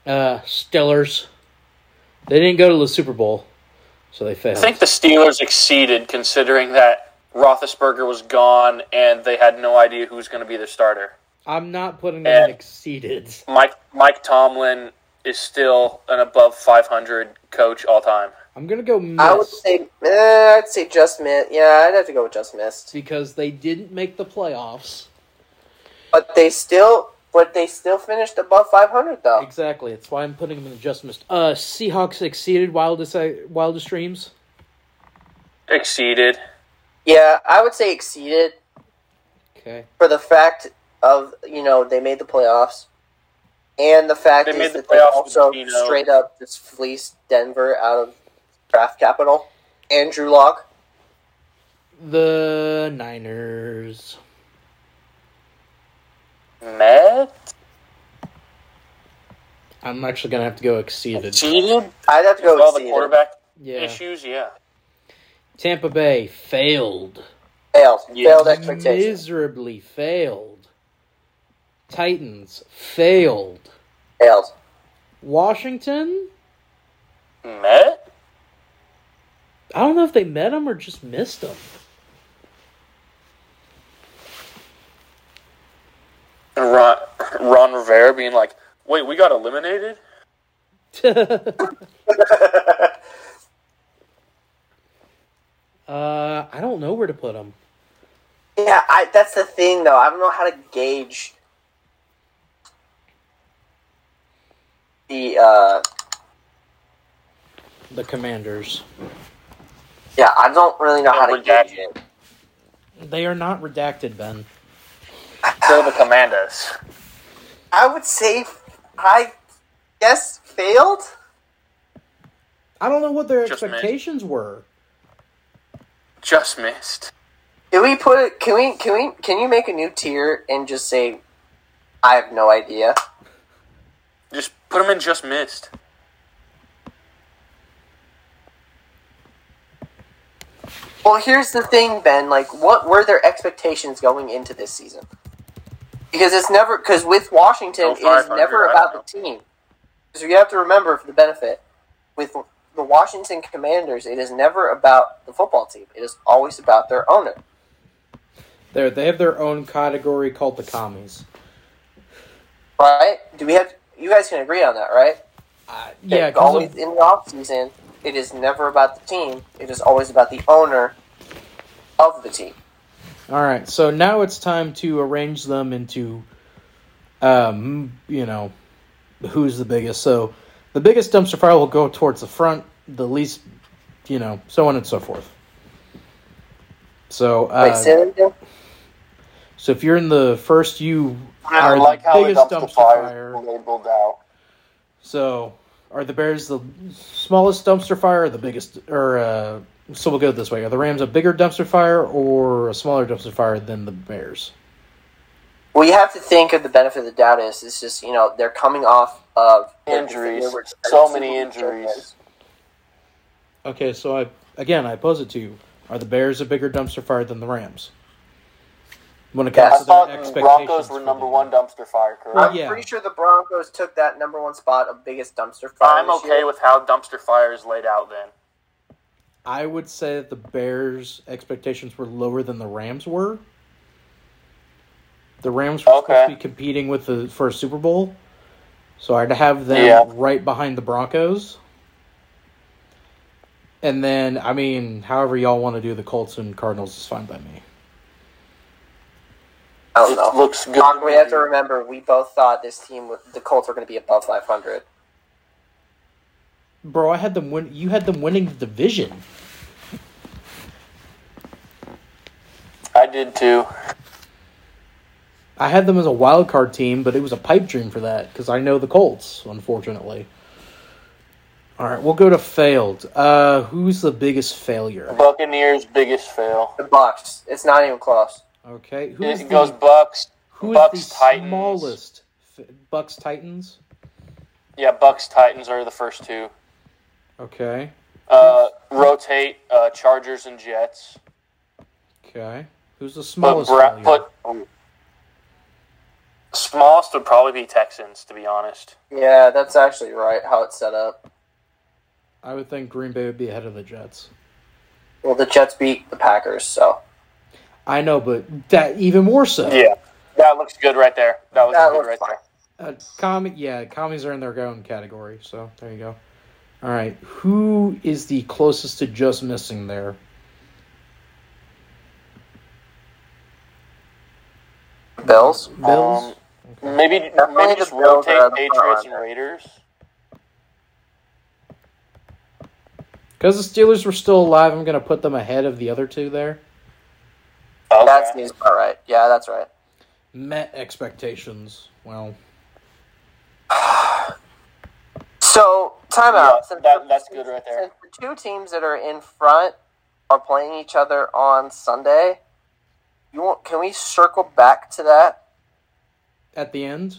Speaker 1: Uh, Stellars. They didn't go to the Super Bowl, so they failed.
Speaker 2: I think the Steelers exceeded considering that Roethlisberger was gone and they had no idea who was going to be their starter.
Speaker 1: I'm not putting them in
Speaker 2: Yeah.
Speaker 1: exceeded.
Speaker 2: Mike Mike Tomlin is still an above 500 coach all time.
Speaker 1: I'm gonna go
Speaker 3: I would
Speaker 1: missed
Speaker 3: say, eh, I'd say just missed. Yeah, I'd have to go with just missed.
Speaker 1: because they didn't make the playoffs.
Speaker 3: But they still, but they still finished above 500 though.
Speaker 1: Exactly. That's why I'm putting them in the just missed. Uh, Seahawks exceeded wildest uh, wildest dreams.
Speaker 2: Exceeded.
Speaker 3: Yeah, I would say exceeded
Speaker 1: Okay.
Speaker 3: for the fact of you know they made the playoffs, and the fact
Speaker 2: They
Speaker 3: is
Speaker 2: made the
Speaker 3: that they
Speaker 2: playoffs
Speaker 3: also
Speaker 2: with Geno.
Speaker 3: straight up just fleeced Denver out of draft capital. Andrew Locke,
Speaker 1: The Niners.
Speaker 2: Met?
Speaker 1: I'm actually gonna have to go exceeded.
Speaker 2: Exceeded?
Speaker 3: I'd have to go
Speaker 2: With all
Speaker 3: with
Speaker 2: the
Speaker 3: Cedar.
Speaker 2: quarterback
Speaker 1: Yeah.
Speaker 2: issues, yeah.
Speaker 1: Tampa Bay failed.
Speaker 3: Failed,
Speaker 2: Yeah.
Speaker 3: failed expectations.
Speaker 1: Miserably failed. Titans failed.
Speaker 3: Failed.
Speaker 1: Washington?
Speaker 2: Met?
Speaker 1: I don't know if they met him or just missed him. [laughs]
Speaker 2: And Ron, Ron Rivera being like, wait, we got eliminated?
Speaker 1: uh, I don't know where to put him.
Speaker 3: Yeah, I, that's the thing though. I don't know how to gauge the. Uh,
Speaker 1: The Commanders.
Speaker 3: yeah, I don't really know how to
Speaker 2: Redacted.
Speaker 3: gauge it.
Speaker 1: They are not redacted, Ben.
Speaker 2: Still the Commanders.
Speaker 3: I would say, I guess failed.
Speaker 1: I don't know what their
Speaker 2: Just
Speaker 1: expectations were.
Speaker 2: Just missed.
Speaker 3: Can we put it? Can we? Can we? Can you make a new tier and just say, I have no idea?
Speaker 2: Just put them in just missed.
Speaker 3: Well, here's the thing, Ben. Like, what were their expectations going into this season? Because it's never because with Washington,
Speaker 2: Go
Speaker 3: it is
Speaker 2: 500,
Speaker 3: never
Speaker 2: I
Speaker 3: about the
Speaker 2: don't
Speaker 3: team. So you have to remember for the benefit with the Washington Commanders, it is never about the football team. It is always about their owner.
Speaker 1: There, they have their own category called the commies.
Speaker 3: Right? Do we have you guys can agree on that, right?
Speaker 1: Uh, yeah,
Speaker 3: It's
Speaker 1: 'cause
Speaker 3: always
Speaker 1: of-
Speaker 3: in the off season, it is never about the team. It is always about the owner of the team.
Speaker 1: all right. So now it's time to arrange them into, um, you know, who's the biggest. So the biggest dumpster fire will go towards the front. The least, you know, so on and so forth. So,
Speaker 3: Wait,
Speaker 1: uh,
Speaker 3: say that again?
Speaker 1: so if you're in the first, you
Speaker 2: I
Speaker 1: are
Speaker 2: like
Speaker 1: the
Speaker 2: how the
Speaker 1: biggest
Speaker 2: dumpster
Speaker 1: dumpster
Speaker 2: fire
Speaker 1: fire.
Speaker 2: is labeled out.
Speaker 1: So, are the Bears the smallest dumpster fire or the biggest? Or uh, so we'll go this way: Are the Rams a bigger dumpster fire or a smaller dumpster fire than the Bears?
Speaker 3: Well, you have to think of the benefit of the doubt is it's just, you know, they're coming off of
Speaker 2: Injuries.
Speaker 3: they were-
Speaker 2: So many injuries.
Speaker 1: Okay, so I again I pose it to you: Are the Bears a bigger dumpster fire than the Rams? When it comes
Speaker 3: Yeah,
Speaker 2: I
Speaker 1: to their
Speaker 2: thought
Speaker 1: expectations,
Speaker 2: Broncos
Speaker 1: for
Speaker 2: were
Speaker 1: the
Speaker 2: number
Speaker 1: year.
Speaker 2: one dumpster fire, correct?
Speaker 1: Well,
Speaker 3: I'm
Speaker 1: yeah.
Speaker 3: pretty sure the Broncos took that number one spot of biggest dumpster fire.
Speaker 2: I'm
Speaker 3: this
Speaker 2: okay
Speaker 3: year.
Speaker 2: with how dumpster fire is laid out then.
Speaker 1: I would say that the Bears' expectations were lower than the Rams were. The Rams were supposed
Speaker 2: Okay.
Speaker 1: to be competing with the for a Super Bowl, so I'd have them
Speaker 2: Yeah.
Speaker 1: right behind the Broncos. And then, I mean, however y'all want to do the Colts and Cardinals is fine by me.
Speaker 3: I don't
Speaker 2: It
Speaker 3: know.
Speaker 2: looks good.
Speaker 3: We have to remember, we both thought this team, would- the Colts, were going to be above 500.
Speaker 1: Bro, I had them win. You had them winning the division.
Speaker 2: I did too.
Speaker 1: I had them as a wild card team, but it was a pipe dream for that because I know the Colts, unfortunately. All right, we'll go to failed. Uh, who's the biggest failure?
Speaker 2: Buccaneers' biggest fail.
Speaker 3: The Bucks. It's not even close.
Speaker 1: Okay, who's
Speaker 2: It goes
Speaker 1: the,
Speaker 2: Bucks.
Speaker 1: who is
Speaker 2: Bucks
Speaker 1: the
Speaker 2: Titans.
Speaker 1: smallest? F- Bucks Titans.
Speaker 2: Yeah, Bucks Titans are the first two.
Speaker 1: Okay,
Speaker 2: Uh, rotate uh, Chargers and Jets.
Speaker 1: okay. Who's the
Speaker 2: Put,
Speaker 1: smallest?
Speaker 2: Bra-
Speaker 1: failure?
Speaker 2: put smallest would probably be Texans, to be honest.
Speaker 3: Yeah, that's actually right. How it's set up.
Speaker 1: I would think Green Bay would be ahead of the Jets.
Speaker 3: Well, the Jets beat the Packers, so
Speaker 1: I know, but that even more so.
Speaker 2: Yeah, that looks good right there. That looks
Speaker 3: that
Speaker 2: good
Speaker 3: looks
Speaker 2: right
Speaker 3: fine.
Speaker 2: there.
Speaker 1: Uh, commie, yeah, commies are in their own category, so there you go. All right, who is the closest to just missing there?
Speaker 3: Bills.
Speaker 1: Bills.
Speaker 2: Um, Maybe
Speaker 3: only
Speaker 2: maybe
Speaker 3: the
Speaker 2: just
Speaker 3: Bills are
Speaker 2: rotate
Speaker 3: the front
Speaker 2: Patriots and
Speaker 3: runner.
Speaker 2: Raiders.
Speaker 1: Because the Steelers were still alive, I'm going to put them ahead of the other two there.
Speaker 2: Okay.
Speaker 3: That seems Um, about right. Yeah, that's right.
Speaker 1: Met expectations. Well,
Speaker 3: So timeout.
Speaker 2: Yeah, that- that's good right there.
Speaker 3: Since the two teams that are in front are playing each other on Sunday, you want, can we circle back to that?
Speaker 1: at the end.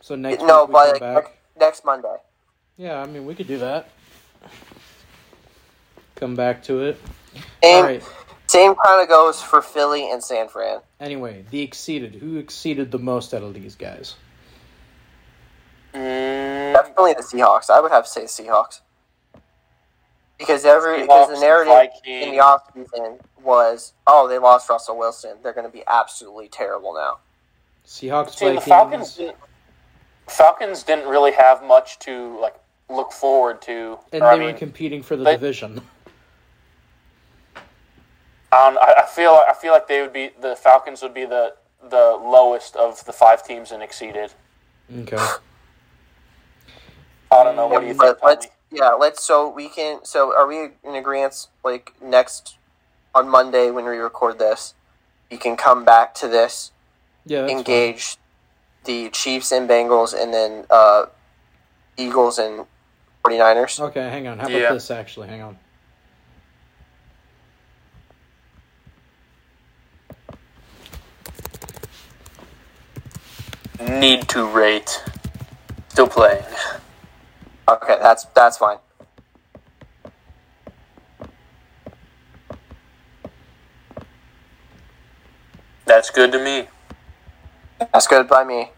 Speaker 1: So next
Speaker 3: no,
Speaker 1: week we come
Speaker 3: by like,
Speaker 1: back.
Speaker 3: next Monday.
Speaker 1: Yeah, I mean we could do that. Come back to it. All
Speaker 3: Same,
Speaker 1: right.
Speaker 3: same kind of goes for Philly and San Fran.
Speaker 1: Anyway, the exceeded. Who exceeded the most out of these guys?
Speaker 2: Mm,
Speaker 3: Definitely the Seahawks. I would have to say Seahawks. Because every because
Speaker 2: Seahawks,
Speaker 3: the narrative in
Speaker 2: Vikings.
Speaker 3: the offseason was, oh, they lost Russell Wilson. They're going to be absolutely terrible now.
Speaker 1: Seahawks,
Speaker 2: See, the
Speaker 1: Vikings.
Speaker 2: Falcons didn't, Falcons didn't really have much to like look forward to.
Speaker 1: and they
Speaker 2: Or, I
Speaker 1: were
Speaker 2: mean,
Speaker 1: competing for the
Speaker 2: they-
Speaker 1: division. [laughs]
Speaker 2: um, I, I feel I feel like they would be the Falcons would be the the lowest of the five teams and exceeded.
Speaker 1: Okay.
Speaker 2: I don't know. What do you think?
Speaker 3: Mm, But let's
Speaker 2: Tommy?
Speaker 3: yeah, let's so we can so are we in agreement like next on Monday when we record this, you can come back to this,
Speaker 1: Yeah. that's fine.
Speaker 3: engage the Chiefs and Bengals and then uh, Eagles and 49ers.
Speaker 1: Okay, hang on. How about
Speaker 2: Yeah.
Speaker 1: this? Actually, hang on.
Speaker 2: Need to rate. Still playing.
Speaker 3: Okay, that's that's fine.
Speaker 2: That's good to me.
Speaker 3: That's good by me.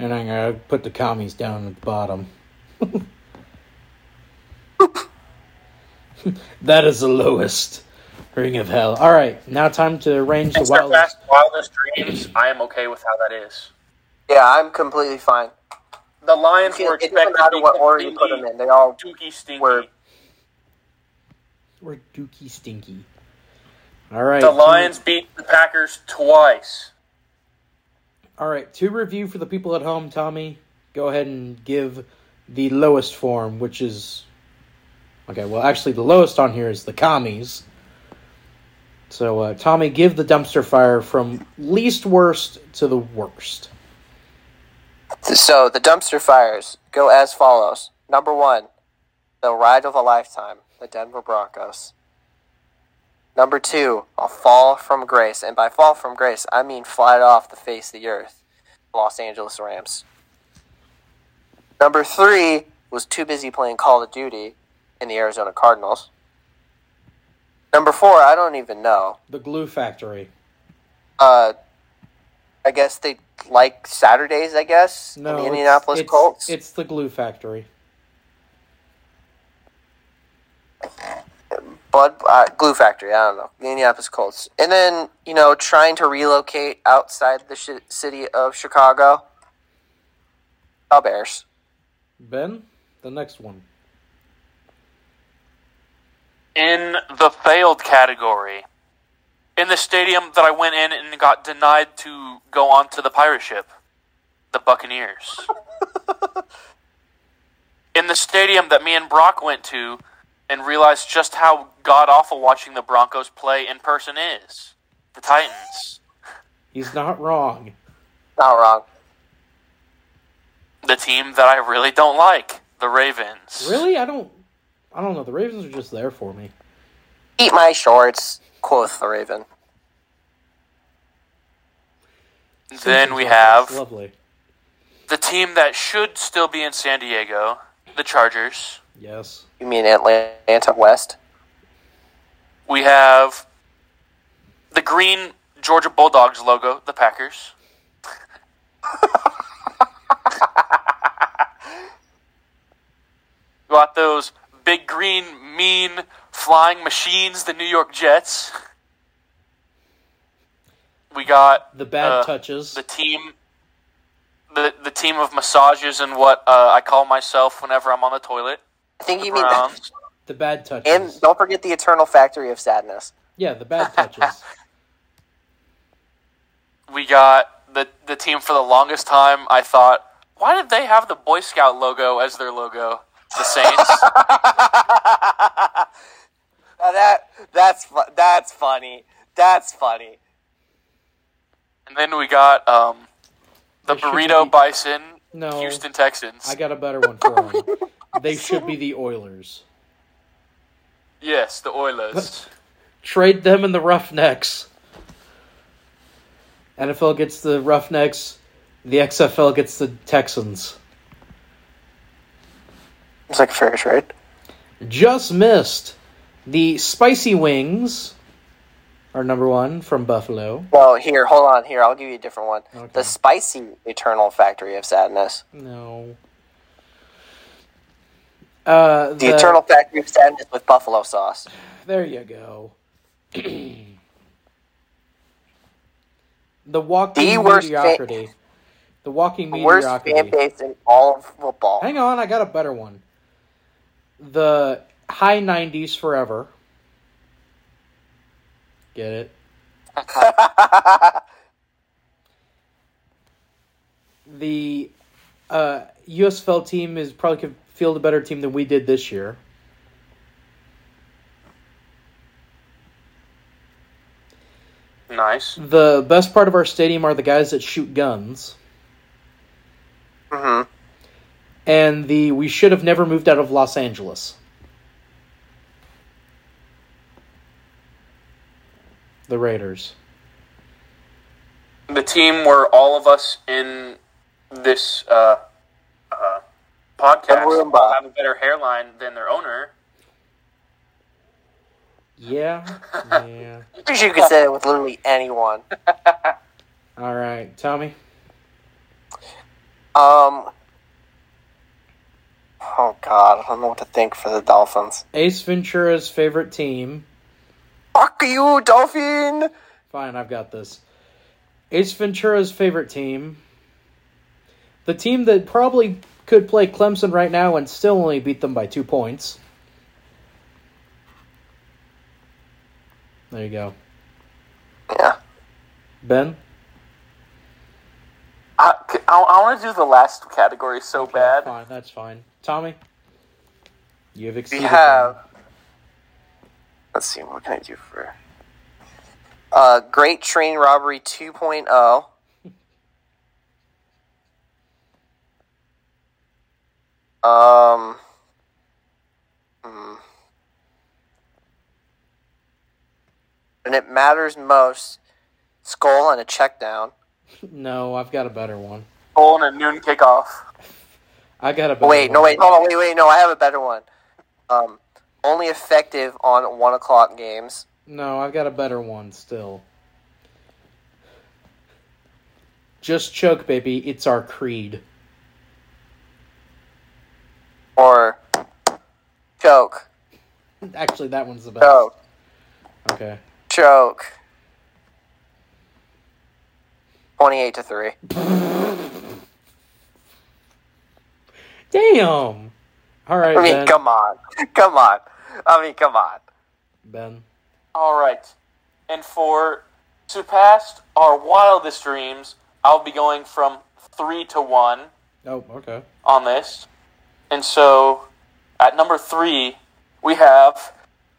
Speaker 1: And I'm going to put the commies down at the bottom. [laughs] that is the lowest ring of hell. All right, now time to arrange the
Speaker 5: It's their
Speaker 1: wildest.
Speaker 5: past wildest dreams. I am okay with how that is.
Speaker 3: Yeah, I'm completely fine.
Speaker 5: The Lions were
Speaker 3: It it doesn't
Speaker 5: expected to
Speaker 3: matter
Speaker 5: be
Speaker 3: what order you put them in. They all
Speaker 5: Dookie stinky.
Speaker 3: Were-
Speaker 1: We're dookie stinky. All right.
Speaker 5: The
Speaker 1: two-
Speaker 5: Lions beat the Packers twice.
Speaker 1: All right, to review for the people at home, Tommy, go ahead and give the lowest form, which is okay. Well, actually, the lowest on here is the commies. So, uh, Tommy, give the dumpster fire from least worst to the worst.
Speaker 3: [laughs] So the dumpster fires go as follows. Number one, the ride of a lifetime, the Denver Broncos. Number two, a fall from grace, and by fall from grace, I mean fly off the face of the earth, Los Angeles Rams. Number three was too busy playing Call of Duty in the Arizona Cardinals. Number four, I don't even know
Speaker 1: The glue factory.
Speaker 3: uh, I guess they like Saturdays. I guess
Speaker 1: No,
Speaker 3: in the
Speaker 1: it's-
Speaker 3: Indianapolis
Speaker 1: it's-
Speaker 3: Colts.
Speaker 1: It's the glue factory.
Speaker 3: Bud uh, Glue Factory. I don't know the Indianapolis Colts. And then you know trying to relocate outside the shi city of Chicago. Oh, Bears.
Speaker 1: Ben, the next one.
Speaker 2: in the failed category. In the stadium that I went in and got denied to go on to the pirate ship, the Buccaneers. in the stadium that me and Brock went to and realized just how god awful watching the Broncos play in person is, the Titans.
Speaker 1: He's not wrong.
Speaker 3: Not wrong.
Speaker 2: The team that I really don't like, the Ravens.
Speaker 1: Really, I don't. I don't know. The Ravens are just there for me.
Speaker 3: Eat my shorts, quoth the Raven.
Speaker 2: Then we
Speaker 1: That's
Speaker 2: have
Speaker 1: lovely.
Speaker 2: the team that should still be in San Diego, the Chargers.
Speaker 1: Yes.
Speaker 3: You mean Atlanta West?
Speaker 2: We have the green Georgia Bulldogs logo, the Packers. [laughs] Got those big green, mean flying machines, the New York Jets. We got
Speaker 1: The bad
Speaker 2: Uh,
Speaker 1: touches.
Speaker 2: the team, the the team of massages and what uh, I call myself whenever I'm on the toilet.
Speaker 3: I think you mean.
Speaker 2: Browns.
Speaker 1: The bad touches.
Speaker 3: And don't forget the Eternal Factory of Sadness.
Speaker 1: yeah, the bad touches.
Speaker 2: we got the the team for the longest time. I thought, why did they have the Boy Scout logo as their logo?
Speaker 5: [laughs]
Speaker 2: The Saints.
Speaker 3: Now that that's fu- that's funny. That's funny.
Speaker 2: and then we got um, the
Speaker 1: They should
Speaker 2: Burrito
Speaker 1: be-
Speaker 2: Bison,
Speaker 1: No.
Speaker 2: Houston Texans.
Speaker 1: I got a better one for them.
Speaker 3: [laughs]
Speaker 1: They should be the Oilers.
Speaker 2: yes, the Oilers.
Speaker 1: Trade them in the Roughnecks. NFL gets the Roughnecks. The XFL gets the Texans.
Speaker 3: It's like a fair trade.
Speaker 1: Just missed. The Spicy Wings are number one from Buffalo.
Speaker 3: Well, here, hold on. Here, I'll give you a different one.
Speaker 1: Okay.
Speaker 3: The spicy Eternal Factory of Sadness.
Speaker 1: No. Uh,
Speaker 3: The Eternal Factory of Sadness with buffalo sauce.
Speaker 1: There you go. [clears throat] the walking
Speaker 3: The worst fa-
Speaker 1: mediocrity. the walking
Speaker 3: The worst fan
Speaker 1: mediocrity.
Speaker 3: base in all of football.
Speaker 1: Hang on, I got a better one. The high nineties forever. Get
Speaker 3: [laughs]
Speaker 1: it? the uh, USFL team is probably could field a better team than we did this year.
Speaker 2: nice.
Speaker 1: The best part of our stadium are the guys that shoot guns.
Speaker 3: Mhm.
Speaker 1: And the we should have never moved out of Los Angeles. The Raiders.
Speaker 5: The team were all of us in this uh, uh, podcast
Speaker 3: Maroon
Speaker 5: all
Speaker 3: Bob.
Speaker 5: have a better hairline than their owner.
Speaker 1: Yeah. yeah.
Speaker 3: You could say it with literally anyone.
Speaker 1: All right, Tommy.
Speaker 3: Um. Oh God, I don't know what to think for the Dolphins.
Speaker 1: Ace Ventura's favorite team.
Speaker 3: Fuck you, Dolphin.
Speaker 1: Fine, I've got this. Ace Ventura's favorite team. The team that probably could play Clemson right now and still only beat them by two points. There you go.
Speaker 3: Yeah.
Speaker 1: Ben?
Speaker 2: I, I, want to do the last category so
Speaker 1: Okay,
Speaker 2: bad.
Speaker 1: Fine, that's fine. Tommy? You have
Speaker 3: We
Speaker 1: exceeded. me.
Speaker 3: have. Let's see. What can I do for? Uh, Great Train Robbery oh. 2.0. [laughs] Um. hmm. And it matters most. Skull and a check down.
Speaker 1: No, I've got a better one.
Speaker 2: Goal and a noon kickoff.
Speaker 1: I got a better
Speaker 3: Wait,
Speaker 1: one.
Speaker 3: no, wait, hold on, wait, wait, no, I have a better one. Um, only effective on one o'clock games.
Speaker 1: No, I've got a better one still. Just choke, baby. It's our creed.
Speaker 3: or choke,
Speaker 1: Actually, that one's the best.
Speaker 3: choke,
Speaker 1: Okay.
Speaker 3: choke. Twenty-eight to three.
Speaker 1: Damn. All right,
Speaker 3: I mean,
Speaker 1: Ben.
Speaker 3: come on, [laughs] come on. I mean, come on.
Speaker 1: Ben.
Speaker 2: All right. And for to past our wildest dreams, I'll be going from three to one
Speaker 1: Oh, okay.
Speaker 2: on this. And so at number three, we have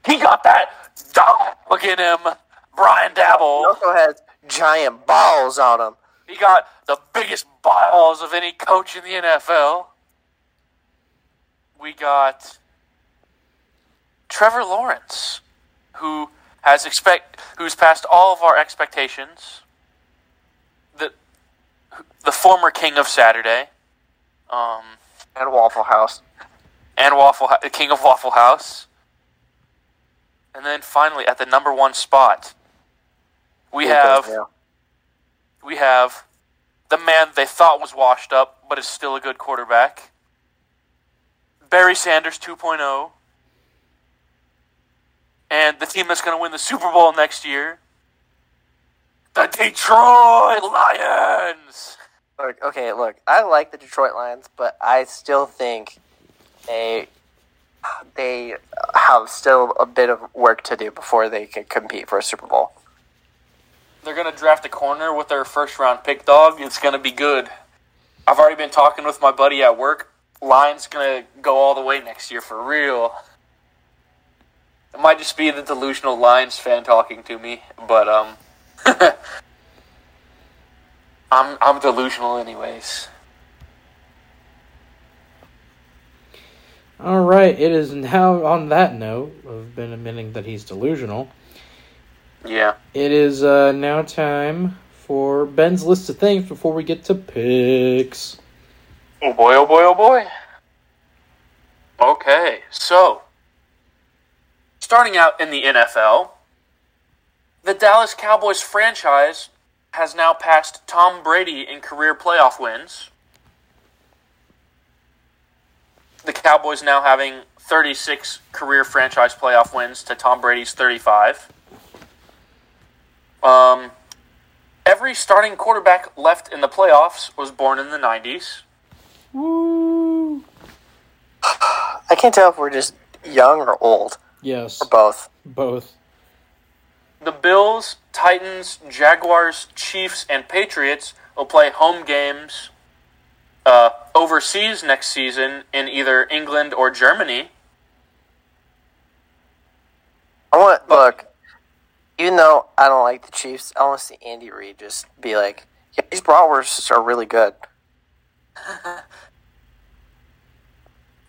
Speaker 2: he got that dog. Look at him, Brian Dabble.
Speaker 3: He also has giant balls on him.
Speaker 2: He got the biggest balls of any coach in the NFL. We got Trevor Lawrence, who has expect who's passed all of our expectations. The the former king of Saturday, um,
Speaker 3: And Waffle House.
Speaker 2: and Waffle Hou- the king of Waffle House. And then finally, at the number one spot, we have
Speaker 3: Yeah.
Speaker 2: we have the man they thought was washed up, but is still a good quarterback. Barry Sanders 2.0. And the team that's going to win the Super Bowl next year. The Detroit Lions!
Speaker 3: Look, okay, look. I like the Detroit Lions, but I still think they they have still a bit of work to do before they can compete for a Super Bowl.
Speaker 2: They're going to draft a corner with their first round pick, dog. It's going to be good. I've already been talking with my buddy at work. Lions going to go all the way next year for real. It might just be the delusional Lions fan talking to me, but um [laughs] I'm I'm delusional anyways.
Speaker 1: All right. It is now on that note of Ben admitting that he's delusional.
Speaker 2: Yeah.
Speaker 1: It is uh, now time for Ben's list of things before we get to picks.
Speaker 2: Oh boy, oh boy, oh boy. Okay, so starting out in the NFL, the Dallas Cowboys franchise has now passed Tom Brady in career playoff wins. The Cowboys now having 36 career franchise playoff wins to Tom Brady's 35. Um, every starting quarterback left in the playoffs was born in the 90s.
Speaker 1: Woo.
Speaker 3: I can't tell if we're just young or old
Speaker 1: Yes,
Speaker 3: or both.
Speaker 1: both.
Speaker 2: The Bills, Titans, Jaguars, Chiefs, and Patriots will play home games uh, overseas next season in either England or Germany.
Speaker 3: I want look. Even though I don't like the Chiefs, I want to see Andy Reid just be like, "Yeah, these bratwursts are really good."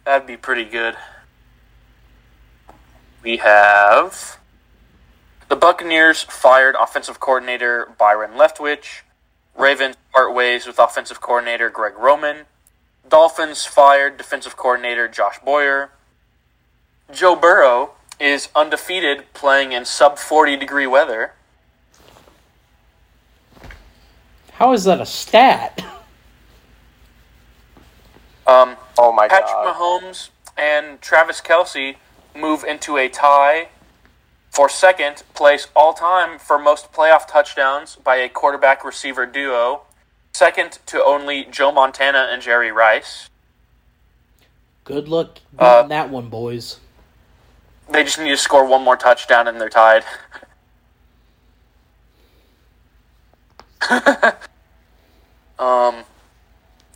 Speaker 2: That'd be pretty good. We have the Buccaneers fired offensive coordinator Byron Leftwich. Ravens part ways with offensive coordinator Greg Roman. Dolphins fired defensive coordinator Josh Boyer. Joe Burrow is undefeated playing in sub 40 degree weather.
Speaker 1: How is that a stat?
Speaker 2: Um,
Speaker 3: Oh my
Speaker 2: Patrick
Speaker 3: god.
Speaker 2: Mahomes and Travis Kelsey move into a tie for second place all time for most playoff touchdowns by a quarterback receiver duo, second to only Joe Montana and Jerry Rice.
Speaker 1: [laughs] Good luck beating
Speaker 2: Uh,
Speaker 1: that one, boys.
Speaker 2: They just need to score one more touchdown and they're tied. [laughs] um,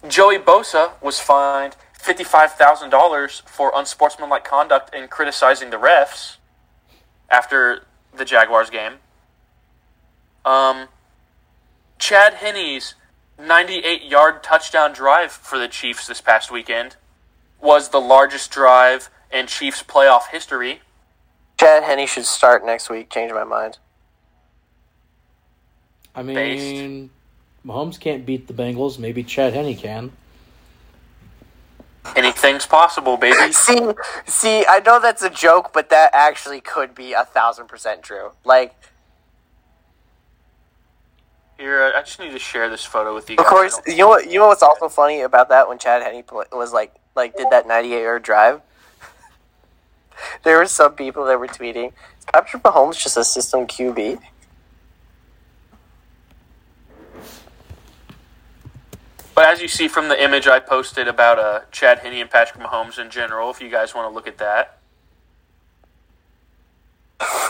Speaker 2: Joey Bosa was fined $55,000 for unsportsmanlike conduct in criticizing the refs after the Jaguars game. Um, Chad Henney's 98 yard touchdown drive for the Chiefs this past weekend was the largest drive in Chiefs playoff history.
Speaker 3: Chad Henney should start next week. Change my mind.
Speaker 1: I mean, Mahomes can't beat the Bengals. Maybe Chad Henney can.
Speaker 2: Anything's possible, baby.
Speaker 3: See, see, I know that's a joke, but that actually could be a thousand percent true. Like,
Speaker 2: Here, I I just need to share this photo with you.
Speaker 3: of
Speaker 2: guys.
Speaker 3: course, you know what? You know what's also funny about that when Chad Henney pl- was like, like did that ninety-eight yard drive. [laughs] there were some people that were tweeting, "Is Patrick Mahomes just a system QB."
Speaker 2: But as you see from the image I posted about uh, Chad Henney and Patrick Mahomes in general, if you guys want to look at that,
Speaker 3: [laughs]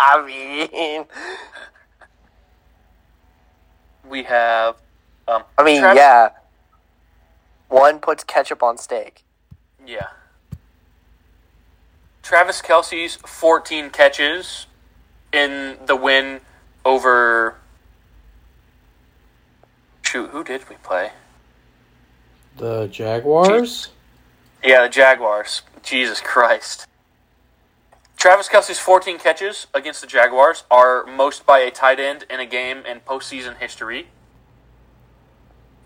Speaker 3: I mean,
Speaker 2: we have. Um,
Speaker 3: I mean,
Speaker 2: Travis-
Speaker 3: yeah. One puts ketchup on steak.
Speaker 2: Yeah. Travis Kelsey's 14 catches in the win over. Shoot, who did we play?
Speaker 1: The Jaguars?
Speaker 2: Yeah, the Jaguars. Jesus Christ. Travis Kelsey's 14 catches against the Jaguars are most by a tight end in a game in postseason history.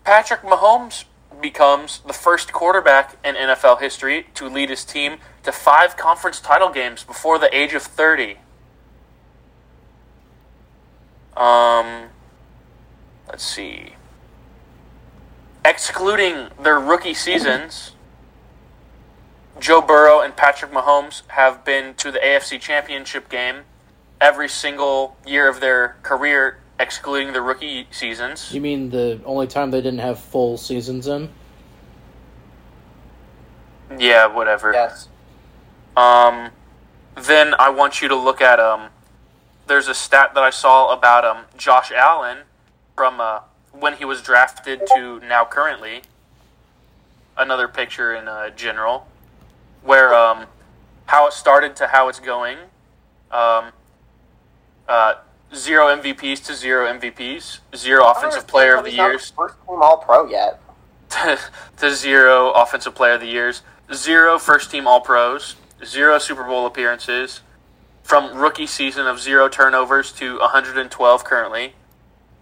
Speaker 2: Patrick Mahomes becomes the first quarterback in NFL history to lead his team to five conference title games before the age of 30. Um, let's see. Excluding their rookie seasons. Joe Burrow and Patrick Mahomes have been to the AFC Championship game every single year of their career, excluding the rookie seasons.
Speaker 1: You mean the only time they didn't have full seasons in?
Speaker 2: Yeah, whatever.
Speaker 3: Yes.
Speaker 2: Um, then I want you to look at um. There's a stat that I saw about um Josh Allen from uh, when he was drafted to now currently. Another picture in uh, general, where um, how it started to how it's going, um, uh, zero MVPs to zero MVPs, zero offensive player of the
Speaker 3: He's not
Speaker 2: years
Speaker 3: First team All Pro yet.
Speaker 2: [laughs] to, to zero offensive player of the years, zero first team All Pros, zero Super Bowl appearances, from rookie season of zero turnovers to 112 currently,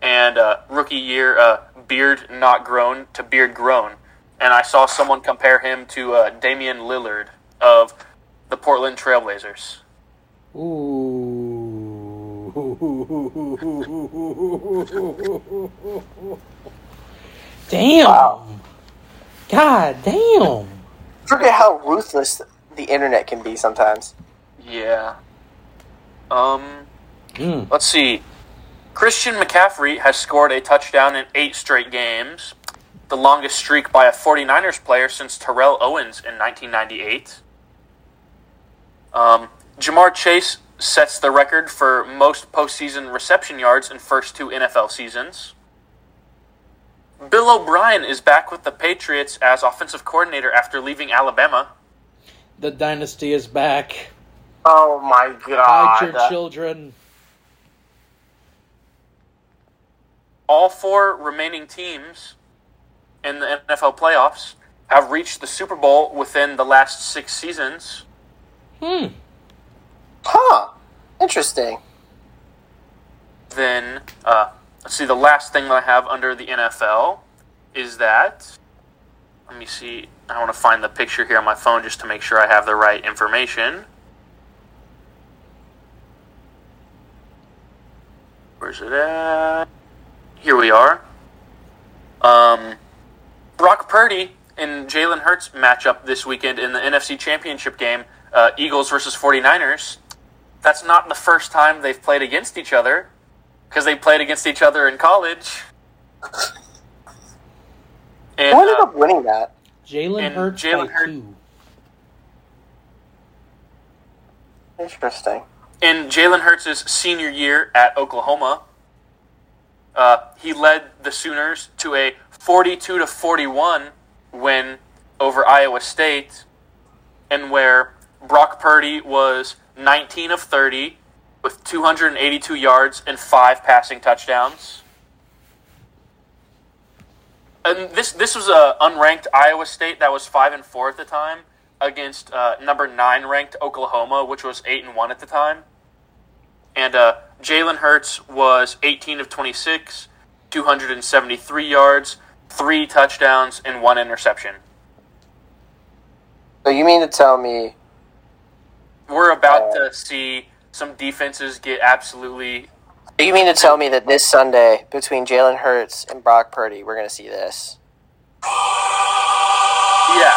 Speaker 2: and uh, rookie year uh, beard not grown to beard grown. And I saw someone compare him to uh, Damian Lillard of the Portland Trailblazers.
Speaker 1: Ooh. damn. God damn.
Speaker 3: Forget how ruthless the internet can be sometimes.
Speaker 2: Yeah. Um.
Speaker 1: Mm.
Speaker 2: Let's see. Christian McCaffrey has scored a touchdown in eight straight games, the longest streak by a 49ers player since Terrell Owens in 1998. Um, Jamar Chase sets the record for most postseason reception yards in first two NFL seasons. Bill O'Brien is back with the Patriots as offensive coordinator after leaving Alabama.
Speaker 1: The dynasty is back.
Speaker 3: Oh my
Speaker 1: Hide your
Speaker 3: god.
Speaker 1: children.
Speaker 2: all four remaining teams in the NFL playoffs have reached the Super Bowl within the last six seasons.
Speaker 1: Hmm.
Speaker 3: Huh. Interesting.
Speaker 2: Then, uh, let's see, the last thing that I have under the NFL is that. Let me see. I want to find the picture here on my phone just to make sure I have the right information. Where's it at? Here we are. Um, Brock Purdy and Jalen Hurts matchup this weekend in the NFC Championship game, uh, Eagles versus 49ers, that's not the first time they've played against each other because they played against each other in college. And,
Speaker 3: Who ended
Speaker 2: uh,
Speaker 3: up winning that?
Speaker 1: Jalen
Speaker 2: And
Speaker 1: Hurts
Speaker 2: Jalen
Speaker 1: by
Speaker 2: Hurt-
Speaker 1: two.
Speaker 3: Interesting.
Speaker 2: in Jalen Hurts' senior year at Oklahoma, uh, he led the Sooners to a 42 to 41 win over Iowa State, and where Brock Purdy was 19 of 30 with 282 yards and five passing touchdowns. And this this was a unranked Iowa State that was five and four at the time against uh, number nine ranked Oklahoma, which was eight and one at the time. And uh, Jalen Hurts was 18 of 26, 273 yards, three touchdowns, and one interception.
Speaker 3: So you mean to tell me
Speaker 2: We're about to see some defenses get absolutely.
Speaker 3: you mean to tell me that this Sunday between Jalen Hurts and Brock Purdy we're gonna see
Speaker 2: [laughs]
Speaker 3: this?
Speaker 2: Yeah.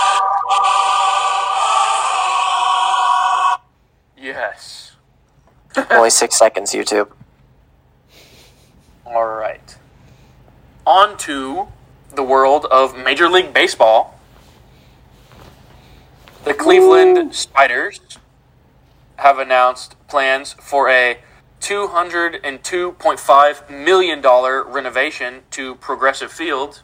Speaker 2: Yes.
Speaker 3: Only six seconds, YouTube.
Speaker 2: All right. On to the world of Major League Baseball. The Cleveland Spiders have announced plans for a $202.5 million renovation to Progressive Field,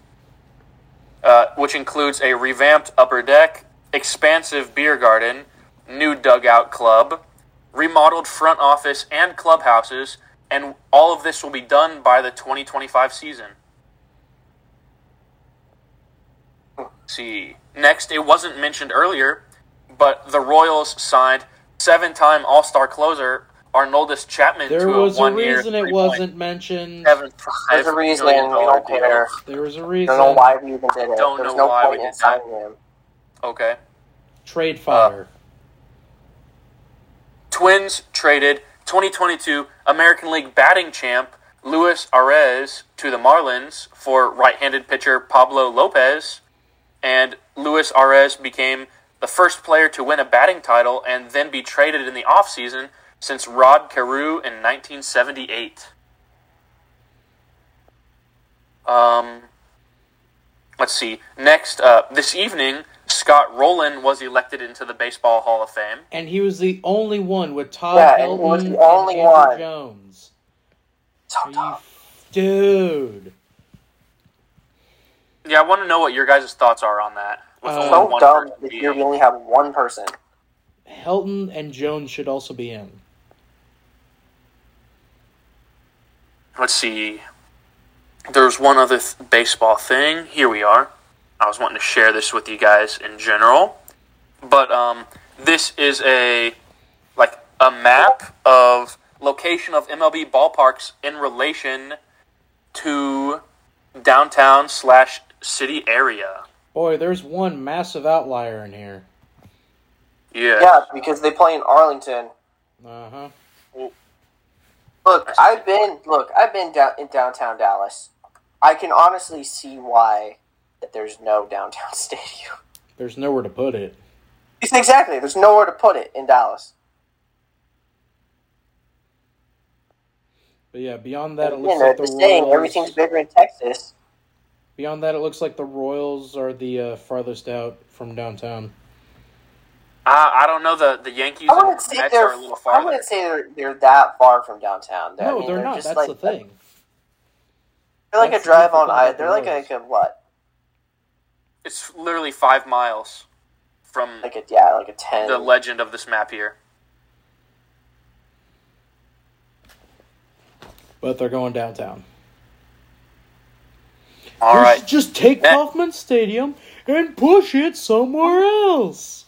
Speaker 2: uh, which includes a revamped upper deck, expansive beer garden, new dugout club, remodeled front office and clubhouses, and all of this will be done by the 2025 season. Let's see. Next, it wasn't mentioned earlier, but the Royals signed seven time All Star closer Arnoldus Chapman
Speaker 1: There
Speaker 2: to
Speaker 1: was
Speaker 2: a
Speaker 1: a
Speaker 2: one year.
Speaker 1: reason it wasn't mentioned.
Speaker 3: There's a reason we don't care.
Speaker 1: There was a
Speaker 3: I
Speaker 1: reason.
Speaker 3: don't know why we even did it.
Speaker 2: Don't
Speaker 3: There's
Speaker 2: know
Speaker 3: no
Speaker 2: why we
Speaker 3: point in
Speaker 2: did that.
Speaker 3: signing him.
Speaker 2: Okay.
Speaker 1: Trade fire.
Speaker 3: Uh.
Speaker 2: Twins traded 2022 American League batting champ Luis Arez to the Marlins for right-handed pitcher Pablo Lopez, and Luis Arez became the first player to win a batting title and then be traded in the offseason since Rod Carew in 1978. Um, let's see. Next, uh, this evening, Scott Rowland was elected into the Baseball Hall of Fame.
Speaker 1: And he was the only one with Todd
Speaker 3: Yeah, and he
Speaker 1: Helton
Speaker 3: was the
Speaker 1: and
Speaker 3: only
Speaker 1: Andrew
Speaker 3: one.
Speaker 1: Jones.
Speaker 3: So
Speaker 1: Are you
Speaker 3: tough.
Speaker 1: f- Dude.
Speaker 2: Yeah, I want to know what your guys' thoughts are on that. With
Speaker 1: Uh,
Speaker 2: only
Speaker 1: So
Speaker 3: So
Speaker 2: one
Speaker 3: dumb
Speaker 2: person
Speaker 3: that
Speaker 2: being-
Speaker 3: you only have one person.
Speaker 1: Helton and Jones should also be in.
Speaker 2: Let's see. There's one other th- baseball thing. Here we are. I was wanting to share this with you guys in general, but um, this is a like a map of location of MLB ballparks in relation to downtown slash city area.
Speaker 1: Boy, there's one massive outlier in here.
Speaker 3: Yeah, because they play in Arlington.
Speaker 1: Uh huh.
Speaker 3: Look, I've been look, I've been down in downtown Dallas. I can honestly see why that there's no downtown [laughs] stadium.
Speaker 1: There's nowhere to put it.
Speaker 3: It's exactly. There's nowhere to put it in Dallas.
Speaker 1: But yeah, beyond that, it
Speaker 3: Again,
Speaker 1: looks
Speaker 3: they're
Speaker 1: like the
Speaker 3: just saying
Speaker 1: Royals.
Speaker 3: everything's bigger in Texas.
Speaker 1: Beyond that, it looks like the Royals are the uh, farthest out from downtown.
Speaker 2: I, I don't know the the Yankees
Speaker 3: I
Speaker 2: and
Speaker 3: wouldn't say
Speaker 2: Mets
Speaker 3: they're.
Speaker 2: are a little
Speaker 3: I
Speaker 2: farther.
Speaker 3: wouldn't say they're, they're that far from downtown. I
Speaker 1: no,
Speaker 3: mean,
Speaker 1: they're, not. That's
Speaker 3: like,
Speaker 1: the thing.
Speaker 3: They're like
Speaker 1: That's
Speaker 3: a
Speaker 1: the
Speaker 3: drive
Speaker 1: thing
Speaker 3: on.
Speaker 1: about
Speaker 3: I.
Speaker 1: the
Speaker 3: They're like
Speaker 1: Royals.
Speaker 3: a, a what?
Speaker 2: It's literally five miles from
Speaker 3: Like a yeah, like a ten.
Speaker 2: the legend of this map here.
Speaker 1: But they're going downtown.
Speaker 2: All
Speaker 1: We
Speaker 2: right.
Speaker 1: should just take
Speaker 2: That-
Speaker 1: Kauffman Stadium and push it somewhere else.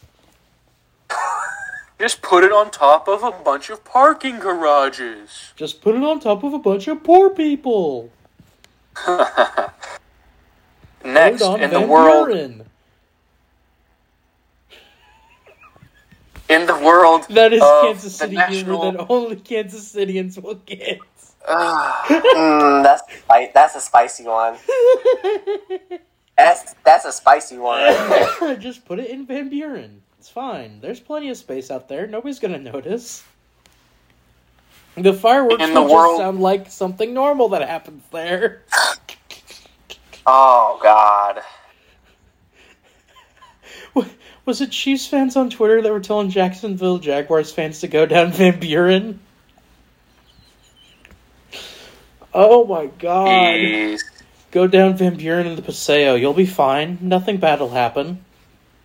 Speaker 2: Just put it on top of a bunch of parking garages.
Speaker 1: Just put it on top of a bunch of poor people.
Speaker 2: Next
Speaker 1: Hold on,
Speaker 2: in the
Speaker 1: Van
Speaker 2: world
Speaker 1: Buren.
Speaker 2: in the world
Speaker 1: That is
Speaker 2: of
Speaker 1: Kansas
Speaker 2: the
Speaker 1: City
Speaker 2: national,
Speaker 1: humor that only Kansas Cityans will
Speaker 2: [laughs]
Speaker 1: get.
Speaker 2: Ah,
Speaker 3: Mm, that's spi- that's a spicy one. That's that's a spicy one. right there.
Speaker 1: Just put it in Van Buren. It's fine. There's plenty of space out there. Nobody's gonna notice. The fireworks
Speaker 2: In the
Speaker 1: will just
Speaker 2: world-
Speaker 1: sound like something normal that happens there. [laughs]
Speaker 2: [sighs] Oh God.
Speaker 1: Wa- Was it Chiefs fans on Twitter that were telling Jacksonville Jaguars fans to go down Van Buren? Oh my god.
Speaker 2: Jeez.
Speaker 1: Go down Van Buren in the Paseo. You'll be fine. Nothing bad will happen.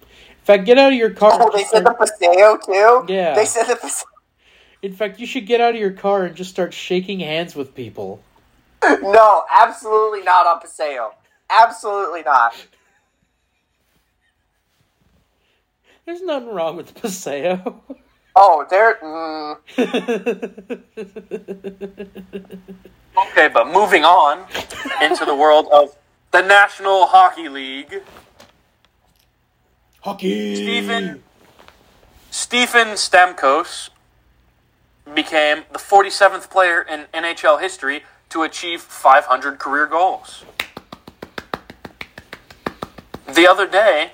Speaker 1: In fact, get out of your car. and
Speaker 3: Oh, [laughs] they
Speaker 1: just
Speaker 3: said the
Speaker 1: start-
Speaker 3: paseo too.
Speaker 1: Yeah.
Speaker 3: They said the paseo. [laughs]
Speaker 1: In fact, you should get out of your car and just start shaking hands with people.
Speaker 3: No, absolutely not on paseo. Absolutely not.
Speaker 1: There's nothing wrong with the Paseo. [laughs]
Speaker 3: Oh, they're. Mm,
Speaker 2: Okay, but moving on into the world of the National Hockey League.
Speaker 1: Hockey.
Speaker 2: Stephen Stephen Stamkos became the 47th player in NHL history to achieve 500 career goals. The other day,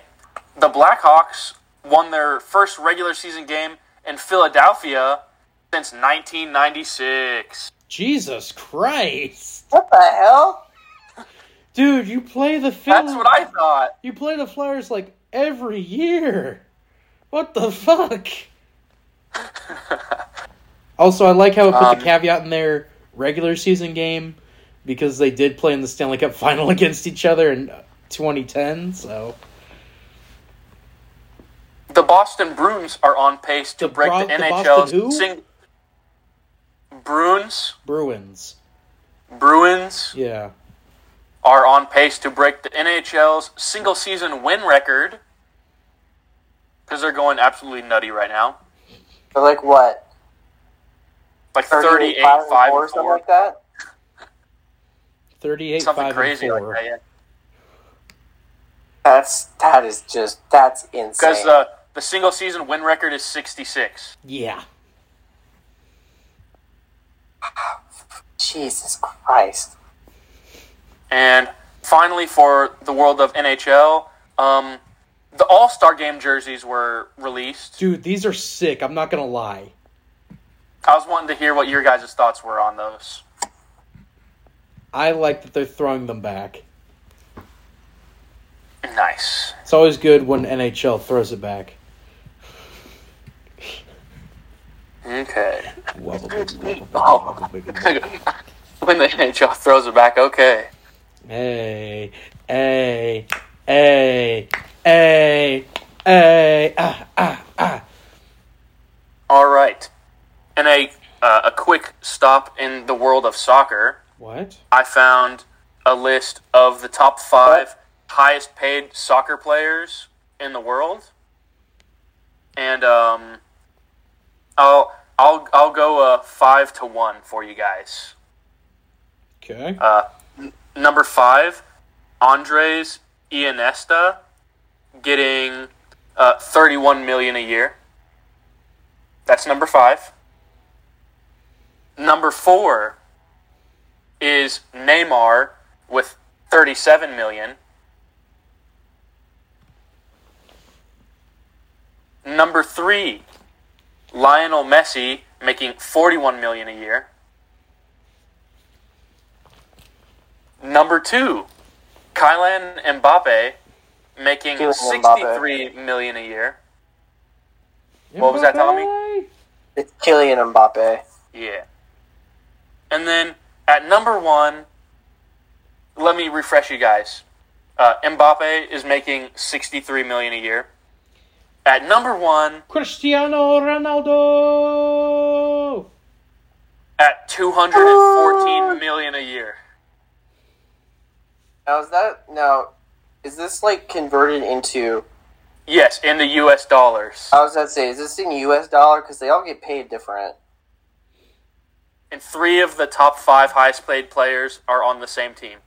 Speaker 2: the Blackhawks won their first regular season game in Philadelphia since 1996.
Speaker 1: Jesus Christ.
Speaker 3: what the hell?
Speaker 1: Dude, you play the Phil-
Speaker 2: That's what I thought.
Speaker 1: You play the Flyers like every year. What the fuck? [laughs] also, I like how it put
Speaker 2: Um,
Speaker 1: the caveat in their regular season game because they did play in the Stanley Cup [laughs] final against each other in 2010, so
Speaker 2: The Boston Bruins are on pace to
Speaker 1: The
Speaker 2: break
Speaker 1: Bro-
Speaker 2: the
Speaker 1: the Boston who?
Speaker 2: NHL's sing- Bruins,
Speaker 1: Bruins.
Speaker 2: Bruins,
Speaker 1: Yeah.
Speaker 2: are on pace to break the NHL's single season win record because they're going absolutely nutty right now.
Speaker 3: They're like what?
Speaker 2: Like
Speaker 3: 38,
Speaker 2: 38, 5
Speaker 3: five,
Speaker 2: and
Speaker 3: or something
Speaker 2: 4.
Speaker 3: like that.
Speaker 1: 38
Speaker 2: Something
Speaker 1: 5
Speaker 2: crazy
Speaker 1: and
Speaker 2: like
Speaker 1: 4.
Speaker 2: that, yeah.
Speaker 3: That's that is just that's insane.
Speaker 2: Because uh, the single season win record is 66.
Speaker 1: yeah.
Speaker 3: Jesus Christ.
Speaker 2: And finally, for the world of NHL, um, the All Star Game jerseys were released.
Speaker 1: Dude, these are sick. I'm not going to lie.
Speaker 2: I was wanting to hear what your guys' thoughts were on those.
Speaker 1: I like that they're throwing them back.
Speaker 2: Nice.
Speaker 1: It's always good when NHL throws it back.
Speaker 2: Okay.
Speaker 1: Hey,
Speaker 2: [laughs] when the NHL throws it back, okay.
Speaker 1: hey, hey, hey, hey, ah, ah, ah.
Speaker 2: All right. And a uh, a quick stop in the world of soccer.
Speaker 1: What?
Speaker 2: I found a list of the top five highest paid soccer players in the world, and um, I'll I'll I'll go uh, five to one for you guys.
Speaker 1: Okay.
Speaker 2: Number five, Andres Iniesta, getting uh, thirty-one million a year. That's number five. Number four is Neymar with thirty-seven million. Number three, Lionel Messi making forty-one million a year. Number two, Kylian Mbappe making
Speaker 3: Kylian Mbappe.
Speaker 2: sixty-three million a year. what was that, Tommy?
Speaker 1: Mbappe?
Speaker 3: It's Kylian Mbappe.
Speaker 2: Yeah. And then at number one, let me refresh you guys. Uh, Mbappe is making sixty-three million a year. At number one,
Speaker 1: Cristiano Ronaldo.
Speaker 2: at two hundred and fourteen million a year.
Speaker 3: Now is that now is this like converted into
Speaker 2: Yes, in the U.S. dollars.
Speaker 3: I was gonna say, is this in US dollar? Because they all get paid different.
Speaker 2: And three of the top five highest-paid players are on the same team.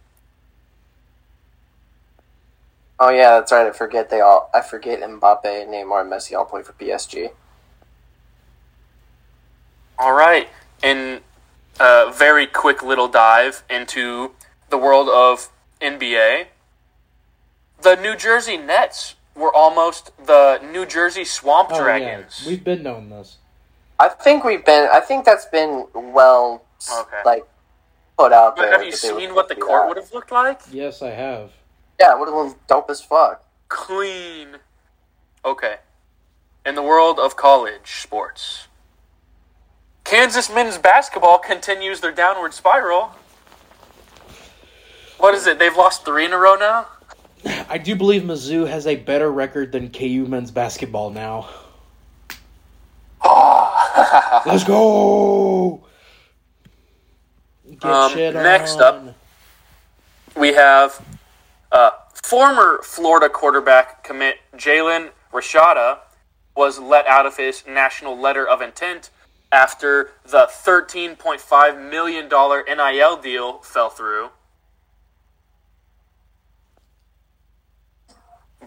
Speaker 3: Oh yeah, that's right. I forget they all I forget Mbappe, Neymar, and Messi all play for PSG.
Speaker 2: All right, and a very quick little dive into the world of NBA. the New Jersey Nets were almost the New Jersey Swamp
Speaker 1: Oh,
Speaker 2: Dragons.
Speaker 1: yeah. We've been knowing this.
Speaker 3: I think we've been. I think that's been well, s-
Speaker 2: Okay.
Speaker 3: like put out
Speaker 2: But
Speaker 3: there.
Speaker 2: have you
Speaker 3: that they
Speaker 2: seen
Speaker 3: would
Speaker 2: what the
Speaker 3: do
Speaker 2: court
Speaker 3: that.
Speaker 2: would have looked like?
Speaker 1: Yes, I have.
Speaker 3: Yeah, it would have been dope as fuck.
Speaker 2: Clean. Okay. In the world of college sports, Kansas men's basketball continues their downward spiral. What is it? They've lost three in a row now?
Speaker 1: I do believe Mizzou has a better record than KU men's basketball now. Let's go! Get
Speaker 2: Um,
Speaker 1: shit
Speaker 2: next
Speaker 1: on.
Speaker 2: up- we have uh, former Florida quarterback commit Jalen Rashada was let out of his national letter of intent after the $13.5 million NIL deal fell through.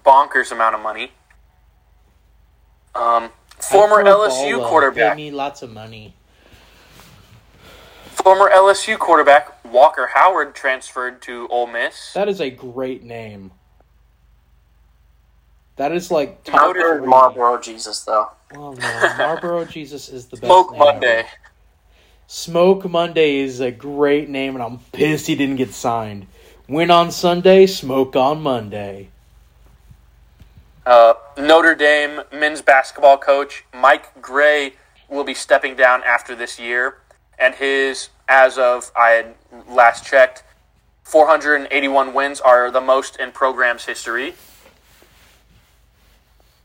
Speaker 2: Bonkers amount of money. Um, former
Speaker 1: Pro
Speaker 2: LSU
Speaker 1: Bowler,
Speaker 2: quarterback.
Speaker 1: Pay me lots of money.
Speaker 2: Former LSU quarterback Walker Howard transferred to Ole Miss.
Speaker 1: That is a great name. That is like top
Speaker 2: Powdered
Speaker 1: three.
Speaker 3: Heard Marlboro Jesus though.
Speaker 1: Oh no, Marlboro Jesus is the best.
Speaker 2: Smoke
Speaker 1: name
Speaker 2: Monday.
Speaker 1: ever. Smoke Monday is a great name, and I'm pissed he didn't get signed. Win on Sunday, smoke on Monday.
Speaker 2: Uh, Notre Dame men's basketball coach Mike Gray will be stepping down after this year, and his, as of I had last checked, 481 wins are the most in program's history.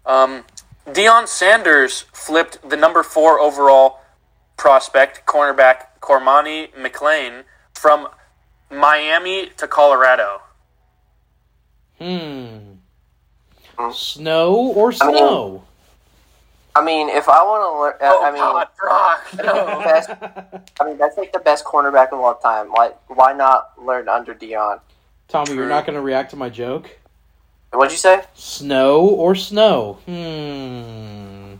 Speaker 2: Um, Deion Sanders flipped the number four overall prospect cornerback Cormani McLean from Miami to Colorado.
Speaker 1: Hmm. Snow or snow?
Speaker 3: I mean, if I want
Speaker 2: Oh,
Speaker 3: to, learn, I mean,
Speaker 2: rock, no.
Speaker 3: best, I mean that's like the best cornerback of all time. Like, why not learn under Dion?
Speaker 1: Tommy, you're not going to react to my joke?
Speaker 3: What'd you say?
Speaker 1: Snow or snow? Hmm.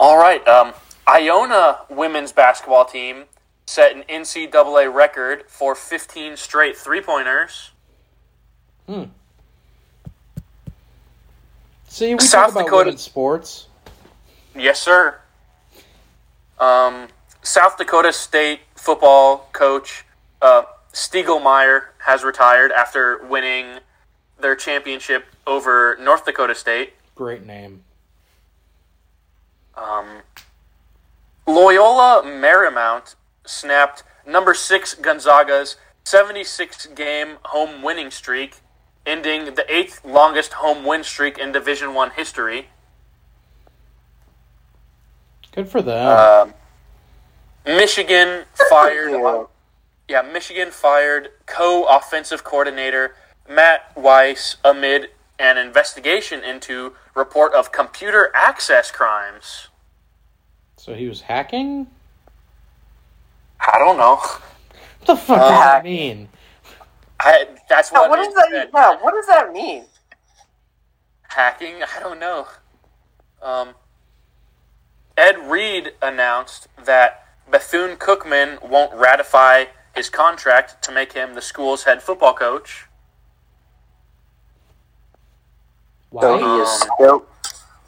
Speaker 2: All right. Um, Iona women's basketball team set an NCAA record for 15 straight three pointers.
Speaker 1: Hmm. See, we
Speaker 2: South
Speaker 1: talk about
Speaker 2: Dakota-
Speaker 1: women's sports.
Speaker 2: Yes, sir. Um, South Dakota State football coach uh, Stiegelmeyer has retired after winning their championship over North Dakota State.
Speaker 1: Great name.
Speaker 2: Um, Loyola Marymount snapped number six Gonzaga's 76 game home winning streak, ending the eighth longest home win streak in Division One history.
Speaker 1: Good for them.
Speaker 3: [laughs]
Speaker 2: Um, Michigan fired.
Speaker 3: Yeah.
Speaker 2: Yeah, Michigan fired co offensive coordinator Matt Weiss amid an investigation into report of computer access crimes.
Speaker 1: so he was hacking?
Speaker 2: I don't know.
Speaker 1: What the fuck does
Speaker 2: Uh,
Speaker 1: that mean?
Speaker 2: I, that's
Speaker 3: Yeah,
Speaker 2: what,
Speaker 3: what
Speaker 2: it
Speaker 3: does that?
Speaker 2: said.
Speaker 3: Yeah, what does that mean?
Speaker 2: hacking. [laughs] I don't know. Um, Ed Reed announced that Bethune Cookman won't ratify his contract to make him the school's head football coach. uh,
Speaker 3: So
Speaker 1: Why?
Speaker 3: he is still,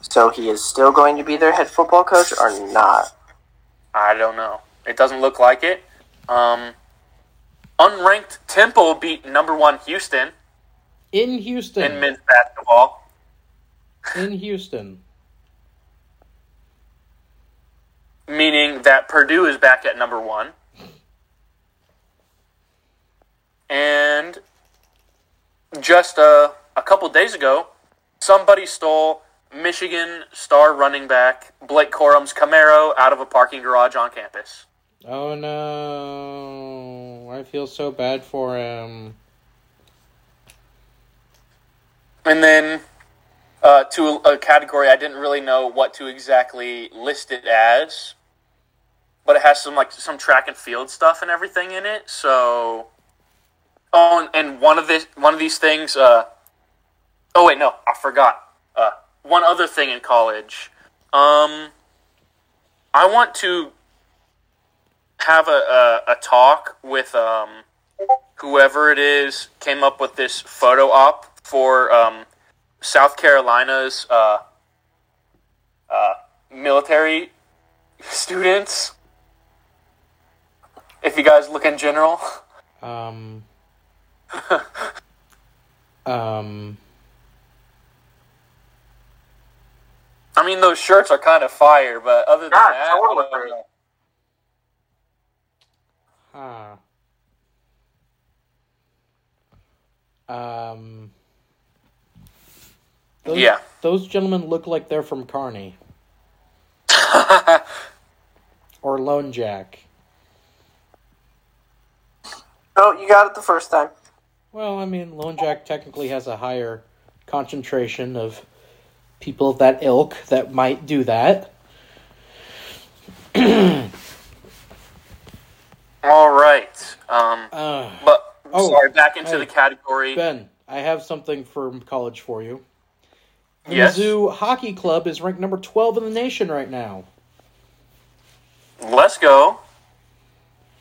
Speaker 3: so he is still going to be their head football coach or not?
Speaker 2: I don't know. It doesn't look like it. Um, unranked Temple beat number one Houston
Speaker 1: In Houston.
Speaker 2: in men's basketball.
Speaker 1: in Houston.
Speaker 2: meaning that Purdue is back at number one. And just uh, a couple days ago, somebody stole Michigan star running back Blake Corum's Camaro out of a parking garage on campus.
Speaker 1: Oh no. I feel so bad for him.
Speaker 2: And then uh, to a, a category I didn't really know what to exactly list it as, but it has some like some track and field stuff and everything in it. So, oh, and, and one of this one of these things. Uh, oh wait, no, I forgot. Uh, one other thing in college. Um, I want to have a, a, a talk with um, whoever it is came up with this photo op for um, South Carolina's uh, uh, military [laughs] students. If you guys look in general, [laughs]
Speaker 1: Um. um.
Speaker 2: I mean those shirts are kind of fire, but other than
Speaker 4: Yeah,
Speaker 2: that, uh, I don't
Speaker 4: totally.
Speaker 2: know.
Speaker 1: Huh. Um. Those,
Speaker 2: Yeah.
Speaker 1: Those gentlemen look like they're from
Speaker 2: [laughs]
Speaker 1: Carney or Lone Jack.
Speaker 3: Oh, you got it the first time.
Speaker 1: Well, I mean, Lone Jack technically has a higher concentration of people of that ilk that might do that.
Speaker 2: all right. Um,
Speaker 1: Uh,
Speaker 2: but
Speaker 1: Oh,
Speaker 2: sorry, back into
Speaker 1: hey.
Speaker 2: the category.
Speaker 1: ben, I have something from college for you. The
Speaker 2: Yes.
Speaker 1: Mizzou Hockey Club is ranked number 12 in the nation right now.
Speaker 2: Let's go.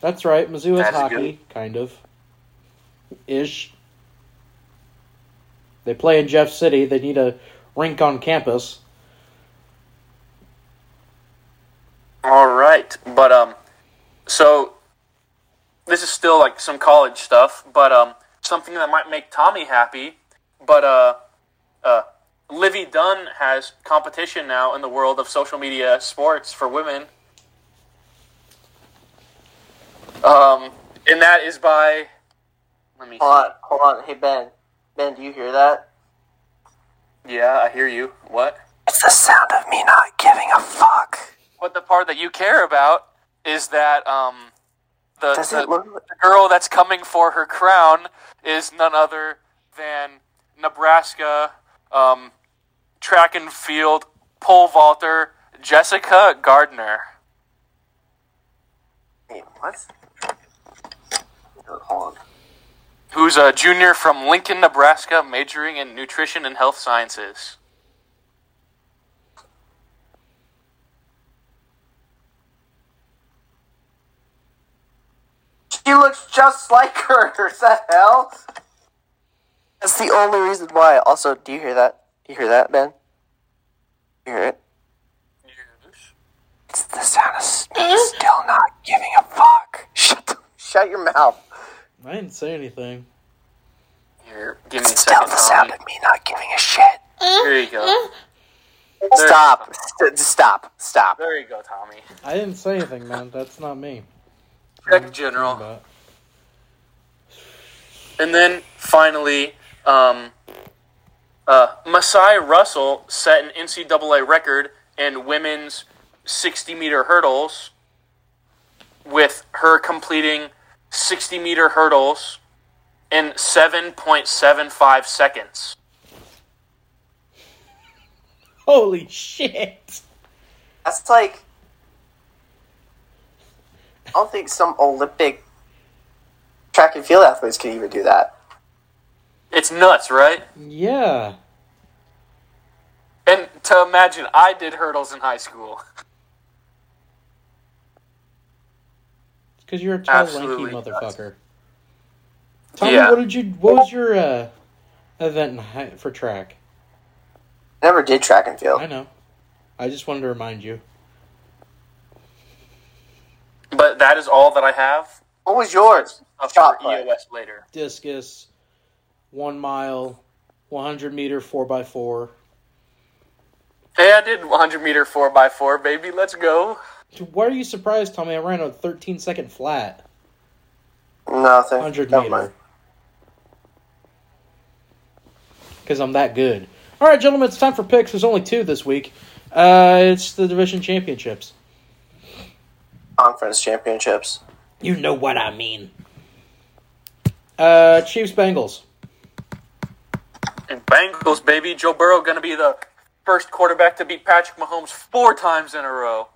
Speaker 1: That's right, Mizzou has
Speaker 2: That is
Speaker 1: hockey, kind of. Ish. They play in Jeff City. They need a rink on campus.
Speaker 2: All right, but um, so this is still like some college stuff, but um, something that might make Tommy happy. But uh, uh, Livy Dunn has competition now in the world of social media sports for women. Um, and that is by. Let me.
Speaker 3: Hold on, hold on. Hey Ben, Ben, do you hear that?
Speaker 2: Yeah, I hear you. What?
Speaker 3: It's the sound of me not giving a fuck.
Speaker 2: But the part that you care about is that um, the
Speaker 3: Does
Speaker 2: the-
Speaker 3: it look?
Speaker 2: the girl that's coming for her crown is none other than Nebraska um, track and field pole vaulter Jessica Gardner.
Speaker 3: Wait, what? Hold on.
Speaker 2: Who's a junior from Lincoln, Nebraska, majoring in nutrition and health sciences?
Speaker 3: She looks just like [laughs] her. Is that hell? That's the only reason why. Also, do you hear that? Do you hear that, Ben? You hear it? It's the sound of s- still not giving a fuck. [laughs] Shut the, shut your mouth.
Speaker 1: I didn't say anything.
Speaker 2: Here, give me a second. Tommy.
Speaker 3: of me not giving a shit.
Speaker 2: Here you go. There-
Speaker 3: Stop. St- stop. Stop.
Speaker 2: There you go, Tommy.
Speaker 1: I didn't say anything, man. That's not me.
Speaker 2: Check general.
Speaker 1: But
Speaker 2: And then finally, um, uh, Masai Russell set an NCAA record in women's 60 meter hurdles with her completing 60 meter hurdles in 7.75 seconds.
Speaker 1: holy shit!
Speaker 3: That's like. I don't think some Olympic track and field athletes can even do that.
Speaker 2: It's nuts, right?
Speaker 1: Yeah.
Speaker 2: And to imagine I did hurdles in high school.
Speaker 1: Because you're a tall,
Speaker 2: Absolutely
Speaker 1: lanky
Speaker 2: nuts.
Speaker 1: motherfucker. Tommy,
Speaker 2: Yeah.
Speaker 1: what did you? What was your uh, event in hi- for track?
Speaker 3: I never did track and field.
Speaker 1: I know. I just wanted to remind you.
Speaker 2: But that is all that I have.
Speaker 3: What was yours?
Speaker 2: Up
Speaker 3: Shot
Speaker 2: for E
Speaker 3: put.
Speaker 2: EOS later.
Speaker 1: Discus, one mile, one hundred meter, four by four.
Speaker 2: Hey, I did 100 meter 4x4, baby. Let's go.
Speaker 1: Why are you surprised, Tommy? I ran a thirteen second flat,
Speaker 3: Nothing.
Speaker 1: hundred
Speaker 3: Never mind.
Speaker 1: meter. Because I'm that good. All right, gentlemen, it's time for picks. There's only two this week. Uh, it's the division championships.
Speaker 3: Conference championships.
Speaker 1: You know what I mean. Uh, Chiefs Bengals.
Speaker 2: And Bengals, baby. Joe Burrow going to be the first quarterback to beat Patrick Mahomes four times in a row.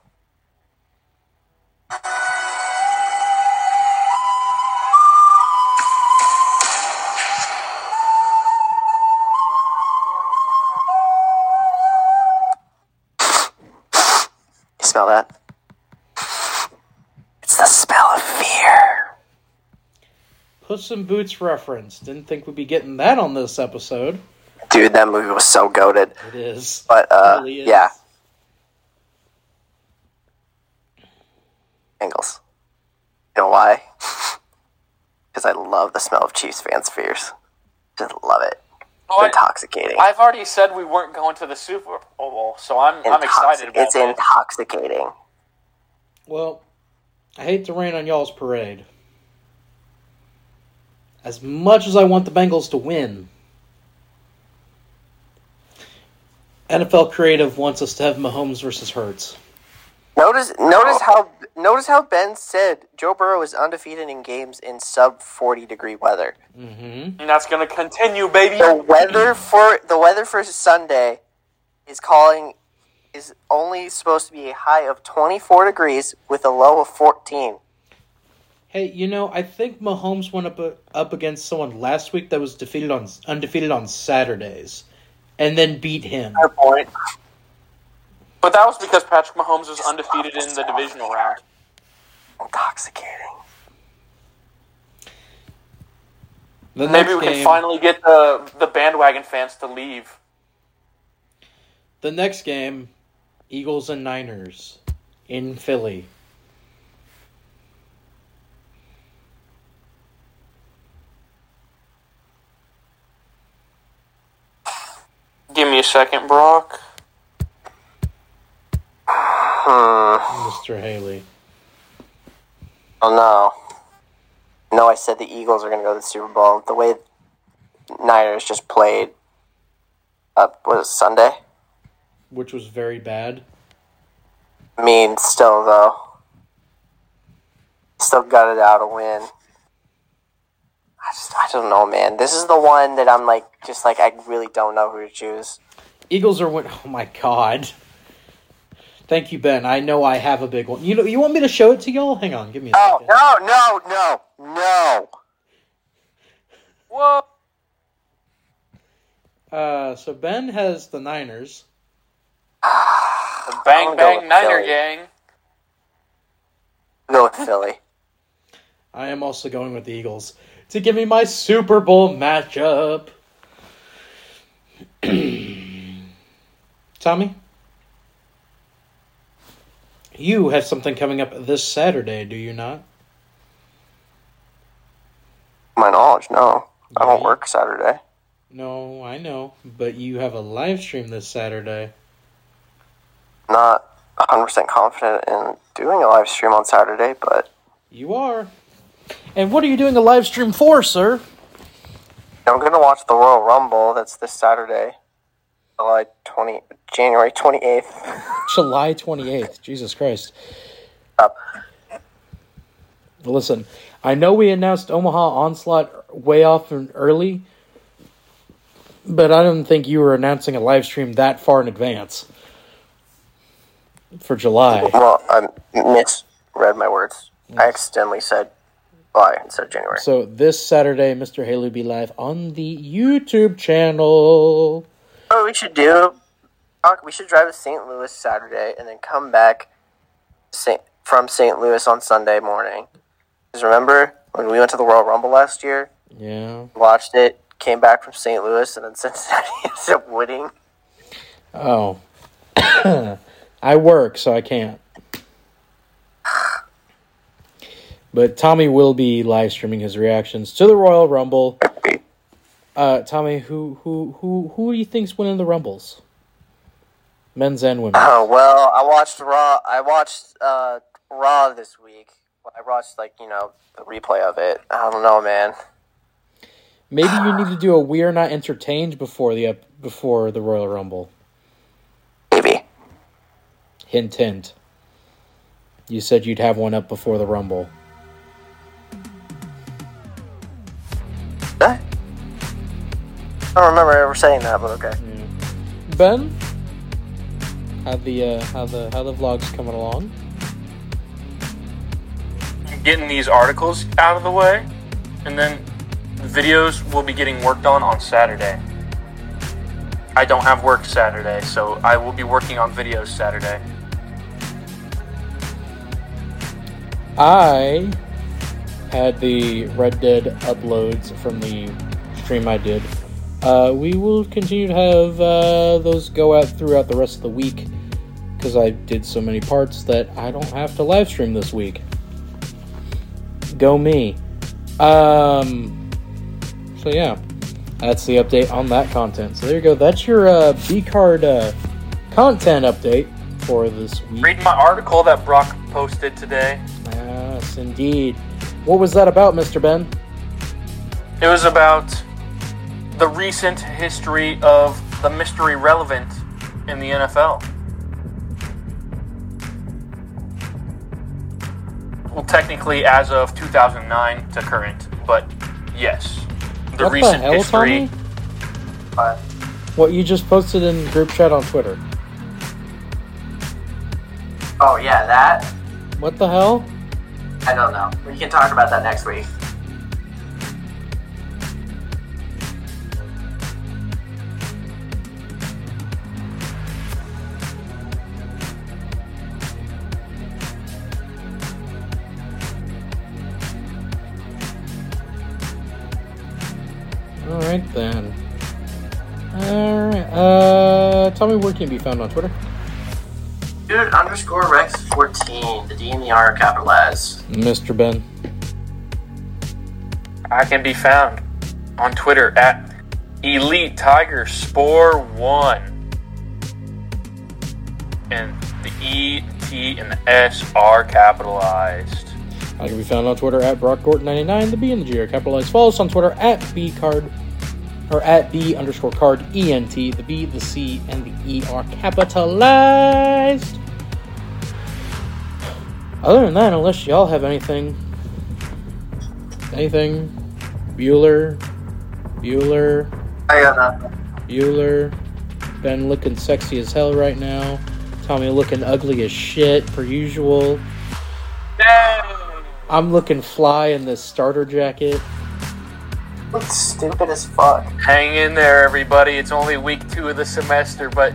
Speaker 3: You smell that? It's the smell of fear.
Speaker 1: Puss in Boots reference. Didn't think we'd be getting that on this episode.
Speaker 3: Dude, that movie was so goaded.
Speaker 1: It is.
Speaker 3: But
Speaker 1: It
Speaker 3: uh,
Speaker 1: really is.
Speaker 3: yeah, Ingles. You know why? [laughs] Because I love the smell of Chiefs fans' fears. Just love it.
Speaker 4: Oh, I,
Speaker 3: intoxicating.
Speaker 4: I've already said we weren't going to the Super Bowl, so I'm I'm excited
Speaker 3: Intoxic-
Speaker 4: about
Speaker 3: Oh, It's
Speaker 4: that.
Speaker 3: intoxicating.
Speaker 1: Well, I hate to rain on y'all's parade. As much as I want the Bengals to win, NFL Creative wants us to have Mahomes versus Hurts.
Speaker 3: Notice,
Speaker 4: Oh.
Speaker 3: notice how notice how Ben said Joe Burrow is undefeated in games in sub forty degree weather.
Speaker 1: Mm-hmm.
Speaker 4: And that's going to continue, baby.
Speaker 3: The weather for the weather for Sunday is calling is only supposed to be a high of twenty four degrees with a low of fourteen.
Speaker 1: Hey, you know, I think Mahomes went up up against someone last week that was defeated on undefeated on Saturdays, and then beat him.
Speaker 4: Uh,
Speaker 3: Fair point.
Speaker 4: But that was because Patrick Mahomes was undefeated in the divisional round.
Speaker 3: Intoxicating.
Speaker 1: The
Speaker 4: Maybe
Speaker 1: next
Speaker 4: we can
Speaker 1: game-
Speaker 4: finally get the the bandwagon fans to leave.
Speaker 1: The next game, Eagles and Niners in Philly.
Speaker 4: Give me a second, Brock.
Speaker 3: Hmm.
Speaker 1: Mr. Haley.
Speaker 3: Oh no. No, I said the Eagles are going to go to the Super Bowl. The way Niners just played, uh, was it Sunday?
Speaker 1: which was very bad.
Speaker 3: I mean, still though, still gutted out a win. I just, I don't know, man. This is the one that I'm like, just like I really don't know who to choose.
Speaker 1: Eagles are win. [laughs] Oh my god! Thank you, Ben. I know I have a big one. You know, you want me to show it to y'all? Hang on, give me a
Speaker 3: Oh
Speaker 1: second.
Speaker 3: no, no, no, no!
Speaker 4: Whoa.
Speaker 1: Uh, so Ben has the Niners.
Speaker 4: Bang,
Speaker 3: I'm gonna go
Speaker 4: bang,
Speaker 3: with
Speaker 4: Niner
Speaker 3: Philly.
Speaker 4: gang.
Speaker 3: Go with Philly.
Speaker 1: I am also going with the Eagles to give me my Super Bowl matchup. [clears throat] Tommy, you have something coming up this Saturday, do you not?
Speaker 3: My knowledge, no. I
Speaker 1: Yeah.
Speaker 3: don't work Saturday.
Speaker 1: No, I know, but you have a live stream this Saturday.
Speaker 3: Not 100 percent confident in doing a live stream on Saturday, but
Speaker 1: You are. And what are you doing a live stream for, sir?
Speaker 3: I'm gonna watch the Royal Rumble. That's this Saturday, July 20, January 28th.
Speaker 1: July 28th. Jesus Christ.
Speaker 3: Up.
Speaker 1: Listen, I know we announced Omaha Onslaught way off and early, but I didn't think you were announcing a live stream that far in advance for July.
Speaker 3: Well, I misread my words. I accidentally said July instead of January.
Speaker 1: So this Saturday, Mr. Haley will be live on the YouTube channel.
Speaker 3: oh, we should do. fuck, We should drive to St. Louis Saturday and then come back St. from St. Louis on Sunday morning. Because remember when we went to the Royal Rumble last year,
Speaker 1: Yeah.
Speaker 3: watched it, came back from St. Louis, and then [laughs] Cincinnati ended up winning.
Speaker 1: Oh. [coughs] I work, so I can't. But Tommy will be live streaming his reactions to the Royal Rumble. Uh, Tommy, who who who who do you think's winning the Rumbles? Men's and women's.
Speaker 3: Oh well, I watched Raw. I watched uh, Raw this week. I watched like you know the replay of it. I don't know, man.
Speaker 1: Maybe you need to do a "We Are Not Entertained" before the ep- before the Royal Rumble.
Speaker 3: Maybe.
Speaker 1: Hint, hint. You said you'd have one up before the Rumble.
Speaker 3: Huh? I don't remember ever saying that, but okay.
Speaker 1: Ben, how the uh, how the how the vlog's coming along?
Speaker 4: Getting these articles out of the way, and then videos will be getting worked on on Saturday. I don't have work Saturday, so I will be working on videos Saturday.
Speaker 1: I had the Red Dead uploads from the stream I did. Uh, we will continue to have uh, those go out throughout the rest of the week because I did so many parts that I don't have to live stream this week. Go me. Um, so yeah, that's the update on that content. So there you go. That's your uh, B card uh, content update for this week.
Speaker 2: Read my article that Brock posted today.
Speaker 1: Yes, indeed. What was that about, Mr. Ben?
Speaker 2: It was about the recent history of the mystery relevant in the NFL. Well, technically, as of 2009 to current, but yes, the
Speaker 1: what
Speaker 2: recent
Speaker 1: the hell,
Speaker 2: history.
Speaker 1: Tommy?
Speaker 2: Uh,
Speaker 1: What you just posted in group chat on Twitter.
Speaker 3: Oh yeah, that
Speaker 1: What the hell?
Speaker 3: I don't know. We can talk about that next week.
Speaker 1: All right then. All right. Uh, Tommy, where can you be found on Twitter?
Speaker 3: Dude underscore Rex fourteen. The D and the R are capitalized.
Speaker 1: Mr. Ben.
Speaker 2: I can be found on Twitter at Elite Tiger Spore One, and the E, T, and the S are capitalized.
Speaker 1: I can be found on Twitter at Brock Gordon99, the B and the G are capitalized. Follow us on Twitter at B card or at B underscore card ENT. The B, the C, and the E are capitalized. Other than that, unless y'all have anything, anything, Bueller, Bueller,
Speaker 3: I got nothing.
Speaker 1: Bueller. Ben looking sexy as hell right now. Tommy looking ugly as shit per usual. I'm looking fly in this starter jacket.
Speaker 3: Looks stupid as fuck.
Speaker 2: Hang in there, everybody. It's only week two of the semester, but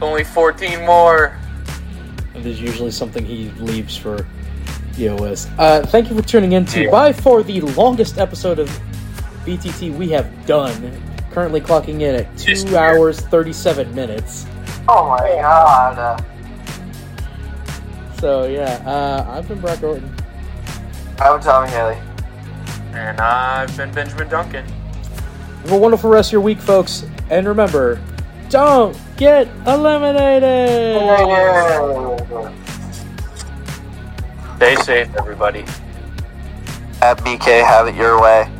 Speaker 2: only 14 more.
Speaker 1: It is usually something he leaves for EOS. Uh, thank you for tuning in to
Speaker 2: Yeah.
Speaker 1: by far the longest episode of BTT we have done. Currently clocking in at two
Speaker 2: Just here.
Speaker 1: hours thirty-seven minutes.
Speaker 3: Oh my god. Uh,
Speaker 1: So yeah, uh, I've been Brock Orton.
Speaker 3: I'm Tommy Haley.
Speaker 2: And I've been Benjamin Duncan.
Speaker 1: Have a wonderful rest of your week, folks, and remember, don't get eliminated.
Speaker 2: Stay safe, everybody.
Speaker 3: At BK, have it your way.